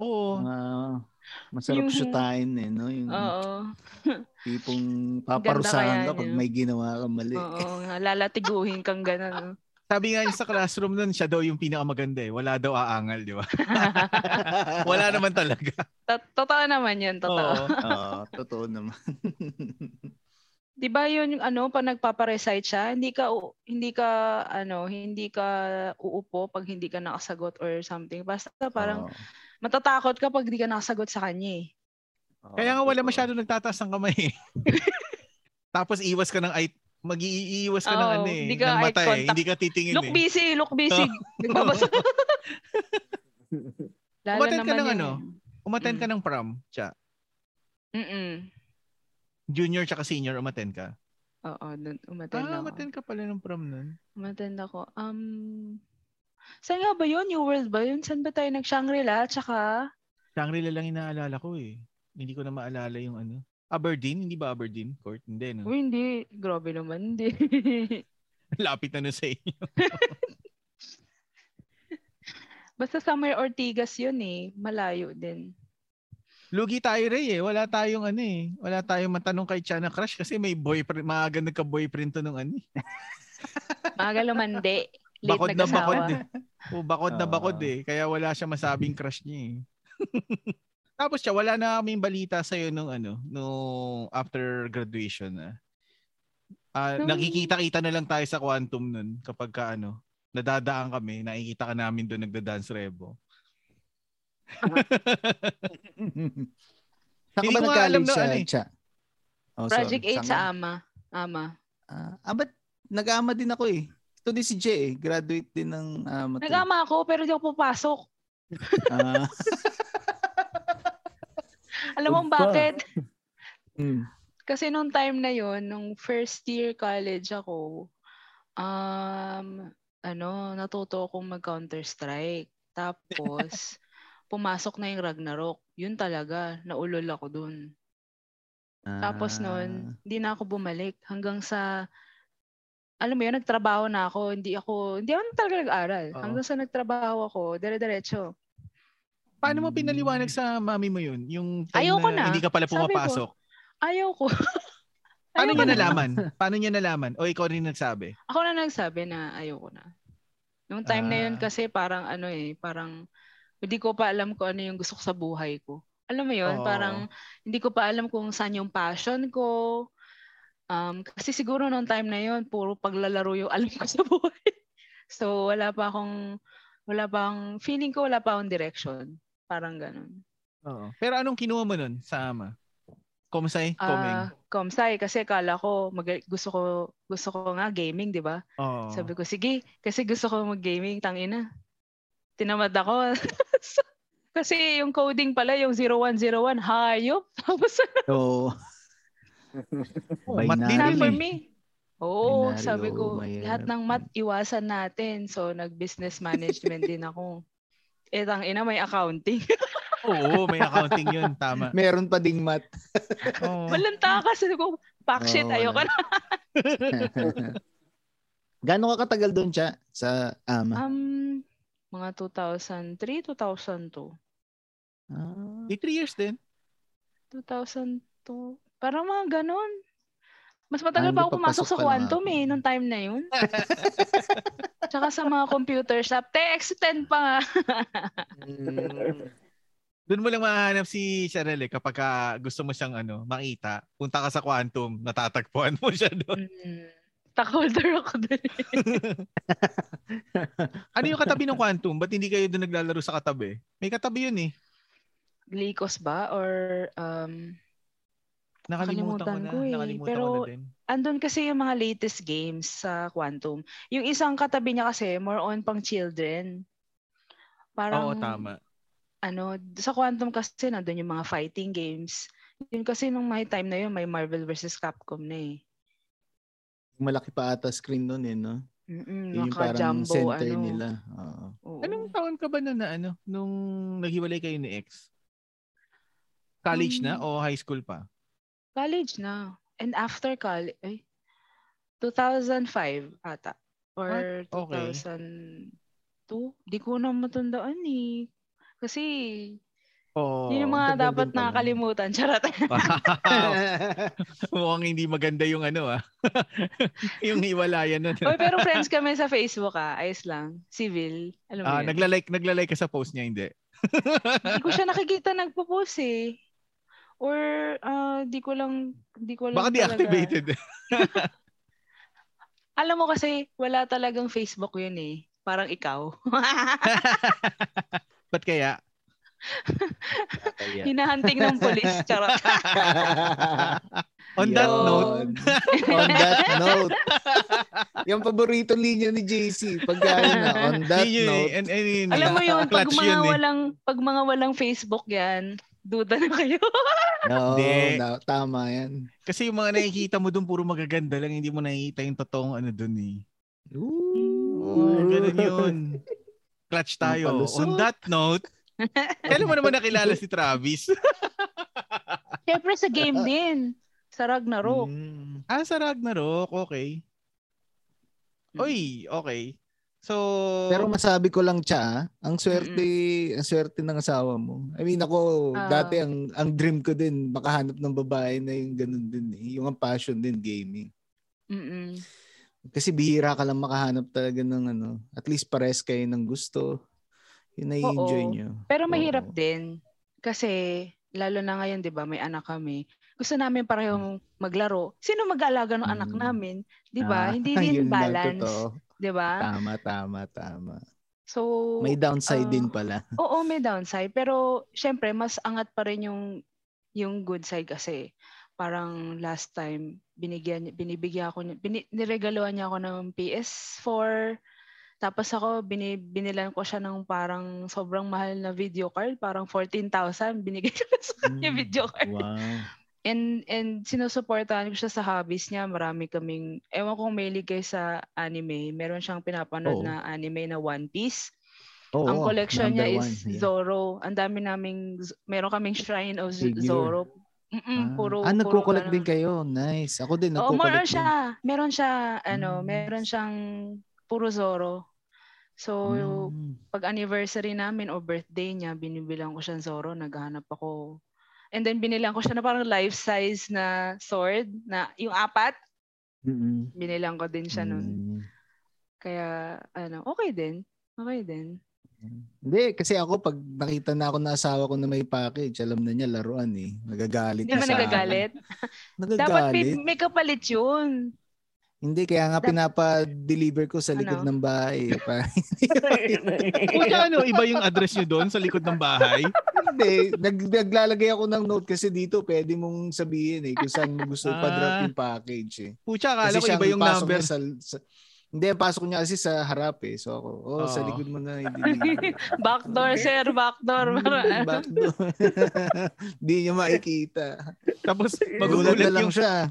S1: Oo.
S3: Ah, masarap
S4: Yung-
S3: syutain eh, no? Yung
S4: Oo.
S3: tipong paparusahan
S4: kaya
S3: ka pag
S4: niya.
S3: may ginawa kang mali.
S4: Oo. nga, Lalatiguhin kang ganon.
S1: Sabi nga niya sa classroom nun, siya daw yung pinakamaganda eh. Wala daw aangal, di ba? Wala naman talaga.
S4: Tot- Totoo naman yun, totoo.
S1: Oo.
S3: Oo, totoo naman.
S4: Di ba yun yung ano, pag nagpaparecite siya, hindi ka, u- hindi ka, ano, hindi ka uupo pag hindi ka nakasagot or something. Basta
S3: Oo.
S4: parang matatakot ka pag hindi ka nakasagot sa kanya eh.
S3: Oo,
S1: Kaya nga wala
S3: totoo.
S1: masyado nagtataas ng kamay. eh. Tapos iwas ka ng eye mag-iiwas ka ng
S4: Oo,
S1: ano eh,
S4: Oh, hindi ka
S1: ng
S4: eye
S1: mata eh.
S4: contact.
S1: Hindi ka titingin
S4: Look
S1: eh.
S4: busy, look busy. Nagbabasa. Lalo
S1: Umattend ka
S4: naman
S1: ng
S4: yun
S1: ano? Umattend ka
S4: Mm.
S1: ng prom, siya.
S4: eh. Mm-mm.
S1: Junior tsaka senior, umattend ka.
S4: Oo, dun- umattend
S1: Ah,
S4: ako.
S1: umattend ka pala ng prom nun.
S4: Umattend ako. Um, saan nga ba yun? New World ba yun? Saan ba tayo nag-Shangri-La? Tsaka,
S1: Shangri-La lang inaalala ko eh. Hindi ko na maalala yung ano. Aberdeen, hindi ba Aberdeen court? Hindi no.
S4: uy, hindi. Grabe naman, hindi.
S1: Lapit na nun sa inyo.
S4: Basta somewhere Ortigas yun eh. Malayo din.
S1: Lugi tayo Ray eh. Wala tayong ano eh. Wala tayong matanong kay Chana Crush kasi may boyfriend, maaga nagka-boyfriend to nung ano eh.
S4: Maaga lumande. Late
S1: Bakod na
S4: nag-asawa.
S1: bakod eh. O, bakod na
S3: Oo.
S1: bakod eh. Kaya wala siya masabing crush niya eh. Tapos siya, wala na kaming balita sa'yo nung ano, nung after graduation ah. Ah,
S4: Nung-
S1: nakikita-kita na lang tayo sa Quantum nun kapag ka ano, nadadaan kami, nakikita ka namin doon nagda-dance rebo.
S3: Saan ka
S1: Hindi
S3: ba
S1: ko nga alam
S3: nag-college
S1: na
S3: sa
S1: ano eh.
S3: Cha? Oh,
S4: Project
S3: sorry. Saan
S4: 8 sa
S3: ka-
S4: Ama. Ama.
S3: Ah, ah, ba't nag-ama din ako eh. Ito din si Jay eh. Graduate din ng ama. to eh.
S4: Nag-ama ako pero di ako papasok.
S3: Ah,
S4: Alam mo
S2: Opa.
S4: bakit?
S1: Hmm.
S3: mm.
S4: Kasi nung time na yon nung first year college ako, um, ano, natuto akong mag-Counter-Strike. Tapos, pumasok na yung Ragnarok. Yun talaga, naulol ako dun.
S3: Ah.
S1: Ah.
S4: Tapos nun, hindi na ako bumalik hanggang sa, alam mo yun, nagtrabaho na ako. Hindi ako, hindi ako talaga nag-aral.
S1: Oo.
S4: Hanggang sa nagtrabaho ako, dire-diretso.
S1: Paano mo pinaliwanag sa mami mo yun? Yung time
S4: Hmm. Ayoko na.
S1: hindi ka pala
S4: Sabi ko,
S1: pumapasok.
S4: Ayaw ko.
S1: Paano niya
S4: Ayaw ko na.
S1: nalaman? Paano niya nalaman? O ikaw rin nagsabi?
S4: Ako na nagsabi na ayoko na. Nung time na yun
S1: Ah.
S4: kasi parang ano eh, parang hindi ko pa alam kung ano yung gusto ko sa buhay ko. Alam mo yun,
S1: Oo.
S4: parang hindi ko pa alam kung saan yung passion ko. Um, kasi siguro nung time na yun, puro paglalaro yung alam ko sa buhay. so wala pa akong, wala pa akong, feeling ko wala pa akong direction. Parang ganun.
S1: Oo. Pero anong kinuha mo nun sa ama? Komsay? Komeng?
S4: Ah, Komsay, kasi kala ko, mag- gusto ko, gusto ko nga gaming, di ba?
S1: Oo.
S4: Sabi ko, sige, kasi gusto ko mag-gaming, tangina. Tinamad ako. kasi yung coding pala, yung 0101, hayop. Tapos,
S3: So,
S1: Oh, matindi
S4: not
S1: Binary.
S4: for me. Oo,
S3: Binary,
S4: sabi
S3: oo,
S4: ko,
S3: mahirap.
S4: lahat ng math iwasan natin. So, nag-business management din ako. Eh, tang ina, may accounting.
S1: Oo, may accounting yun. Tama.
S3: Meron pa ding mat.
S1: Oo.
S4: Malanta ka. Sabi ko, fuck Ah, shit,
S3: Oo,
S4: ayoko na.
S3: Gano'n ka katagal doon siya sa ama?
S4: Um, mga 2003, 2002.
S3: Ah,
S1: Di eh, three years din.
S4: 2002. Parang mga ganun. Mas
S3: Ah,
S4: matagal pa
S3: hindi
S4: ako
S3: pa
S4: pumasok
S3: pasok
S4: sa
S3: pa lang
S4: Quantum
S3: ako.
S4: eh, nung time na yun. Tsaka sa mga ah, computer shop. Te, X10 pa nga.
S3: Mm.
S1: Doon mo lang mahanap si Sharel eh, kapag ka gusto mo siyang ano, makita. Punta ka sa Quantum, natatagpuan mo siya doon.
S4: Mm. Stakeholder ako dun.
S1: Ano yung katabi ng Quantum? Ba't hindi kayo doon naglalaro sa katabi? May katabi yun eh.
S4: Glycos ba? Or, um,
S1: Nakalimutan, ko na.
S4: Nakalimutan ko eh,
S1: Nakalimutan
S4: pero-
S1: ko na din.
S4: andun kasi yung mga latest games sa Quantum. Yung isang katabi niya kasi, more on pang children. Parang,
S1: Oo, tama.
S4: ano, sa Quantum kasi nandun yung mga fighting games. Yun kasi nung may time na yun, may Marvel vs. Capcom na eh.
S3: malaki pa ata screen noon eh, no?
S4: Mm-mm,
S3: Yun yung parang
S4: naka-jumbo,
S3: center
S4: ano.
S3: nila. Oo.
S4: Oo.
S1: Anong taon ka ba na, na ano, nung naghiwalay kayo ni ex? College
S4: Hmm.
S1: na o high school pa?
S4: College na. And after college, ay, 2005 ata. Or
S1: Ah, okay.
S4: 2002. Di ko na matandaan eh. Kasi,
S1: Oo.
S4: yun yung mga
S3: tagal
S4: dapat
S3: din pala.
S4: nakakalimutan. Charot.
S1: Mukhang hindi maganda yung ano ah. yung hiwalayan nun.
S4: Oy, pero friends kami sa Facebook ah. Ayos lang. Civil. Alam mo
S1: Ah,
S4: yun.
S1: nagla-like, nagla-like ka sa post niya, hindi.
S4: Hindi ko siya nakikita nagpo-post eh. Or, ah, di ko lang, di ko lang
S1: Baka
S4: talaga-
S1: deactivated.
S4: Alam mo kasi, wala talagang Facebook yun eh. Parang ikaw.
S1: Ba't kaya?
S4: Hinahunting ng polis. Charot.
S1: On that
S4: Yun.
S1: note,
S3: on that note. Yung paborito linya ni JC. Pagkain na, on that
S1: yun yun eh.
S3: note.
S1: And, and, yun eh.
S4: Alam mo yun, pag
S1: Clutch
S4: mga
S1: yun eh.
S4: walang, pag mga walang Facebook yan, duda na kayo.
S3: No,
S1: Hindi.
S3: no, tama yan.
S1: Kasi yung mga nakikita mo doon, puro magaganda lang. Hindi mo nakikita yung totoong ano doon eh.
S3: Ooh.
S1: Ganun yun. Clutch tayo.
S3: Pampalusot.
S1: On that note, kailan mo naman nakilala si Travis?
S4: Siyempre sa game din. Sa Ragnarok.
S3: Mm.
S1: ah, sa Ragnarok. Okay.
S4: Hmm.
S1: Oy, okay. So,
S3: Pero masabi ko lang siya, ah, ang swerte, ang swerte ng asawa mo. I mean ako,
S4: Ah.
S3: dati ang ang dream ko din makahanap ng babae na yung ganun din, eh. yung ang passion din gaming. Mm.
S4: Mm-mm.
S3: Kasi bihira ka lang makahanap talaga ng ano, at least pares kayo ng gusto. Yun na-enjoy
S4: Oo.
S3: nyo.
S4: Pero mahirap
S3: Oo.
S4: din. Kasi, lalo na ngayon, di ba, may anak kami. Gusto namin pareho maglaro. Sino mag-aalaga ng anak
S3: Mm.
S4: namin? Di
S3: Ah,
S4: ba? Hindi
S3: yun lang, totoo.
S4: din balance. ah. Di ba?
S3: Tama, tama, tama.
S4: So,
S3: May downside
S4: ah,
S3: din pala.
S4: Oo, may downside. Pero, syempre, mas angat pa rin yung, yung good side kasi. Parang last time, binigyan, binibigyan ako, niya- bini, niregaluhan niya ako ng PS4. Tapos ako, bini, binilan ko siya ng parang sobrang mahal na video card. Parang 14,000, binigay ko na sa kanya
S3: Mm.
S4: video card.
S3: Wow.
S4: And, and sinusuportahan ko siya sa hobbies niya. Marami kaming, ewan kong may kayo sa anime. Meron siyang
S3: Oo.
S4: pinapanood na anime na One Piece
S3: Oo,
S4: ang collection
S3: number one,
S4: niya is
S3: yeah.
S4: Zoro. Ang dami naming, meron kaming shrine of Z-
S3: Figure.
S4: Zoro.
S3: Ah,
S4: Mm-mm, puro,
S3: ah, nagko-collect
S4: puro
S3: din kayo. Nice. Ako din,
S4: Oo, more
S3: nagko-collect
S4: on siya. Meron siya, ano,
S3: Mm.
S4: meron siyang puro Zoro. So,
S3: Mm.
S4: pag anniversary namin o birthday niya, binibilang ko siyang Zoro, naghahanap ako. And then binilang ko siya na parang life-size na sword, na yung apat,
S3: Mm-mm.
S4: binilang ko din siya nun.
S3: Mm.
S4: Kaya, ano, okay din. Okay din.
S3: Hindi, kasi ako pag nakita na ako na asawa ko na may package, alam na niya laruan eh. Nagagalit na
S4: Hindi naman
S3: sa akin.
S4: nagagalit. Dapat may,
S3: Nagagalit.
S4: may kapalit yun.
S3: Hindi, kaya nga
S4: Dap-
S3: pinapa-deliver ko sa likod
S4: Ano?
S3: ng bahay. eh, Pa.
S1: Puta ano, iba yung address nyo doon sa likod ng bahay.
S3: Hindi, nag- naglalagay ako ng note kasi dito pwede mong sabihin eh kung saan mo gusto
S1: Ah.
S3: pa-drop yung package eh.
S1: Pucha, akala
S3: Kasi
S1: ko
S3: siya
S1: iba yung
S3: pasok
S1: number.
S3: niya sa, sa- hindi, ang pasok niya kasi sa harap eh. So ako, oh, sa
S1: Oo.
S3: likod mo na i-deliver.
S4: Backdoor, sir. Backdoor.
S3: Hmm,
S4: Parang- ah.
S3: back door. Hindi niya makikita.
S1: Tapos magugulat
S3: Magulat na lang
S1: yung
S3: siya.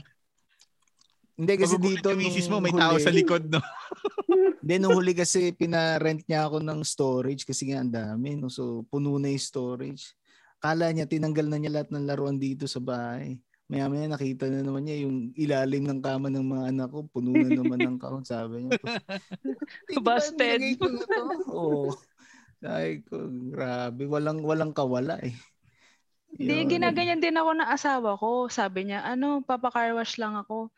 S3: Hindi kasi dito
S1: yung
S3: nung
S1: misis mo, may
S3: huli-
S1: tao sa likod, no?
S3: Hindi, nung huli kasi pinarent niya ako ng storage kasi nga ang dami. No? So, puno na yung storage. Kala niya, tinanggal na niya lahat ng laruan dito sa bahay. Maya-maya nakita na naman niya yung ilalim ng kama ng mga anak ko. Puno na naman ng kahon, sabi niya. "Di ba
S4: Busted."
S3: nilagay ko na to? Oo. Sabi ko, grabe. Walang, walang kawala eh.
S4: Hindi,
S3: Yun.
S4: ginaganyan din ako ng asawa ko. Sabi niya, ano, papakarwash lang ako.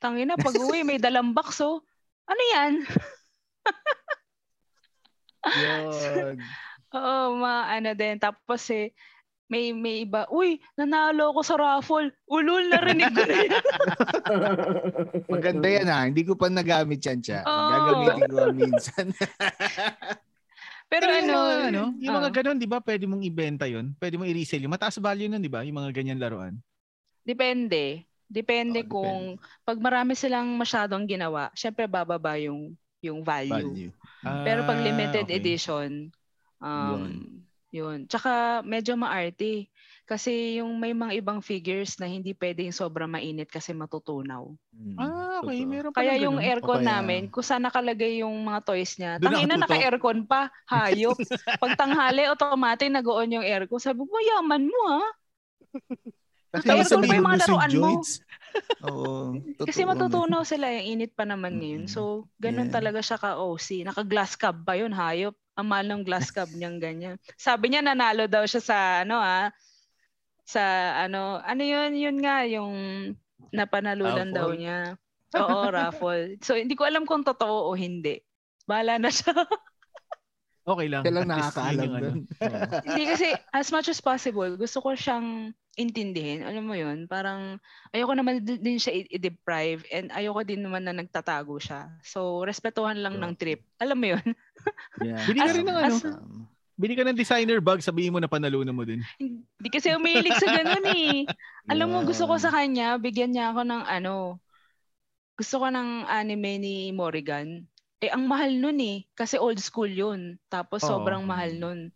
S4: Tangina, pag uwi, may dalang box, oh. Ano yan?
S3: Yun.
S4: Oo, ma, ano din. Tapos eh, may, may iba, uy, nanalo ako sa raffle. Ulul, narinig ko rin.
S3: Maganda yan ha. Hindi ko pa nagamit yan siya.
S4: Oo.
S3: Gagamitin ko minsan.
S1: Pero
S4: Pero ano,
S1: yung mga, ano, yung mga
S4: ah.
S1: ganun, di ba, pwede mong ibenta yun? Pwede mong i-resell yun? Mataas value nun, di ba? Yung mga ganyan laruan.
S4: depende. Depende
S3: Oo, depende.
S4: kung, pag marami silang masyadong ginawa, syempre bababa yung, yung value.
S3: Value.
S4: Pero pag
S1: Ah,
S4: limited
S1: okay.
S4: edition, um,
S3: Yun.
S4: yun. Tsaka medyo maarte. Kasi yung may mga ibang figures na hindi pwedeng sobrang mainit kasi matutunaw.
S3: Mm,
S1: Ah, okay.
S3: totoo.
S1: Meron pa
S4: Kaya yung
S1: ganun.
S3: O
S4: aircon
S3: kaya-
S4: namin, kung saan nakalagay yung mga toys niya,
S1: Doon
S4: tangina
S1: nakatutok.
S4: naka-aircon pa, hayop. Pag tanghali, automatic nag-on yung aircon. Sabi ko, yaman mo ah.
S3: Kaya
S4: Pero kung may
S3: sabihin mo
S4: mga
S3: sa
S4: laruan mo.
S3: joints. Oo. totoo naman.
S4: Kasi matutunaw sila, yung init pa naman ngayon.
S3: Mm-mm.
S4: So, ganun
S3: Yeah.
S4: talaga siya ka-OC. Naka-glass cab pa yun, hayop. Amal ng glass cab niyang ganyan. Sabi niya nanalo daw siya sa ano ah, sa ano, ano yun, yun nga, yung napanalunan daw
S3: Raffle?
S4: niya. Oo, raffle. So, hindi ko alam kung totoo o hindi. Bahala na siya.
S1: Okay lang.
S3: Kaya lang
S1: At least yun
S3: nakakaalam
S1: yung ano.
S3: doon.
S4: Hindi kasi as much as possible, gusto ko siyang intindihin. Alam mo yun, parang ayoko naman d- din siya i- i-deprive and ayoko din naman na nagtatago siya. So, respetuhan lang ng trip. Alam mo yun?
S3: Yeah.
S1: Bili ka rin ng
S4: ano?
S3: Tama.
S1: Bili ka ng designer bag, sabihin mo na panalunan mo din.
S4: Hindi kasi umilig sa ganun eh. Alam mo, gusto ko sa
S3: Yun.
S4: kanya, bigyan niya ako ng ano, gusto ko ng anime ni Morrigan. Eh, ang mahal nun eh. Kasi old school yun. Tapos
S1: Oo.
S4: sobrang mahal nun.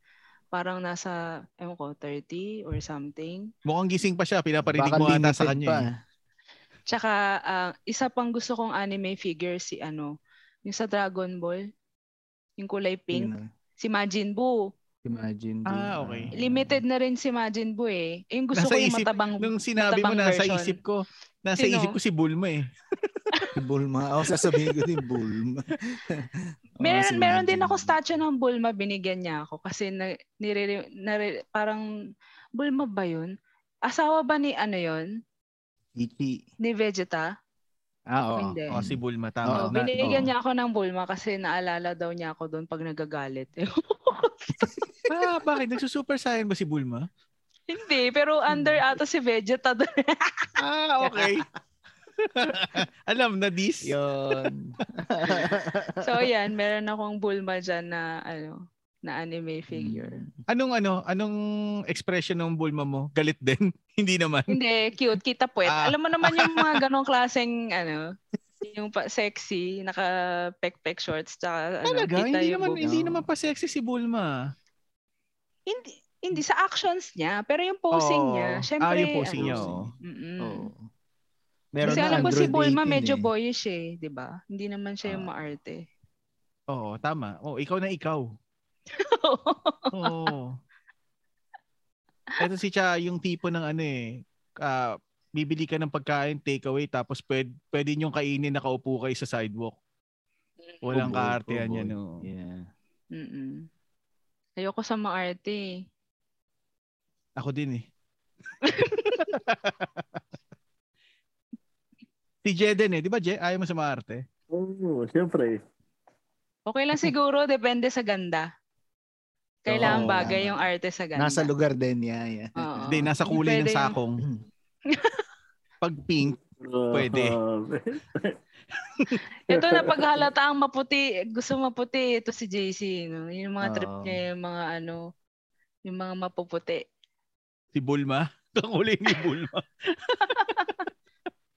S4: Parang nasa, ewan ko, 30 or something.
S1: Mukhang gising pa siya, pinaparinig
S3: Baka
S1: mo ata
S3: limited
S1: sa kanya.
S3: pa.
S1: eh.
S4: Tsaka ah, isa pang gusto kong anime figure si ano, yung sa Dragon Ball, yung kulay
S3: Yun
S4: pink,
S3: na.
S4: si Majin Buu.
S3: Imagine.
S1: Ah,
S3: din.
S1: okay.
S4: Limited na rin si Majin Buu eh. Eh, Yung gusto
S1: Nasa
S4: ko yung
S1: isip-
S4: matabang.
S1: Nung sinabi mo,
S4: matabang
S1: nasa
S4: version.
S1: isip ko, nasa
S4: Sino?
S1: isip ko si Bulma eh.
S3: Si Bulma. O, sasabihin ko din Bulma.
S1: oh,
S3: Oo, si
S4: meron meron din
S3: Majin.
S4: ako statue ng Bulma binigyan niya ako kasi na, nire, nare, parang Bulma ba 'yun? Asawa ba ni ano 'yun?
S3: Ichi.
S4: Ni Vegeta?
S1: Ah, oo.
S4: Hindi.
S1: O, si Bulma, tama.
S3: Oo,
S1: Na-
S4: Hmm. Binigyan
S1: oo.
S4: niya ako ng Bulma kasi naalala daw niya ako doon pag nagagalit.
S1: Ah, bakit? Nagsusuper saiyan ba si Bulma?
S4: Hindi, pero under
S1: Hmm.
S4: ata si Vegeta doon.
S1: Ah, okay. Alam na this.
S3: Yun.
S4: So ayan, meron akong Bulma dyan na ano, na anime
S1: Hmm.
S4: figure.
S1: Anong ano, anong expression ng Bulma mo? Galit din? Hindi naman.
S4: Hindi, cute, kita puwet.
S1: Ah.
S4: Alam mo naman yung mga ganong klaseng ano, yung pa sexy, naka pek shorts tsaka ano,
S1: Talaga,
S4: kita
S1: hindi
S4: yung
S1: naman
S4: boob.
S1: hindi
S3: Oo.
S1: naman pa sexy si Bulma.
S4: Hindi, hindi sa actions niya, pero yung posing
S1: Oo.
S4: niya,
S1: Ah,
S4: syempre
S1: yung posing
S4: ano,
S1: niya,
S3: Posing.
S1: oo.
S4: mm-mm.
S3: Oo.
S4: Kasi
S3: na
S4: alam ko si
S3: Android
S4: Bulma
S3: 18
S4: medyo
S3: eh.
S4: boyish eh, 'di ba? Hindi naman siya yung
S3: Ah.
S4: maarte.
S1: Oo, tama. Oo, ikaw na ikaw. Oo. Ito si Cha, yung tipo ng ano eh, ah, bibili ka ng pagkain, takeaway, tapos pwede, pwede niyong kainin nakaupo kayo sa sidewalk. Walang
S3: Oh boy,
S1: kaartehan
S3: oh
S1: yan.
S3: boy.
S1: oo.
S3: Yeah.
S4: Mm-mm. Ayoko sa maarte. eh.
S1: Ako din eh. si Jeden eh. Di ba, Je? Ayaw mo sa maarte.
S2: Oo, siyempre.
S4: Okay lang siguro, depende sa ganda. Kailangan
S1: Oo,
S4: bagay
S3: tama.
S4: yung arte sa ganda.
S3: Nasa lugar din. Yeah, yeah.
S4: Oo.
S1: Ah, Hindi, nasa
S4: Hindi
S1: kulay ng
S4: pwede yung-
S1: sakong. Pag pink, Pwede.
S2: ah,
S4: Ito na paghalata ang maputi, gusto maputi, ito si JC. No? Yung mga trip
S3: Oo.
S4: niya, yung mga ano, yung mga mapuputi.
S1: si Bulma. Kakulay ni Bulma.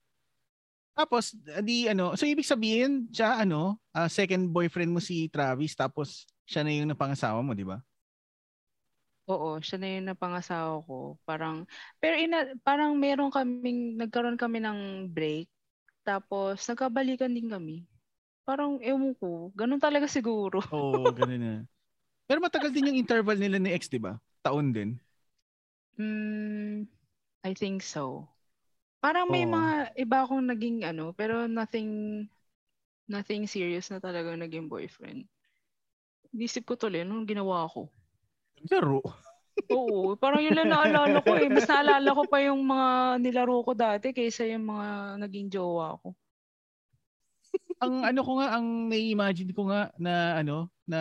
S1: tapos, di ano, so ibig sabihin, siya ano, ah, second boyfriend mo si Travis, tapos siya na yung napangasawa mo, di ba?
S4: Oo, siya na yung napangasawa ko. Parang, pero ina, parang meron kaming, nagkaroon kami ng break. Tapos, nagkabalikan din kami. Parang, ewan ko, ganun talaga siguro.
S1: Oo, oh, ganun na. Pero matagal din yung interval nila ni ex, di ba? Taon din.
S4: Mm, I think so. Parang may
S1: Oo.
S4: mga iba akong naging ano, pero nothing nothing serious na talaga naging boyfriend. Inisip ko tuloy, anong ginawa ko?
S1: Laro.
S4: Oo, parang yun lang naalala ko eh. Mas naalala ko pa yung mga nilaro ko dati kaysa yung mga naging jowa ko.
S1: ang ano ko nga, ang nai-imagine ko nga na ano, na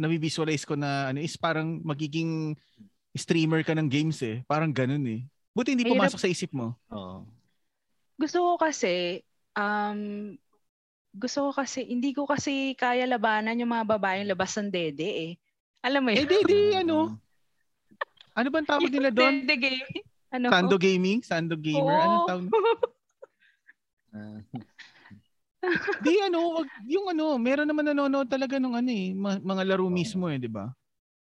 S1: nabivisualize ko na ano is parang magiging streamer ka ng games eh. Parang ganun eh. Buti hindi
S4: Mahirap.
S1: pumasok sa isip mo.
S3: Oo.
S4: Gusto ko kasi, um, gusto ko kasi, hindi ko kasi kaya labanan yung mga babaeng labas ng dede eh. Alam mo
S1: Eh
S4: yun?
S1: di, di ano, ano bang tawag nila doon?
S4: Dede game. Ano?
S1: Sando Gaming? Sando Gamer? Ano
S4: Oo.
S1: tawag?
S3: Ah,
S1: Di ano, wag, yung ano, meron naman nanonood talaga nung ano eh, ma- mga laro
S3: Oo.
S1: mismo eh, di ba?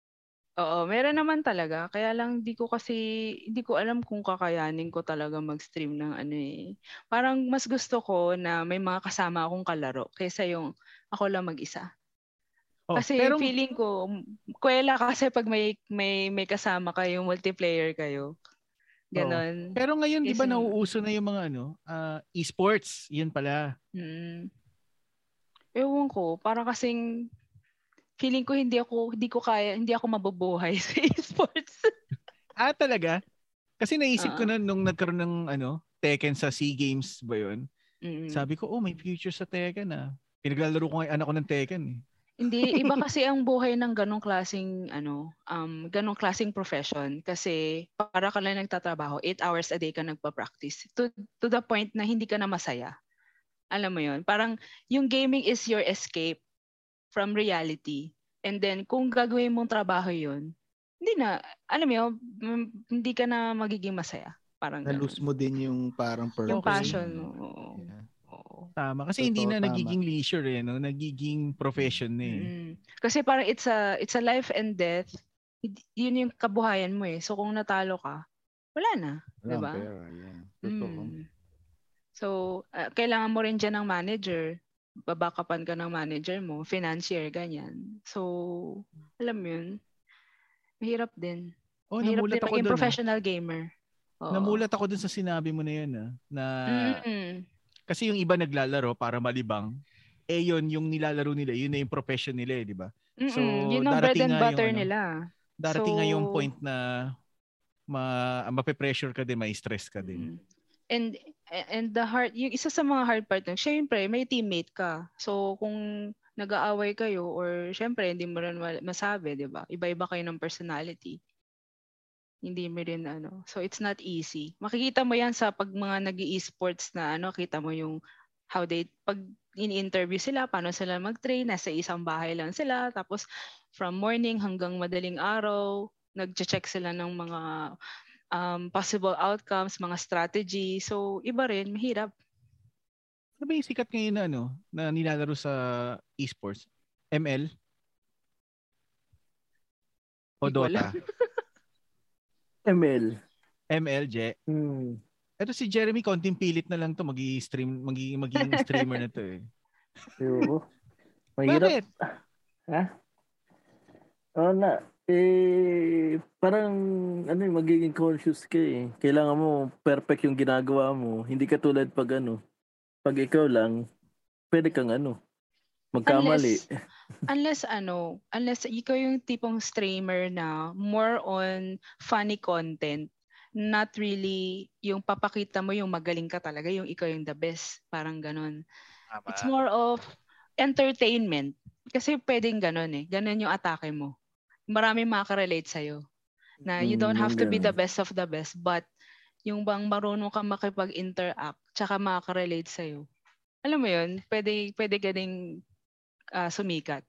S4: Oo, meron naman talaga. Kaya lang di ko kasi, hindi ko alam kung kakayanin ko talaga mag-stream ng ano eh. Parang mas gusto ko na may mga kasama akong kalaro kaysa yung ako lang mag-isa.
S1: Oh,
S4: kasi
S1: pero
S4: feeling ko, kwela kasi pag may, may, may kasama kayo, multiplayer
S1: Oh.
S4: kayo. Ganon.
S1: pero ngayon 'di ba
S4: Kasi-
S1: nauuso na yung mga ano, ah, esports, 'yun pala.
S4: Mm. Ewan ko, para kasing feeling ko hindi ako hindi ko kaya hindi ako mabubuhay sa esports.
S1: Ah, talaga? Kasi naisip ko
S4: Oo.
S1: na nung nagkaroon ng ano, Tekken sa SEA Games ba yun?
S4: Mm.
S1: Sabi ko, oh, may future sa Tekken ah. Pinaglalaro ko nga yung anak ko ng Tekken. eh.
S4: Hindi, iba kasi ang buhay ng ganong klasing, ano, um, ganong klasing profession. Kasi para ka lang nagtatrabaho, 8 hours a day ka nagpa-practice. To, to the point na hindi ka na masaya. Alam mo yon Parang yung gaming is your escape from reality. And then kung gagawin mong trabaho yon hindi na, alam mo yun, mm, hindi ka na magiging masaya. Parang ganun.
S3: Na-lose mo din yung parang purpose. Mm.
S4: Yung passion mo. oo.
S3: Yeah.
S4: Oo.
S1: Tama. Kasi
S3: Totoo,
S1: hindi na
S3: tama.
S1: nagiging leisure eh. No? Nagiging profession na eh.
S4: Mm. Kasi parang it's a it's a life and death. Hindi- Yun yung kabuhayan mo eh. So kung natalo ka, wala na.
S3: Wala
S4: Diba?
S3: ang pera, yeah. Totoo.
S4: Mm. So ah, kailangan mo rin dyan ng manager. Babakapan ka ng manager mo, financier, ganyan. So, alam mo yun. Mahirap din.
S1: Oh,
S4: Mahirap
S1: namulat
S4: din
S1: ako
S4: maging
S1: dun. ah.
S4: professional gamer. Oo.
S1: Namulat ako dun sa sinabi mo na yun ah. Na,
S4: Mm-mm.
S1: Kasi yung iba naglalaro para malibang. Eh yun, yung nilalaro nila, yun na yung profession nila eh, di ba?
S4: Mm-mm.
S1: So,
S4: yun ang bread
S1: darating
S4: and
S1: nga yung
S4: butter
S1: ano.
S4: nila.
S1: Darating nga yung
S4: So-
S1: point na ma mape-pressure ka din, may stress ka din.
S4: Mm. And and the hard yung isa sa mga hard part nun, syempre may teammate ka. So kung nag-aaway kayo or syempre hindi mo rin wal- masabi, 'di ba? Iba-iba kayo ng personality. Hindi mo rin ano. So it's not easy. Makikita mo 'yan sa pag mga nag-e-sports na ano, kita mo yung how they pag in-interview sila, paano sila mag-train, nasa isang bahay lang sila, tapos from morning hanggang madaling araw, nag-check sila ng mga um, possible outcomes, mga strategy. So, iba rin, mahirap.
S1: Ano ba yung sikat ngayon na ano na nilalaro sa esports? ML? O
S4: Hindi ko
S1: Dota?
S2: ML.
S1: ML, Je.
S2: Hmm.
S1: Ito si Jeremy, konting pilit na lang to magi-stream, magi magiging streamer na to eh.
S2: Ayoko. Mahirap.
S1: Bakit?
S2: Oo na. Eh, parang ano eh, magiging conscious ka eh. Kailangan mo perfect yung ginagawa mo. Hindi ka tulad pag ano, pag ikaw lang, pwede kang ano, magkamali.
S4: Unless ano, unless ikaw yung tipong streamer na more on funny content, not really yung papakita mo yung magaling ka talaga, yung ikaw yung the best. Parang ganun. It's more of entertainment. Kasi pwedeng ganun eh. Ganun yung atake mo. Marami makarelate sa'yo. Na you
S2: Mm,
S4: don't have
S2: yung
S4: to be the
S2: ganun.
S4: best of the best, but yung bang marunong ka makipag-interact tsaka makarelate sa'yo. Alam mo yun, pwede, pwede galing ah, sumikat.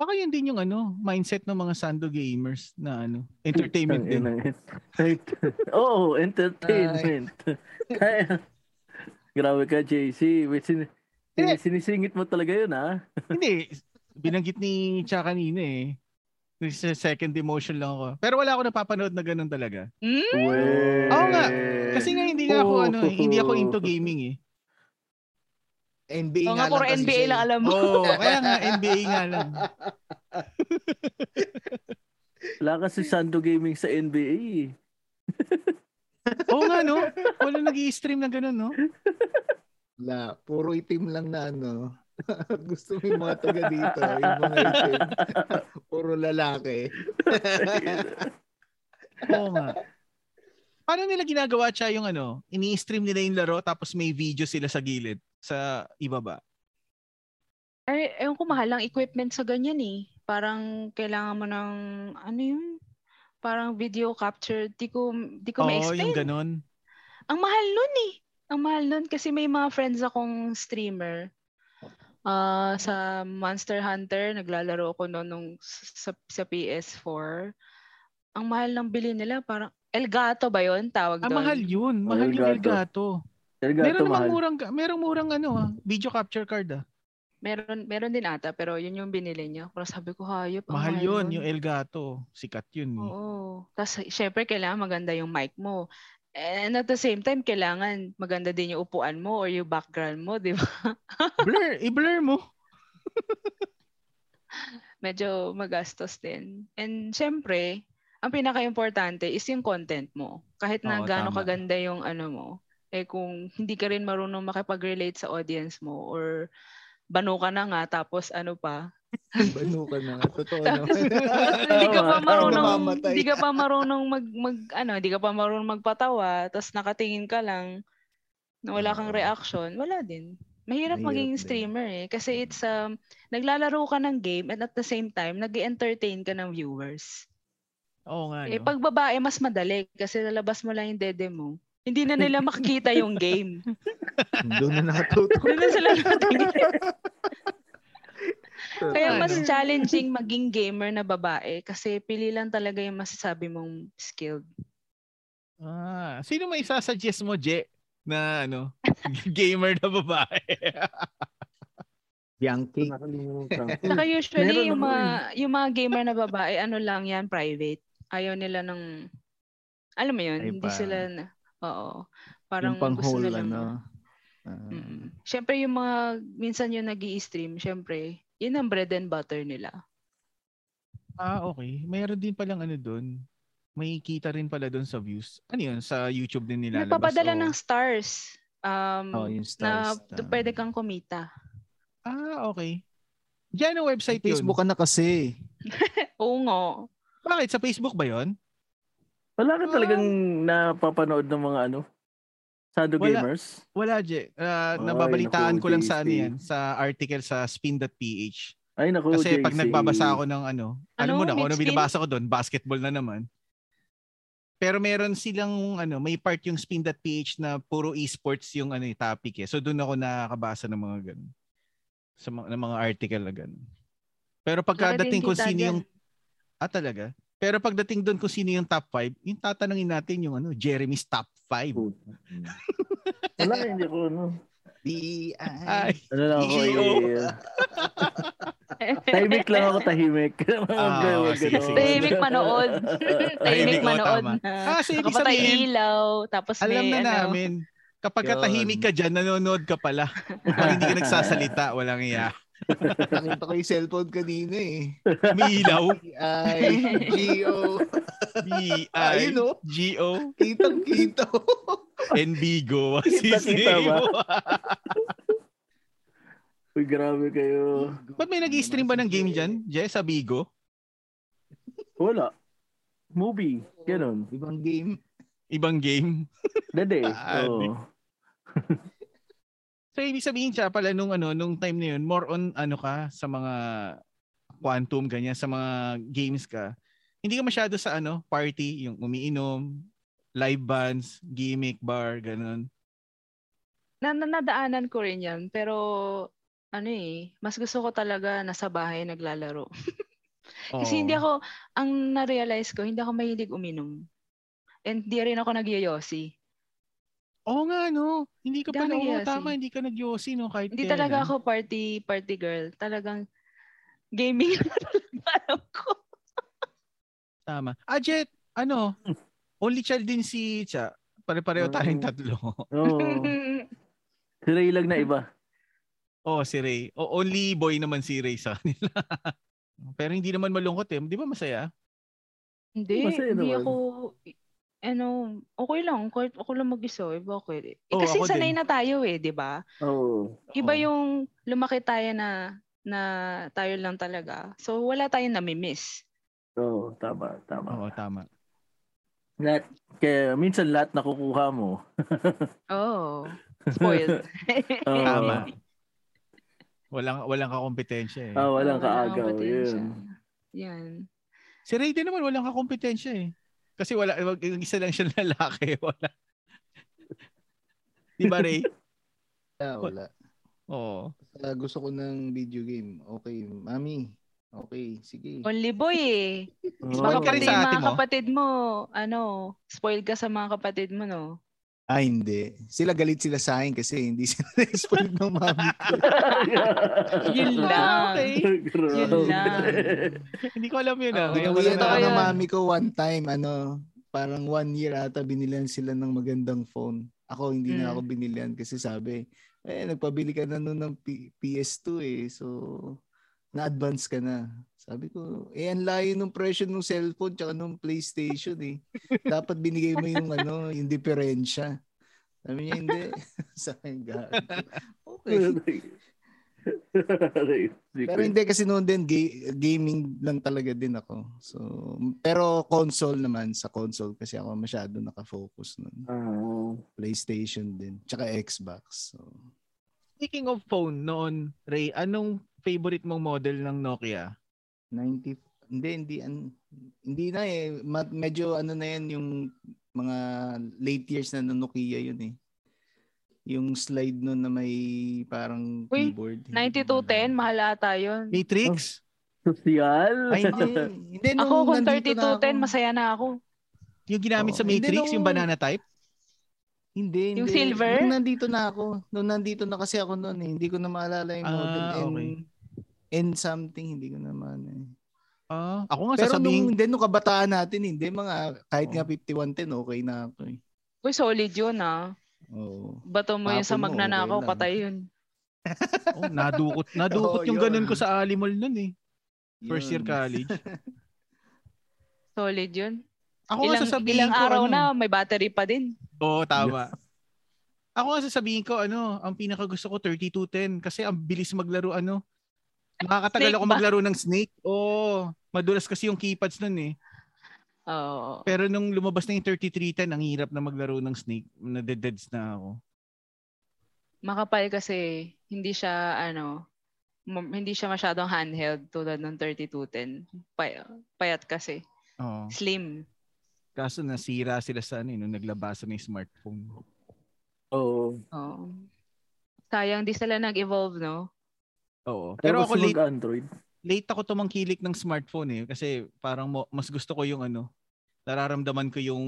S1: Baka yun din yung ano, mindset ng mga Sando gamers na ano, entertainment din.
S2: Oo, oh, entertainment. Kaya, grabe ka, JC. May sin-
S1: Eh.
S2: sinisingit mo talaga yun, ah. ha?
S1: Hindi, binanggit ni Cha kanina eh. Sa second emotion lang ako. Pero wala ako napapanood na ganun talaga.
S4: Hmm?
S2: Well,
S1: Oo nga. Kasi nga hindi nga ako
S2: Oh.
S1: ano, eh, hindi ako into gaming eh.
S3: NBA
S4: Oo
S3: nga
S4: nga, puro
S3: lang kasi
S4: NBA
S3: siya
S4: lang
S3: eh.
S4: alam mo.
S1: Oo, kaya nga NBA nga lang.
S2: Wala kasi Sando Gaming sa NBA. eh.
S1: Oo nga no, wala nag-i-stream na ganun no.
S3: Wala, puro itim lang na ano. Gusto mo yung mga taga dito, yung mga itim. puro lalaki.
S1: Oo nga. Paano nila ginagawa siya yung ano, ini-stream nila yung laro tapos may video sila sa gilid sa ibaba.
S4: Ay, ewan ko, mahal ang equipment sa ganyan eh. Parang kailangan mo ng, ano yun? Parang video capture. Di ko, di
S1: Oo,
S4: ko ma-explain.
S1: yung ganun.
S4: Ang mahal nun eh. Ang mahal nun kasi may mga friends akong streamer. Ah, sa Monster Hunter, naglalaro ako noon nung sa, sa PS4. Ang mahal ng bili nila, parang Elgato ba yon tawag
S1: Ah,
S4: doon?
S1: mahal yun. Mahal yung Elgato.
S2: Talaga,
S1: Meron
S2: ito
S1: namang
S2: mahal.
S1: murang, merong murang ano ah, video capture card ah.
S4: Meron, meron din ata, pero yun yung binili niya. Pero sabi ko, hayop. ang
S1: Mahal
S4: Oh, mahal Oh.
S1: yun, yung Elgato. Sikat yun. eh.
S4: Oo. Tapos, syempre, kailangan maganda yung mic mo. And at the same time, kailangan maganda din yung upuan mo or yung background mo, di ba?
S1: Blur, i-blur mo.
S4: Medyo magastos din. And syempre, ang pinaka-importante is yung content mo. Kahit na
S1: Oo,
S4: gaano
S1: tama.
S4: kaganda yung ano mo, eh kung hindi ka rin marunong makipag-relate sa audience mo or bano ka na nga tapos ano pa,
S3: Banu ka na nga. Totoo
S4: Tapos,
S3: naman.
S4: hindi ka pa
S2: Tama,
S4: marunong,
S3: namamatay.
S4: hindi ka pa marunong mag, mag ano, hindi ka pa marunong magpatawa, tapos nakatingin ka lang na wala
S3: Oo.
S4: kang reaction, wala din.
S3: Mahirap
S4: Mahirap, maging
S3: din.
S4: streamer eh kasi it's um naglalaro ka ng game and at the same time nag-entertain ka ng viewers.
S1: Oo nga.
S4: Eh
S1: no?
S4: pag babae mas madali kasi lalabas mo lang yung dede mo. Hindi na nila makikita yung game.
S3: Doon na nakatuto.
S4: Doon na sila nakatingin. Kaya
S1: Tama,
S4: mas
S1: no?
S4: challenging maging gamer na babae kasi pili lang talaga yung masasabi mong skilled.
S1: Ah, sino may isasuggest mo, Je, na ano, gamer na babae?
S3: Young
S2: Ito,
S3: king.
S2: nakalimutan ko.
S4: Saka usually
S2: Meron
S4: yung
S2: ako
S4: mga,
S3: eh.
S4: yung mga gamer na babae, ano lang yan, private. Ayaw nila ng, alam mo yun,
S3: Ay,
S4: hindi
S3: parang-
S4: sila na, oo. Parang
S3: Yung pang
S4: gusto
S3: whole
S4: nilang,
S3: ano. Ah,
S4: Mm. Siyempre yung mga, minsan yung nag stream siyempre, yun ang bread and butter nila.
S1: ah, okay. Mayroon din palang ano doon. May kita rin pala doon sa views. Ano yun? Sa YouTube din nilalabas.
S4: Nagpapadala
S1: o-
S4: ng stars. Um,
S3: oh, yung
S4: na
S3: stars.
S4: do- pwede kang kumita.
S1: Ah, okay. Diyan ang website
S3: Facebook
S1: yun.
S3: ka na kasi.
S4: Oo nga.
S1: Bakit? Sa Facebook ba yun?
S2: Wala ka talagang napapanood ng mga ano? Sado
S1: Wala.
S2: Gamers?
S1: Wala, Je. Ah,
S2: Ay,
S1: nababalitaan
S2: naku,
S1: ko lang sa
S2: JC.
S1: ano yan. Sa article sa spin.ph.
S2: Ay, naku,
S1: Kasi pag
S2: JC.
S1: nagbabasa ako ng ano, alam
S4: Ano,
S1: mo na kung ano
S4: mid-spin?
S1: binabasa ko doon, basketball na naman. Pero meron silang ano, may part yung spin.ph na puro esports yung ano yung topic eh. So doon ako nakakabasa ng mga ganun. Sa mga, ng mga article na ganun. Pero pagkadating kung sino yung ah talaga. Pero pagdating doon kung sino yung top 5, yung tatanungin natin yung ano, Jeremy's top 5.
S2: Wala, hindi ko ano.
S3: B.I.
S1: Ay,
S2: Ano lang ako
S1: Iyo.
S2: eh. Tahimik lang ako, tahimik.
S1: Ah,
S2: Huwag
S1: sige,
S2: ganun.
S1: sige.
S4: Tahimik manood.
S1: Tahimik,
S4: Tahimik
S1: oo,
S4: manood.
S1: tama.
S4: na.
S1: ah, so ibig
S4: Nakapatay
S1: sabihin,
S4: ilaw. Tapos
S1: alam
S4: may,
S1: na
S4: ano,
S1: namin. Kapag ka
S3: Yun.
S1: tahimik ka dyan, nanonood ka pala. Pag hindi ka nagsasalita, walang iya.
S3: Nakita ko yung cellphone kanina eh.
S1: May ilaw.
S3: B.I. G.O. Ayun
S1: B-I-G-O
S4: oh.
S3: o. Kitang kita ko.
S1: and Bigo.
S2: Kita-kita ba?
S1: Sisiyo.
S2: Uy, grabe kayo.
S1: Ba't may nag-stream ba ng game dyan? Jay, sa Bigo?
S2: Wala. Movie. Ganun.
S3: Ibang game.
S1: Ibang game?
S2: Dede. Oh.
S1: Ah,
S2: Oo.
S1: So, ibig sabihin siya pala nung, ano, nung time na yun, more on ano ka sa mga quantum, ganyan, sa mga games ka. Hindi ka masyado sa ano, party, yung umiinom, live bands, gimmick bar, ganun.
S4: na, na- nadaanan ko rin yan. Pero, ano eh, mas gusto ko talaga nasa bahay naglalaro. Kasi
S1: Oh.
S4: hindi ako, ang na-realize ko, hindi ako mahilig uminom. And hindi rin ako nagyoyosi.
S1: Oo nga, no? Hindi ka
S4: Hindi
S1: pa
S4: ako
S1: oo,
S4: nagyayasi.
S1: tama, hindi ka nag-yossi, no? Kahit
S4: Hindi
S1: kailan.
S4: talaga ako party party girl. Talagang gaming lang talaga alam ko.
S1: Tama. Ah, Jet, ano, only child din si Cha. Pare-pareho
S4: Mm.
S2: Oo.
S1: tayong tatlo.
S2: Oo. Si Ray Oh. lang na iba.
S1: Oo, si Ray. O, only boy naman si Ray sa kanila. Pero hindi naman malungkot eh. Di ba masaya?
S4: Hindi,
S2: Masaya
S4: hindi
S2: naman.
S4: ako, i- ano, okay lang, kahit ako lang mag-isa, eh, bakit? Eh,
S1: Oo,
S4: kasi
S1: ako
S4: sanay
S1: din.
S4: na tayo eh, di ba?
S2: Oo.
S4: Iba
S1: Oo.
S4: yung lumaki tayo na, na tayo lang talaga. So, wala tayong namimiss.
S2: Oo, Oh, tama, tama.
S1: Oo, tama.
S2: Lahat, kaya minsan lahat nakukuha mo.
S4: Oh, spoiled.
S2: Oo.
S1: Tama. Walang, walang kakompetensya eh.
S4: Oh.
S2: Ah, walang kaagaw.
S4: kapatid siya.
S2: Yun.
S4: Yan.
S1: Si Ray din naman walang kakompetensya eh. Kasi wala, wag- isa lang siya lalaki. Wala. Di ba Ray?
S3: Ah, wala.
S1: Oo.
S3: Basta gusto ko ng video game. Okay, mami. Okay, sige.
S4: Only boy eh.
S2: Oo.
S1: Spoiled
S4: Baka
S1: ka rin
S4: pati
S1: sa
S4: yung
S1: atin,
S4: mga
S1: oh.
S4: kapatid mo, ano, spoiled ka sa mga kapatid mo, no?
S3: Ah, hindi. Sila galit sila sa akin kasi hindi sila na-spoil ng mami ko.
S4: Yun
S1: Ah,
S4: lang. eh.
S1: okay.
S2: Grabe.
S4: Yun lang.
S1: Hindi ko alam yun ah.
S3: Oo,
S1: Kaya wala
S3: Weird
S1: na.
S3: ako
S4: na-
S3: ng
S4: Totoo yun.
S3: ano, mami ko one time, ano, parang one year ata binilan sila ng magandang phone. Ako hindi
S1: Hmm.
S3: na
S4: Mm.
S3: ako binilian kasi sabi, eh nagpabili ka na noon ng P- PS2 eh. So na-advance ka na. Sabi ko, eh ang layo ng presyo ng cellphone tsaka ng PlayStation eh. Dapat binigay mo yung ano, yung diferensya. Sabi niya, hindi. Sabi niya, "Gago." Okay. Pero hindi kasi noon din ga- gaming lang talaga din ako. So pero console naman sa console kasi ako masyado naka-focus noon.
S2: Ah, Oo.
S3: PlayStation din, tsaka Xbox. So
S1: Speaking of phone noon, Ray, anong favorite mong model ng Nokia?
S3: 90 hindi hindi an, hindi na eh Ma- medyo ano na yan yung mga late years na ng Nokia yun eh. Yung slide noon na may parang
S4: Uy,
S3: keyboard. Hindi ko
S4: 9210,
S3: maalala.
S4: mahal ata yun.
S1: Matrix?
S2: Social?
S3: Ay, hindi. hindi nung
S4: Ako kung
S3: nandito na ako.
S4: 3210, masaya na ako.
S1: Yung ginamit
S3: Oo.
S1: sa
S3: Hindi
S1: Matrix,
S3: nung-
S1: yung banana type?
S3: Hindi,
S4: Yung
S3: hindi.
S4: silver?
S3: Nung nandito na ako. Nung nandito na kasi ako noon eh. Hindi ko na maalala
S1: Ah,
S3: yung model. And,
S1: okay.
S3: and something, hindi ko na maalala. eh.
S1: Ah, ako nga
S3: Pero
S1: sasabihin. Oh.
S3: nung, hindi, nung kabataan natin, hindi. Mga, kahit
S1: Oo.
S3: nga 5110, okay na ako eh.
S4: Uy, solid yun ah.
S3: Oo.
S4: Bato mo yun sa
S3: Hapon mo,
S4: magnanakaw,
S3: okay lang.
S4: patay yun.
S1: Oh, nadukot, nadukot
S3: Oo,
S1: yung
S3: yun.
S1: ganun ko sa Alimol nun eh. First year
S3: Yun.
S1: college.
S4: Solid yun.
S1: Ako nga
S4: Ilang,
S1: sasabihin
S4: ilang
S1: ko.
S4: araw
S1: ano,
S4: na, may battery pa din.
S1: Oo, tama. Ako nga sasabihin ko, ano, ang pinaka gusto ko 3210 kasi ang bilis maglaro, ano. Nakakatagal
S4: Snake
S1: ako
S4: ba?
S1: maglaro ng Snake. Oo. Madulas kasi yung keypads nun eh.
S4: Oo.
S1: Pero nung lumabas na yung 3310, ang hirap na maglaro ng Snake. Nadedeads na ako.
S4: Makapal kasi, hindi siya, ano, ma- hindi siya masyadong handheld tulad ng 3210. Pay- payat kasi.
S1: Oo.
S4: Slim.
S1: Kaso nasira sila sa ano eh, nung naglabasan ng smartphone.
S2: Oo.
S4: Oo. Sayang, di sila nag-evolve, no?
S1: Oo.
S2: Pero
S1: Pero ako late,
S2: Android.
S1: late ako tumangkilik ng smartphone eh kasi parang mo, mas gusto ko yung ano, nararamdaman ko yung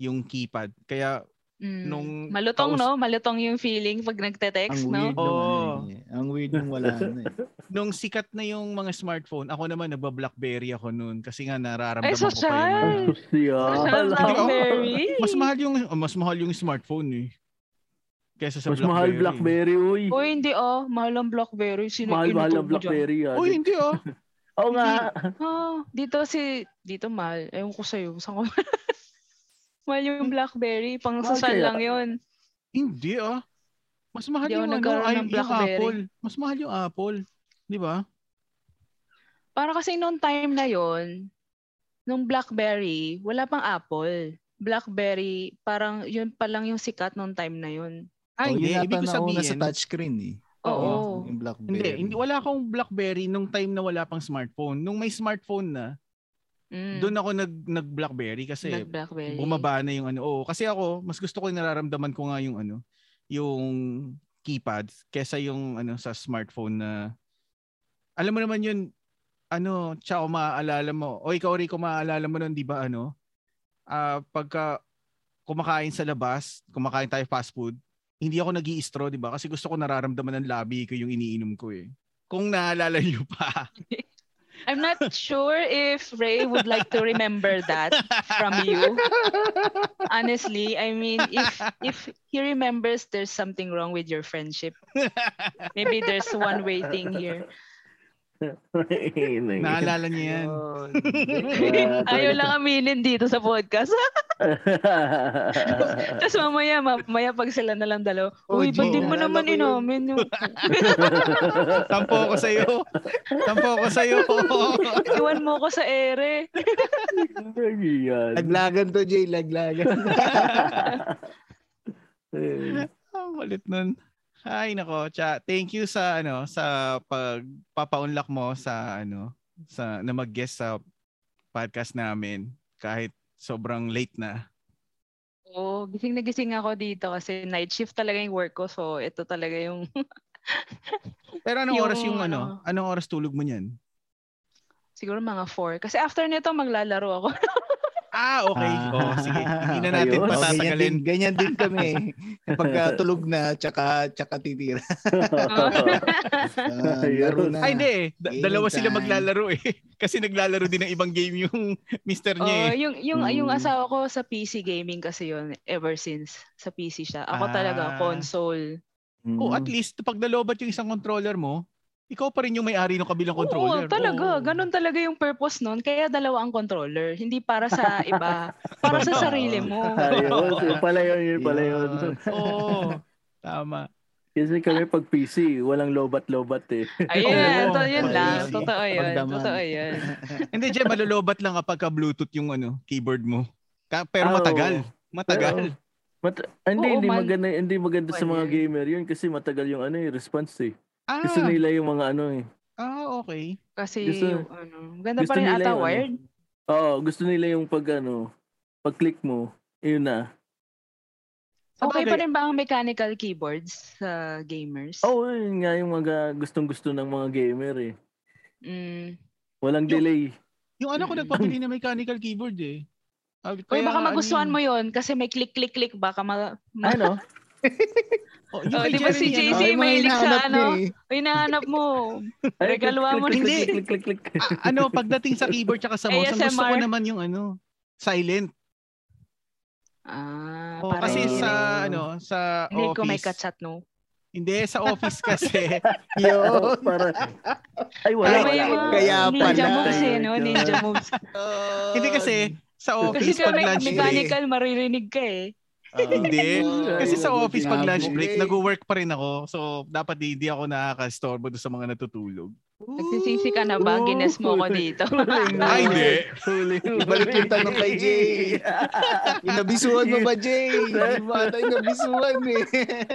S1: yung keypad. Kaya
S4: Mm.
S1: Nung
S4: Malutong,
S1: paus-
S4: no? Malutong yung feeling pag
S3: Ang
S4: nagte-text,
S3: weird nung
S4: no?
S3: ano
S1: Oo.
S3: eh. Ang weird nung wala na eh.
S1: nung sikat na yung mga smartphone, ako naman nagba-BlackBerry ako noon kasi nga nararamdaman ko pa
S4: Ay,
S1: yung
S4: social!
S1: mga-
S2: Ah, Social.
S4: Blackberry.
S1: mas mahal yung oh, mas mahal yung smartphone eh. Kaysa sa
S2: Mas mahal
S1: BlackBerry.
S2: Blackberry, uy.
S4: Uy, hindi oh. Mahal ang Blackberry. Sino
S2: Mahal, mahal ang
S4: inutom mo dyan?
S2: Blackberry. ah.
S1: Uy, hindi oh.
S2: Oo nga.
S4: Oh, dito si dito mahal. Ewan ko sa'yo. Saan ko mahal yung Blackberry. Pang
S2: Mahal
S4: social
S2: kaya?
S4: lang yun.
S1: Hindi ah. Mas mahal
S4: Hindi ako
S1: yung, ano,
S4: nagkaroon
S1: ay,
S4: ng
S1: yung
S4: Blackberry.
S1: Apple. Mas mahal yung Apple. Di ba?
S4: Para kasi noong time na yon, nung Blackberry, wala pang Apple. Blackberry, parang yun pa lang yung sikat noong time na yon.
S1: Ay,
S3: Oh,
S1: hindi.
S3: yun ata
S1: Ibig ko
S3: nauna
S1: sabihin,
S3: sa touchscreen eh.
S4: Oo.
S3: Yung Blackberry.
S1: Hindi, hindi wala akong BlackBerry nung time na wala pang smartphone. Nung may smartphone na,
S4: Mm,
S1: doon ako nag nag-BlackBerry kasi
S4: nag-Blackberry.
S1: bumaba na yung ano. Oo, kasi ako mas gusto ko yung nararamdaman ko nga yung ano, yung keypad kesa yung ano sa smartphone na alam mo naman yun ano, tsaka maaalala mo. O ikaw Rico, maaalala mo nun, di ba ano? Ah, pagka kumakain sa labas, kumakain tayo fast food, hindi ako nag straw di ba? Kasi gusto ko nararamdaman ng labi ko yung iniinom ko eh. Kung naalala niyo pa.
S4: I'm not sure if Ray would like to remember that from you. Honestly, I mean, if if he remembers there's something wrong with your friendship, maybe there's one way thing here.
S1: Naalala niya yan.
S4: Ayaw lang aminin dito sa podcast. Tapos mamaya, mamaya pag sila na lang dalaw,
S3: Oh,
S4: Uy, ba't
S3: Gio,
S4: di mo
S3: naalala
S4: naman
S3: ko yun."
S4: inamin yung
S1: Tampo ako sa'yo. Tampo ako sa'yo.
S4: iwan mo ko sa ere?
S3: Laglagan to, Jay. Laglagan.
S1: Ang malit nun. Ay nako, cha. Thank you sa ano sa pagpapaunlak mo sa ano sa na mag-guest sa podcast namin kahit sobrang late na.
S4: Oo, gising na gising ako dito kasi night shift talaga yung work ko. So, ito talaga yung
S1: Pero anong
S4: Yung
S1: oras yung ano?
S4: ano.
S1: Anong oras tulog mo niyan?
S4: siguro mga 4. Kasi after nito, maglalaro ako.
S1: Ah, okay. Oh, sige. Hindi na natin
S2: Ayos.
S1: patatagalin.
S3: Oh, Ganyan din, ganyan din kami. Pagka tulog na, tsaka, tsaka titira. Ah, laro na.
S1: Ay, hindi eh. Da-
S3: Game
S1: dalawa sila
S3: time.
S1: maglalaro eh. Kasi naglalaro din ng ibang game yung mister niya
S4: Oo,
S1: eh.
S4: Oh, yung, yung,
S2: Mm.
S4: yung asawa ko sa PC gaming kasi yun ever since. Sa PC siya. Ako
S1: Ah.
S4: talaga, console.
S1: Oh, at least pag nalobat yung isang controller mo, ikaw pa rin yung may-ari ng kabilang controller. Oh.
S4: Oo, talaga.
S1: Oo.
S4: Ganun talaga yung purpose nun. Kaya dalawa ang controller. Hindi para sa iba. Para sa sarili mo.
S2: Ayos. Yung pala yun, yun pala yun.
S1: Oo. Tama.
S2: Kasi kami pag PC, walang lobat-lobat eh.
S4: Ayun,
S1: Oo,
S4: to, yun
S1: pag
S4: lang.
S1: PC.
S4: Totoo yun.
S3: Pagdaman.
S4: Totoo yun.
S1: Hindi, Jem, malulobat lang kapag ka-bluetooth yung ano, keyboard mo. Ka- pero
S2: Ah,
S1: matagal.
S2: oo.
S1: Matagal.
S2: Mat- ah, hindi,
S4: Oo,
S2: hindi
S4: man.
S2: maganda, hindi maganda sa
S4: One
S2: mga
S4: year.
S2: gamer yun kasi matagal yung ano eh, response eh.
S1: Ah,
S2: Gusto
S4: Hmm.
S2: nila yung mga ano eh.
S1: ah, okay.
S4: Kasi,
S2: Gusto-
S4: yung ano, ganda
S2: Gusto
S4: pa rin
S2: nila
S4: ata
S2: yung ano.
S4: wired.
S2: Oo, gusto nila yung pag ano, pag-click mo, yun na.
S4: Okay
S1: Sabagay.
S4: pa rin ba ang mechanical keyboards sa gamers?
S2: Oo, oh, yun nga yung mga gustong-gusto ng mga gamer eh.
S4: Mm.
S2: Walang
S1: Yung-
S2: delay.
S1: Yung anak ko
S4: Mm-mm.
S1: nagpapili ng mechanical keyboard eh. Ah,
S4: Uy,
S1: kaya
S4: baka
S1: nga,
S4: magustuhan
S1: ano
S4: mo yun kasi may click-click-click baka ma... ma-
S1: yun?
S2: Ano?
S1: Oh, yung
S4: Oh,
S1: kay
S4: di ba si
S1: Jeremy, ano?
S4: JC?
S3: Ay, mga
S4: mahilig sa
S3: hinahanap
S4: ano?
S3: niya eh.
S4: Uy, nahanap mo.
S2: Ay,
S4: Regaluhan
S2: click,
S4: mo
S2: click,
S4: ng-
S2: click, click, click, click, click.
S1: Ah, ano, pagdating sa keyboard tsaka sa mouse, ang gusto ko
S4: ASMR.
S1: naman yung ano, silent.
S4: Ah,
S1: Oh,
S4: parang
S1: kasi
S4: yun.
S1: sa ano, sa
S4: Hindi ko may
S1: office.
S4: kachat, no?
S1: Hindi, sa office kasi.
S2: Oo, para... Ay, wala,
S4: Ay,
S3: Ay,
S4: may
S2: wala,
S4: mga
S2: wala.
S3: kaya
S4: ninja
S3: pala.
S4: moves eh, no?
S2: Ayun.
S4: Ninja moves.
S3: Oh.
S1: Hindi kasi, sa
S4: Kasi
S1: office
S4: kung
S1: pag
S4: may
S1: lunch eh. break.
S4: mechanical, maririnig ka eh.
S3: Oh.
S1: Hindi. Kasi sa
S2: Ayun,
S1: office pag lunch break,
S3: Okay.
S1: nag-work pa rin ako. So, dapat di- hindi ako nakakastorbo doon sa mga natutulog.
S4: Nagsisisi ka na
S1: Oh.
S4: ba? Gines mo ko dito. Ano
S2: Huling-
S1: Ay, hindi.
S2: huling-
S3: Ibalik yung tanong kay Jay. Yung nabisuhan mo ba, Jay? Di ba tayo nabisuhan eh?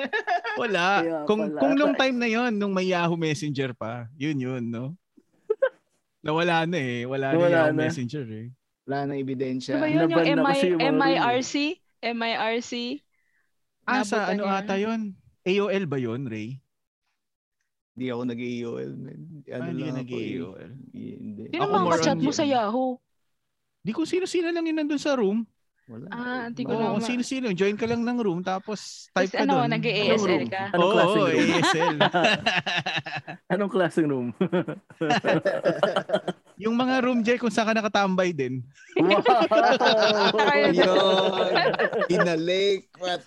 S1: Wala.
S2: Kaya
S1: Kung
S2: pala.
S1: kung nung time na yon, nung may Yahoo Messenger pa, yun yun, no? Nawala na eh. Wala na
S2: Nawala
S1: Yahoo
S2: na.
S1: Messenger eh.
S3: Wala na ebidensya.
S4: Ano ba yun? Yung
S2: Naban na
S4: MI,
S2: kasi yung mga
S4: MIRC? MIRC?
S1: Ah, sa
S4: Nabutan
S1: ano
S4: niya.
S1: ata yun? AOL ba yun, Ray?
S3: Hindi ako nag-AOL. man. Ano
S1: Ah, hindi ka
S3: lang ako eh.
S1: nag-AOL.
S3: Hindi.
S4: Sino
S1: Ako
S4: mga
S1: more
S4: kachat
S1: on
S4: mo
S1: yun.
S4: sa Yahoo?
S1: Di ko sino-sino lang yun nandun sa room.
S3: Wala.
S4: Ah, hindi ko
S1: Oo,
S4: alam.
S1: kung sino-sino. Join ka lang ng room, tapos type
S4: Tapos
S1: ka
S4: ano,
S1: dun.
S2: Anong
S4: nag-ASL
S2: room?
S4: ka?
S2: Anong
S1: Oo, eh. oo,
S2: klaseng room?
S1: ASL.
S2: Anong klaseng room?
S1: Yung mga room, Jay, kung saan ka nakatambay din.
S2: wow!
S4: Tayo na.
S3: Yun. Inalik. What?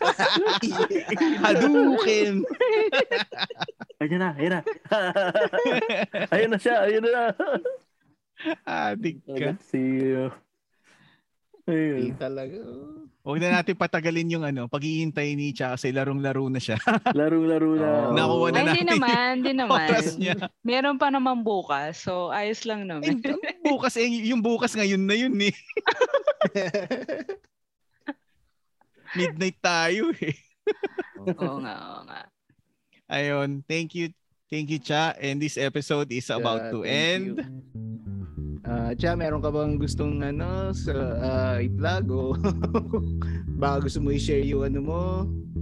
S1: Hadouken!
S2: Ayan na, ayan na. ayan na siya, ayan na. Oh,
S1: Adik
S3: Diba?
S1: ka.
S2: Let's see you.
S3: Hindi
S2: Ayun.
S3: talaga.
S1: Huwag na natin patagalin yung ano, paghihintay ni Cha kasi larong-laro na siya.
S2: Larong-laro na.
S3: Oo.
S1: Nakuha
S4: Ay,
S1: na
S4: hindi
S1: natin.
S4: naman, hindi naman.
S1: Oras niya.
S4: Meron pa naman bukas, so ayos lang
S1: Ay,
S4: naman.
S1: bukas eh, yung bukas ngayon na yun eh. Midnight tayo eh.
S4: oo nga, oo nga.
S1: Ayun, thank you. Thank you, Cha. And this episode is about
S3: Yeah,
S1: to
S3: thank
S1: end.
S3: you. Ah, Cha, meron ka bang gustong ano sa ah, i-plug o baka gusto mo i-share yung ano mo,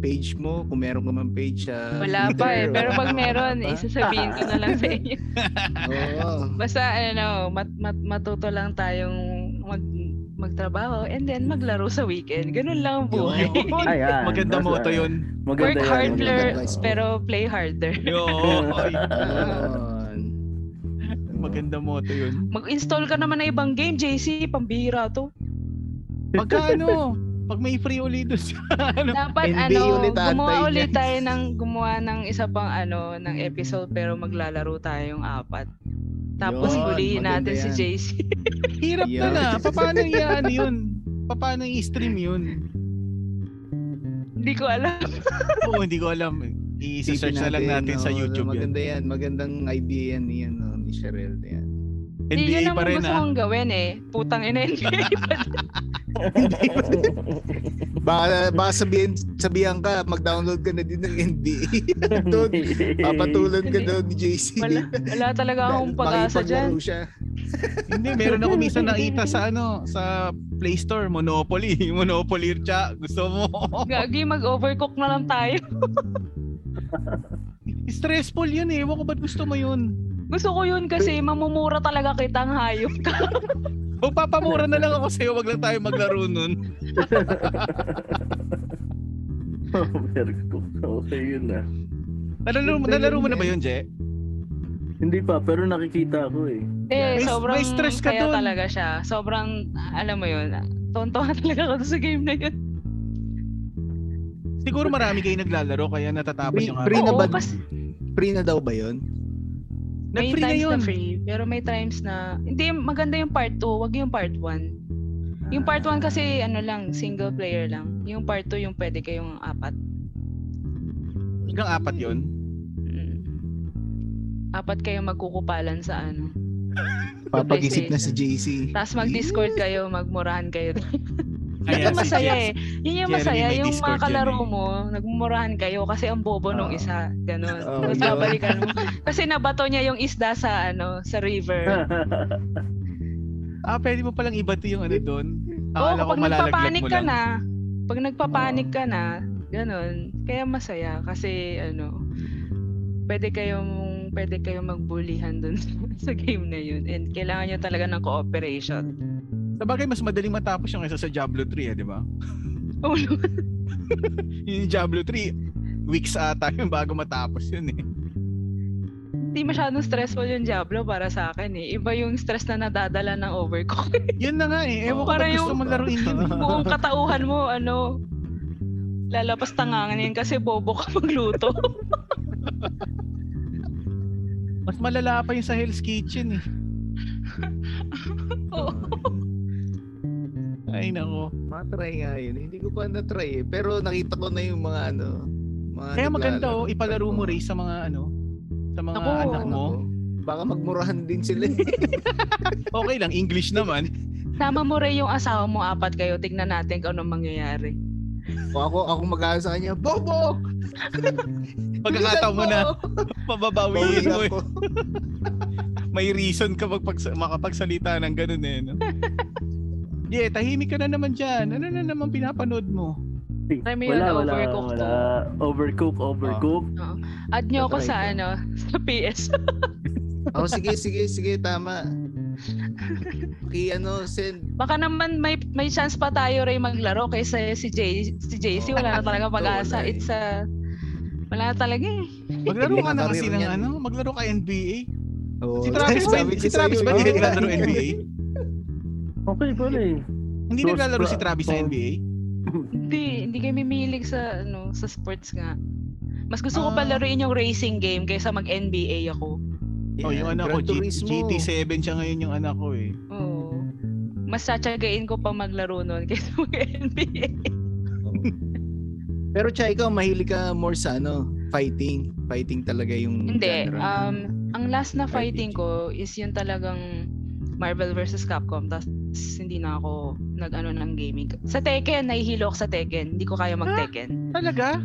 S3: page mo, kung meron ka man page sa
S4: Wala pa eh.
S3: Twitter,
S4: Pero
S3: wala
S4: pag
S3: pa.
S4: meron, eh.
S3: Wala pa.
S4: isasabihin ko na lang sa inyo.
S3: Oo.
S4: Basta, ano, mat, mat, matuto lang tayong mag, magtrabaho and then maglaro sa weekend. Ganun lang ang buhay.
S2: Ayan.
S1: Maganda
S2: Basta-
S1: mo to yun.
S2: Maganda
S4: Work
S2: yan,
S4: hard,
S2: maganda.
S4: learn, pero play harder.
S1: Yo, oy.
S3: Ayun.
S1: Maganda moto yun.
S4: Mag-install ka naman ng ibang game, JC. Pambihira to.
S1: Pagka ano, pag may free ulit doon sa ano.
S4: Dapat
S3: NBA
S4: ano,
S3: ulit aantay
S4: gumawa
S3: niya.
S4: ulit tayo ng gumawa ng isa pang ano, ng episode pero maglalaro tayong apat. Tapos
S3: Yun,
S4: hulihin
S3: maganda
S4: natin si
S3: yan.
S4: JC.
S1: Hirap na
S3: Yun.
S1: na. Paano i-ano yun? Paano i-stream yun?
S4: Hindi ko alam.
S1: Oo, hindi ko alam. I-search na lang natin sa
S3: no,
S1: YouTube yan.
S3: Maganda yan. Magandang idea yan, yan no, ni Sherelle. Yan.
S4: Hindi
S1: NBA
S4: yun
S1: pa
S4: naman
S1: rin
S4: gusto
S1: ah.
S4: kong gawin eh. Putang ina NBA.
S3: Baka, baka sabihin, sabihan ka, mag-download ka na din ng NBA. Doon, Ah, papatulan ka
S4: Hindi.
S3: daw ni JC.
S4: wala, wala talaga akong
S3: Dahil
S4: pag-asa
S3: makipaglaro
S4: dyan.
S3: siya.
S1: Hindi, meron ako minsan nakita sa ano, sa Play Store, Monopoly. Monopoly, cha. Gusto mo.
S4: Gagi, mag-overcook na lang tayo.
S1: Stressful yun eh. Ewan ko ba't gusto mo yun?
S4: Gusto ko yun kasi mamumura talaga kitang hayop ka.
S1: O papamura na lang ako sa'yo. Wag lang tayo maglaro nun.
S2: Overcooked. Oh, okay, yun na.
S1: Nalaro, nalaro mo na ba yun, Je?
S2: Hindi pa, pero nakikita ako eh.
S4: Eh,
S1: May-
S4: sobrang
S1: may stress ka
S4: kaya
S1: dun.
S4: talaga siya. Sobrang, alam mo yun, tontuhan talaga ako dun sa game na yun.
S1: Siguro marami kayo naglalaro kaya natatapos
S3: Free-
S1: yung
S3: free
S1: araw.
S3: na
S4: Oo,
S3: ba?
S4: kasi
S3: Free na daw ba yun?
S4: may
S1: Nag-free na
S4: times
S1: yun.
S4: na free. Pero may times na, hindi, maganda yung part 2, wag yung part 1. Yung part 1 kasi, ano lang, single player lang. Yung part 2, yung pwede kayong apat.
S1: Hanggang apat yun.
S4: Mm. Apat kayong magkukupalan sa ano.
S3: Papag-isip na si JC.
S4: Tapos mag-discord kayo, magmurahan kayo.
S1: Ayan,
S4: Yun yung masaya
S1: Jess.
S4: eh. Yun yung
S1: Jeremy,
S4: masaya.
S1: may
S4: Yung mga
S1: Discord
S4: kalaro
S1: yan eh.
S4: mo, nagmumurahan kayo kasi ang bobo nung
S2: Oo.
S4: isa. Ganon.
S3: Oo,
S4: Tapos
S3: yun.
S4: babalikan mo. Kasi nabato niya yung isda sa ano sa river.
S1: Ah, pwede mo palang iba't yung ano doon.
S4: Oo,
S1: Akala ko
S4: kapag
S1: malalaglag
S4: nagpapanik
S1: mo
S4: ka
S1: lang.
S4: na, pag nagpapanik ka na, ganon. Kaya masaya kasi ano, pwede kayong pwede kayong magbulihan dun sa game na yun. And kailangan nyo talaga ng cooperation.
S1: Sa bagay, mas madaling matapos yung kaysa sa Diablo 3, eh, di ba?
S4: Oo,
S1: Yung Diablo 3, weeks ata yun bago matapos yun eh.
S4: Hindi masyadong stressful yung Diablo para sa akin eh. Iba yung stress na nadadala ng overcook.
S1: Yun na nga eh. Ewan ko
S4: Para
S1: ba't gusto
S4: yung-
S1: mo laruin yun eh.
S4: buong katauhan mo, ano, lalapas tangangan yan kasi bobo ka magluto.
S1: Mas malala pa yung sa Hell's Kitchen eh.
S4: Oo.
S1: Ay nako.
S3: Matry nga yun. Hindi ko pa na-try eh. Pero nakita ko na yung mga ano. Mga
S1: Kaya maganda
S3: naglalaro.
S1: oh, ipalaro mo rin sa mga ano, sa mga
S4: Ako.
S1: anak mo.
S3: Ako. Baka magmurahan din sila. eh.
S1: Okay lang, English naman.
S4: Sama mo rin yung asawa mo, apat kayo. Tignan natin kung anong mangyayari.
S3: o ako, ako mag sa kanya, Bobo!
S1: Pagkakataon mo na,
S3: Bilisan
S1: pababawiin
S3: Bawiin
S1: mo. eh.
S3: ako.
S1: May reason ka magpagsa- makapagsalita ng ganun eh. No? Yeah, tahimik ka na naman dyan. Ano na naman pinapanood mo?
S4: Try mo yun,
S2: wala, wala,
S4: overcooked
S2: wala. Overcooked, overcooked.
S4: Add nyo ako
S3: Tatry
S4: sa
S3: ko.
S4: ano, sa PS.
S3: Oh, sige, sige, sige, tama. Okay, ano, send.
S4: Baka naman may may chance pa tayo rin maglaro kaysa si Jay si
S3: Oo.
S4: JC wala na talaga pag-asa.
S3: Wala eh.
S4: It's a wala talaga eh.
S1: Maglaro ka na
S3: Pinakarir
S1: kasi ng
S3: niyan.
S1: ano? Maglaro ka NBA?
S3: Oh,
S1: Si Travis ba,
S3: sabi ko
S1: si Travis
S3: sa'yo,
S1: ba hindi
S3: eh.
S1: naglalaro NBA?
S4: Ah.
S2: Okay, pala eh.
S1: Hindi
S2: Close
S1: naglalaro si
S2: bra-
S1: Travis sa
S2: oh.
S1: NBA?
S4: Hindi, hindi kami mimilig sa ano, sa sports nga. Mas gusto ko
S1: Ah.
S4: pa laruin yung racing game kaysa mag NBA ako.
S1: Oh, yung
S3: Yan,
S1: anak ko,
S3: Gran
S1: G-
S3: Turismo.
S1: GT7 siya ngayon yung anak ko eh.
S4: Oo. Mas tsatsagain ko pa maglaro noon kaysa mag NBA.
S3: Pero Chay, ikaw, mahilig ka more sa ano, fighting. Fighting talaga yung
S4: Hindi.
S3: genre.
S4: Um, ang last na
S3: RPG.
S4: fighting ko is yung talagang Marvel versus Capcom. Tapos hindi na ako nag-ano ng gaming. Sa Tekken, nahihilo ako sa Tekken. Hindi ko
S1: Ah!
S4: kaya mag-Tekken.
S1: Talaga?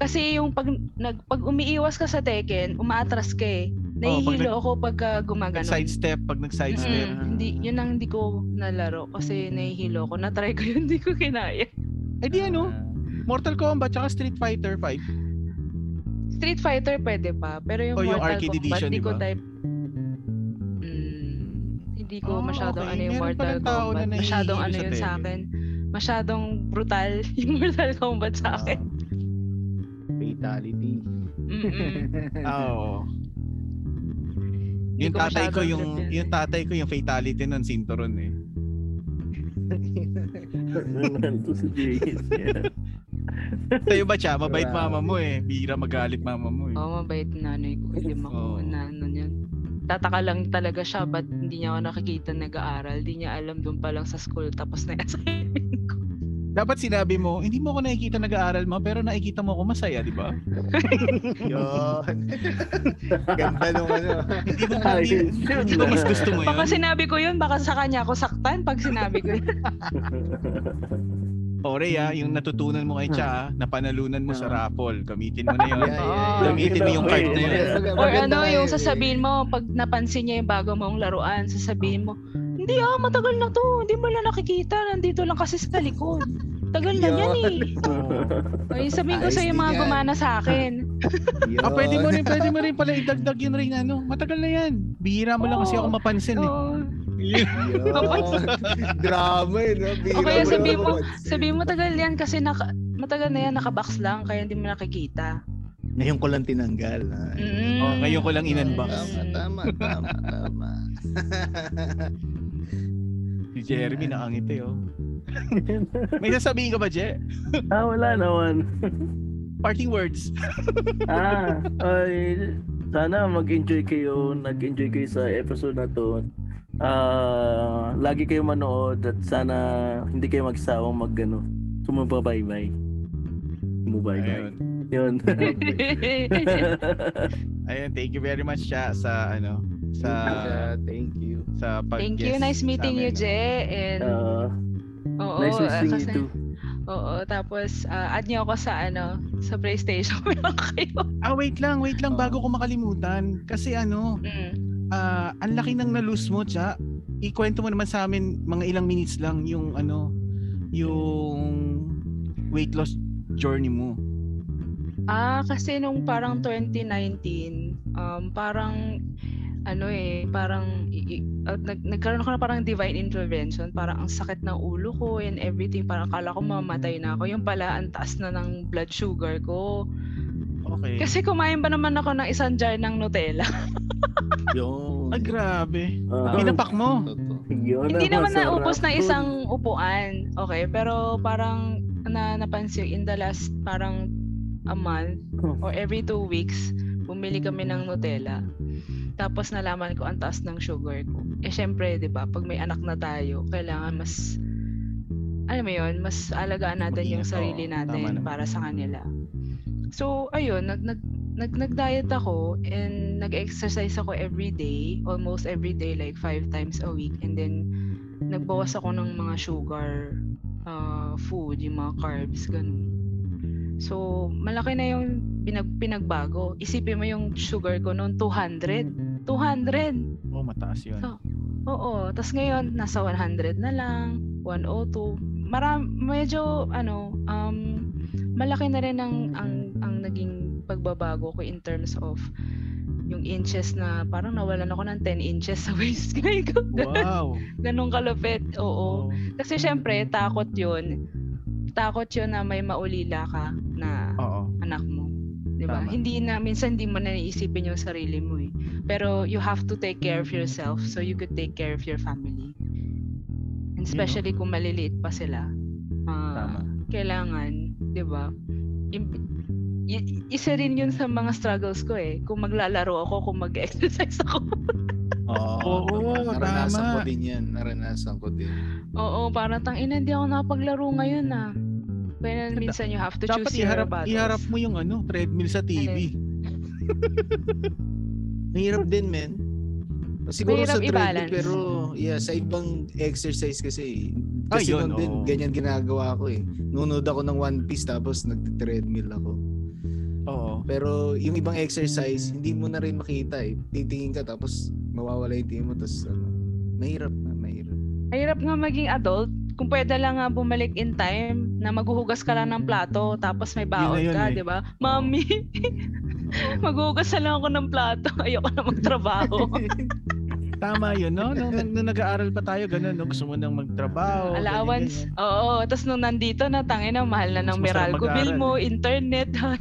S4: Kasi yung pag, nag, pag umiiwas ka sa Tekken, umaatras ka eh.
S1: Oo, pag
S4: Nahihilo ako pagka gumagano.
S1: Nag-sidestep pag nag-sidestep.
S4: Mm, hindi, yun ang hindi ko nalaro kasi nahihilo ko. Na-try ko yun, hindi ko kinaya.
S3: Mm.
S1: Eh di ano, Mortal Kombat tsaka Street Fighter 5.
S4: Street Fighter pwede pa, pero yung
S1: O, Oh, yung
S4: Mortal
S1: arcade
S4: Kombat,
S1: edition,
S4: hindi
S1: di
S4: ko
S1: ba?
S4: type... Mm, hindi ko
S1: Ah,
S4: masyadong
S1: okay.
S4: ano yung
S1: Meron
S4: Mortal
S1: palang tao na
S4: Kombat.
S1: nahihilo
S4: masyadong ano
S1: sa
S4: yun sa
S1: Tekken.
S4: akin. Masyadong brutal yung Mortal Kombat
S1: Ah.
S4: sa akin.
S3: fatality. Mm.
S4: Mm-mm.
S1: Ah, Oo. Yung
S4: ko
S1: tatay ko
S4: masyadong
S1: yung
S4: gets yan.
S1: yung tatay ko yung fatality ng sinturon eh.
S2: Nandito si Jace. Yeah.
S1: Sa'yo ba siya? Mabait
S3: Grabe.
S1: mama mo eh. Bira magalit mama mo eh.
S4: Oo, oh, mabait na nanay ko. Hindi
S1: Oo.
S4: makuha na ano niyan. Tataka lang talaga siya ba't hindi niya ako nakikita nag-aaral. Hindi niya alam doon pa lang sa school tapos na
S1: Ano
S4: assignment ko.
S1: Dapat sinabi mo, hindi mo ako nakikita nag-aaral mo pero nakikita mo ako masaya, di ba?
S3: Yun. Ganda nung ano.
S1: hindi mo
S2: Ay,
S1: hindi, hindi ba mas gusto mo
S4: Baka
S1: yun?
S4: sinabi ko yun, baka sa kanya ako saktan pag sinabi ko yun.
S1: Ore ah, yung natutunan mo kay Cha, ah, napanalunan mo sa
S3: Oo.
S1: raffle. Gamitin mo na yun.
S3: Yeah, yeah, yeah.
S1: Gamitin mo yung card na yun.
S3: Maganda
S4: Or
S3: nga
S4: ano, yung
S3: yun eh.
S4: sasabihin mo, pag napansin niya yung bago mong laruan, sasabihin mo, hindi ah, matagal na to, hindi mo na nakikita, nandito lang kasi sa likod. Tagal na yan eh. Ay, sabihin ko
S3: Ayos
S4: sa'yo yung
S3: din
S4: mga
S3: yan.
S4: gumana sa akin.
S3: Yun.
S1: Ah, pwede mo rin, pwede mo rin pala idagdag yun rin ano. Matagal na yan. Bihira mo lang kasi ako
S4: Oo.
S1: mapansin eh.
S4: Oo.
S3: Yun. Drama eh. No? Bihira
S4: O
S3: mo
S4: kaya sabihin
S3: lang
S4: mo,
S3: mapansin.
S4: Sabihin mo tagal yan kasi naka, matagal na yan nakabox lang kaya hindi mo nakikita.
S3: Ngayon ko lang tinanggal. ah.
S4: Mm.
S1: Oh, ngayon ko lang in-unbox.
S3: Tama, tama, tama, tama.
S1: Si Jeremy nakangiti oh. May sasabihin ka ba, Je?
S2: ah, wala naman.
S1: Parting words.
S2: Ah, ay, sana mag-enjoy kayo, nag-enjoy kayo sa episode na to. Ah, lagi kayo manood at sana hindi kayo magsawang mag ano, sumubabaybay. Sumubaybay.
S1: Ayun.
S2: Yun.
S1: Ayun, thank you very much siya sa ano sa
S3: Ah, thank you.
S1: sa pag
S4: Thank you, nice meeting you, Je. And
S2: Ah,
S4: oo,
S2: nice
S4: ah,
S2: listening
S4: kasi-
S2: you too.
S4: Oo, tapos ah, add niyo ako sa ano, sa PlayStation ko lang kayo.
S1: Ah, wait lang, wait lang
S3: Oh.
S1: bago ko makalimutan kasi ano,
S4: Mm.
S1: ah ang laki ng na-lose mo, Cha. Ikwento mo naman sa amin mga ilang minutes lang yung ano yung weight loss journey mo.
S4: Ah, kasi nung parang 2019, um, parang ano eh, parang i- i- at nag, nagkaroon ako na parang divine intervention. Parang ang sakit ng ulo ko and everything. Parang akala ko mamatay na ako. Yung pala, ang taas na ng blood sugar ko.
S1: Okay.
S4: Kasi kumain ba naman ako ng isang jar ng Nutella?
S3: Yun.
S1: Ah, grabe.
S2: Ah,
S1: Pinapak mo.
S3: Totoo.
S2: yun
S4: Hindi
S2: ang
S4: naman
S2: masarap
S4: naubos na
S2: dun.
S4: isang upuan. Okay, pero parang na napansin in the last parang a month or every two weeks, bumili kami ng Nutella. Tapos nalaman ko ang taas ng sugar ko. Eh syempre, 'di ba, pag may anak na tayo, kailangan mas alam mo 'yon, mas alagaan natin
S1: Mag-ingat,
S4: yung sarili
S1: oo. Tama
S4: natin
S1: naman.
S4: para sa kanila. So, ayun, nag nag nag nag-diet ako and nag-exercise ako every day, almost every day like five times a week and then nagbawas ako ng mga sugar uh, food, yung mga carbs, ganun. So, malaki na yung binag- pinagbago. Isipin mo yung sugar ko noon, 200. 200!
S1: Oh, mataas 'yun.
S4: So, Oo. Tapos ngayon, nasa 100 na lang. 102. Maram, medyo, ano, um, malaki na rin ang, ang, ang naging pagbabago ko in terms of yung inches na parang nawalan ako ng 10 inches sa waist. Ngayon ko,
S1: Wow.
S4: ganun kalupit. Oo.
S1: Oh.
S4: Kasi syempre, takot yun. Takot yun na may maulila ka na
S1: Oo.
S4: anak mo. Di ba?
S1: Tama.
S4: Hindi na, minsan hindi mo na iisipin yung sarili mo eh. Pero you have to take care of yourself so you could take care of your family. And especially kung maliliit pa sila. Ah,
S1: oh. Tama.
S4: Kailangan, di ba? Im- i- isa rin yun sa mga struggles ko eh. Kung maglalaro ako, kung mag-exercise ako.
S1: Oo,
S3: tama. naranasan
S1: tama.
S3: ko din yan. Naranasan ko din.
S4: Oo, parang tang ina, hindi ako nakapaglaro ngayon ah. Kaya minsan you have to
S1: Dapat
S4: choose your
S1: iharap,
S4: battles.
S1: iharap mo yung ano, treadmill sa TV.
S3: Mahirap din, men. Siguro sa
S4: Mahirap
S3: treadmill,
S4: i-balance.
S3: pero yeah, sa ibang exercise kasi.
S1: Ah,
S3: Kasi
S1: yun,
S3: noon din,
S1: oo.
S3: ganyan ginagawa ko eh. Nunood ako ng One Piece tapos nag-treadmill ako.
S1: Oo.
S3: Pero yung ibang exercise, hindi mo na rin makita eh. Titingin ka tapos mawawala yung tingin mo. Tapos ano, mahirap na, mahirap.
S4: Mahirap nga maging adult. Kung pwede lang nga bumalik in time na maghuhugas ka lang ng plato tapos may baon
S1: yun
S4: ka,
S1: eh.
S4: di ba? Mami, maghuhugas na lang ako ng plato. Ayoko na magtrabaho.
S1: Tama yun, no? Nung, nung, nung nag-aaral pa tayo, ganun, no? Gusto mo nang magtrabaho. ganyan,
S4: Allowance.
S1: ganyan.
S4: Oo. Tapos nung nandito na, tangin na, mahal na ng
S1: Mas masarap eh.
S4: Meralco bill
S1: mag-aral
S4: mo, internet.
S3: Oo.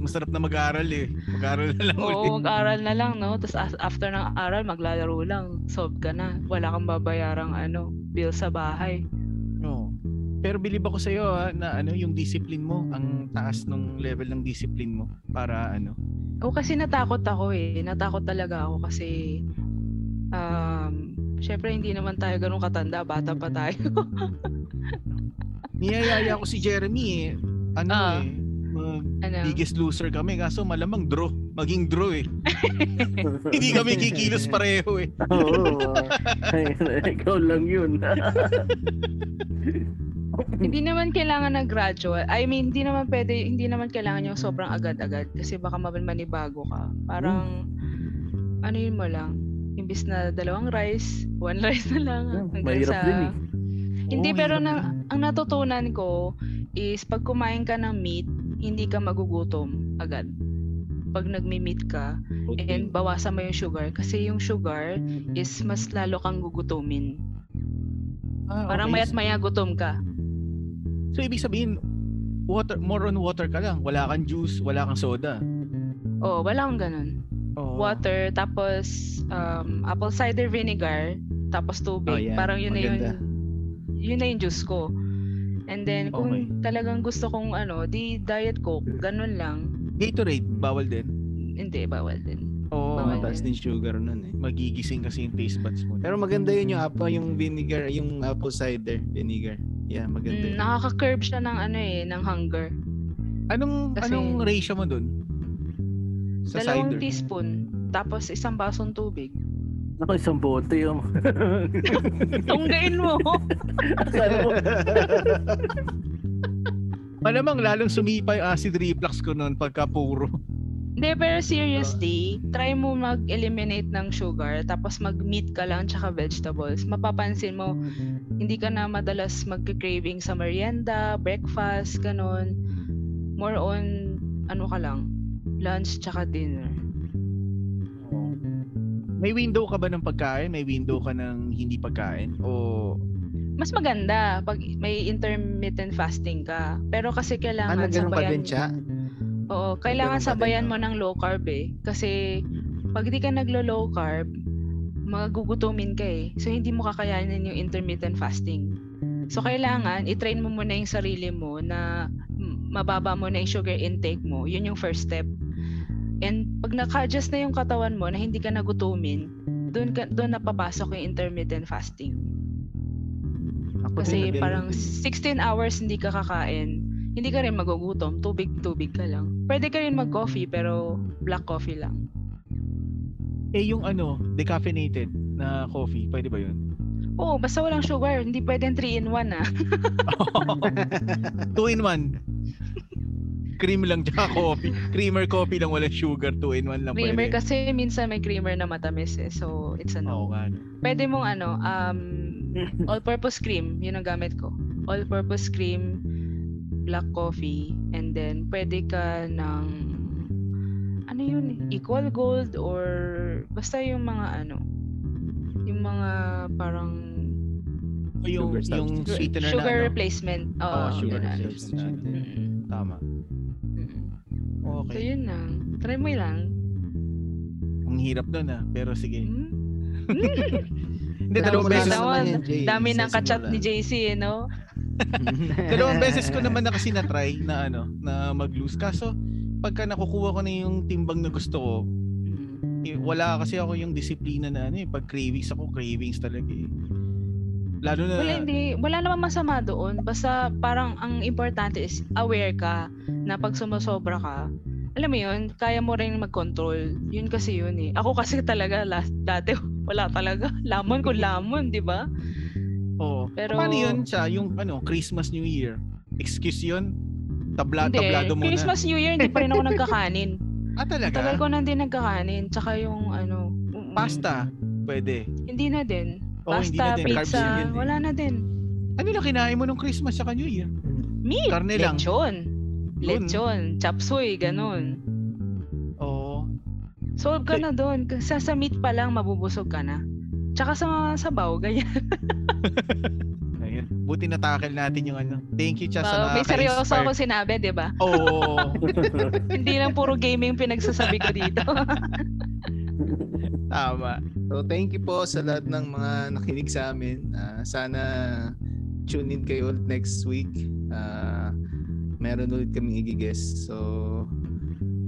S1: Masarap na mag-aral eh. Mag-aral na lang ulit.
S4: Oo, mag-aral na lang, no? Tapos as- after ng aral, maglalaro lang. Solve ka na. Wala kang babayarang ano, bill sa bahay.
S1: Oo. Pero bilib ako sa'yo ha, na ano, yung discipline mo, ang taas nung level ng discipline mo para ano.
S4: O Oh, kasi natakot ako eh. Natakot talaga ako kasi um, syempre hindi naman tayo ganun katanda. Bata pa tayo.
S1: Niyayaya ko si Jeremy eh. Ano
S4: Ah.
S1: eh. Mag
S4: ano?
S1: biggest loser kami kaso malamang draw. Maging draw eh. Hindi kami kikilos pareho eh.
S2: Oo. Ay, Ikaw lang yun.
S4: hindi naman kailangan na gradual. I mean, hindi naman pwede, hindi naman kailangan yung sobrang agad-agad kasi baka maban- manibago ka. Parang, ano yun mo lang, imbis na dalawang rice, one rice na lang.
S2: Hmm,
S4: hanggang
S2: Mahirap
S4: sa-
S2: din eh.
S4: Hindi,
S1: Oo,
S4: pero
S1: hirap
S4: na, ang natutunan ko is pag kumain ka ng meat, hindi ka magugutom agad. Pag nagmi-meat ka, and bawasan mo yung sugar. Kasi yung sugar is mas lalo kang gugutumin.
S1: Ah,
S4: Parang
S1: okay.
S4: maya't maya gutom ka.
S1: So ibig sabihin, water, more on water ka lang. Wala kang juice, wala kang soda.
S4: Oo, wala akong ganun.
S1: Oo.
S4: water, tapos um, apple cider vinegar, tapos tubig.
S1: Oh, yeah.
S4: Parang yun na
S1: Maganda.
S4: yun. Yun na yung juice ko. And then, kung
S1: Okay.
S4: talagang gusto kong ano, di diet coke, ganun lang.
S1: Gatorade, bawal din.
S4: Hindi, bawal din.
S1: Oo.
S4: Bawal.
S1: mata-
S3: Mataas din sugar nun eh.
S1: Magigising kasi yung taste buds mo.
S3: Pero maganda yun yung apple, yung vinegar, yung apple cider vinegar. Yeah, maganda
S4: Mm,
S3: yun.
S4: nakaka-curb siya ng ano eh, ng hunger.
S1: anong,
S4: kasi-
S1: anong ratio mo dun? Sa
S4: Dalawang
S1: cider.
S4: teaspoon, tapos isang basong tubig.
S2: Ako isang bote oh. yung.
S4: Tunggain mo!
S2: Akala ko,
S1: Malamang lalong sumipa yung acid reflux ko noon pagka puro.
S4: Hindi, pero seriously, try mo mag-eliminate ng sugar, tapos mag-meat ka lang tsaka vegetables. Mapapansin mo, hindi ka na madalas mag-craving sa merienda, breakfast, ganun. More on, ano ka lang, lunch tsaka dinner.
S1: May window ka ba ng pagkain? May window ka ng hindi pagkain? O
S4: Mas maganda pag may intermittent fasting ka. Pero kasi
S3: Ah,
S4: kailangan
S3: nagganong ka din siya?
S4: Oo, kailangan
S3: ganun ba din,
S4: sabayan
S3: no?
S4: mo ng low carb eh. Kasi pag di ka naglo-low carb, magugutumin ka eh. So hindi mo kakayanin yung intermittent fasting. So kailangan i-train mo muna yung sarili mo na mm, mababa mo na yung sugar intake mo. Yun yung first step. And pag naka-adjust na yung katawan mo na hindi ka nagutumin, doon ka, doon napapasok yung intermittent fasting.
S3: Ako
S4: Kasi
S3: din, ganun
S4: parang
S3: din.
S4: 16 hours hindi ka kakain, hindi ka rin magugutom, tubig-tubig ka lang. Pwede ka rin mag-coffee pero black coffee lang.
S1: eh yung ano, decaffeinated na coffee, pwede ba 'yun?
S4: Oo, basta walang sugar, hindi pwedeng 3 in 1 ah.
S1: two in one. Cream lang tsaka coffee. Creamer coffee lang, walang sugar. Two in one lang
S4: creamer
S1: pwede.
S4: kasi minsan may creamer na matamis eh, so it's a
S1: Oo
S4: no.
S1: nga. no?
S4: Pwede mong
S1: Mm.
S4: ano, um, all-purpose cream, yun ang gamit ko. All-purpose cream, black coffee, and then pwede ka ng, ano yun, eh, equal gold or basta yung mga ano, yung mga parang
S1: O Yung,
S3: Sugar
S1: yung
S3: substitute.
S1: sweetener
S4: sugar
S1: na ano.
S4: replacement. Oo,
S1: Oh,
S3: Ah,
S1: sugar
S4: sugar.
S3: ganun.
S1: replacement. na ano. Tama.
S4: So
S1: Okay.
S4: yun lang. Try mo lang.
S1: Ang hirap nun ah. Pero sige.
S4: Hmm?
S1: Hindi,
S4: Dalawang
S1: dalawang
S4: beses
S1: beses.
S4: naman.
S3: Jay,
S4: Dami
S3: sa
S4: ng kachat ni
S3: simula.
S4: JC, eh, no?
S1: Dalawang beses ko naman na kasi na-try na ano, na mag-lose. Kaso, pagka nakukuha ko na yung timbang na gusto ko,
S4: Mm.
S1: eh, wala kasi ako yung disiplina na ano eh. Pag cravings ako, cravings talaga eh. Lalo na,
S4: Wala, hindi, wala naman masama doon. Basta parang ang importante is aware ka na pag sumasobra ka, alam mo yun, kaya mo rin mag-control. Yun kasi yun eh. Ako kasi talaga last, dati wala talaga. Lamon ko lamon, di ba?
S1: oo.
S4: Pero
S1: Paano yun sa yung ano, Christmas New Year? Excuse yun? Tabla,
S4: hindi.
S1: tablado muna.
S4: Christmas New Year, hindi pa rin ako nagkakanin.
S1: Ah, talaga?
S4: Tagal ko na hindi nagkakanin. Tsaka yung ano, mm,
S1: Pasta? Pwede.
S4: Hindi na din.
S1: Oo, hindi na
S4: Pasta,
S1: din. Carbs
S4: pizza,
S1: yun yun eh.
S4: wala na din.
S1: Ano na kinain mo nung Christmas sa New Year?
S4: Meat,
S1: Karne lang.
S4: lechon,
S1: Yun.
S4: lechon, chapsuy, ganun.
S1: Oo.
S4: Solve ka
S1: Hindi.
S4: na doon. Sa, sa meat pa lang, mabubusog ka na. Tsaka sa mga sabaw, ganyan.
S1: Yun. Buti natakil natin yung ano. Thank you, Chas.
S4: Oh,
S1: sa
S4: may seryoso
S1: naka-inspire.
S4: ako sinabi, di ba?
S1: Oo.
S4: Hindi lang puro gaming pinagsasabi ko dito.
S1: tama.
S3: So thank you po sa lahat ng mga nakinig sa amin. Ah, sana tune in kayo ulit next week. Ah, meron ulit kaming igigest. So,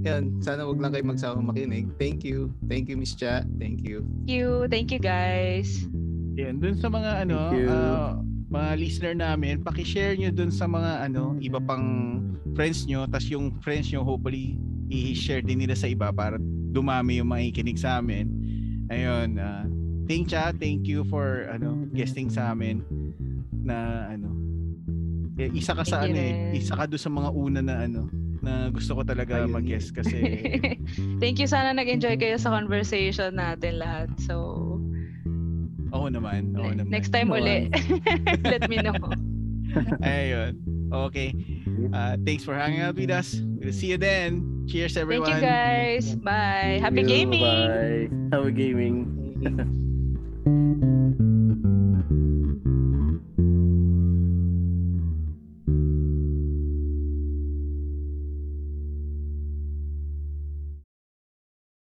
S3: yan. Sana wag lang kayo magsawang makinig. Thank you. Thank you, Miss Cha. Thank you.
S4: Thank you. Thank you, guys.
S1: Yan, dun sa mga ano,
S2: Thank you.
S1: ah, mga listener namin, paki-share nyo dun sa mga ano, iba pang friends nyo, tas yung friends nyo hopefully i-share din nila sa iba para dumami yung mga ikinig sa amin. Ayun, ah, thank ya, thank you for ano, guesting sa amin na ano. eh, Isa ka sa
S4: Thank
S1: ano,
S4: you
S1: eh,
S4: rin.
S1: isa ka dun sa mga una na ano na gusto ko talaga
S3: Ayun.
S1: mag-guest kasi
S4: Thank you. Sana nag-enjoy kayo sa conversation natin lahat. So,
S1: oo naman, oo naman.
S4: next time
S2: Naman.
S4: uli, let me know.
S1: Ayun. Okay. Uh, thanks for hanging out with us. We'll see you then. Cheers,
S4: Thank
S1: everyone.
S4: you, guys. Bye. Happy
S2: Thank you.
S4: gaming!
S2: Bye. Happy gaming.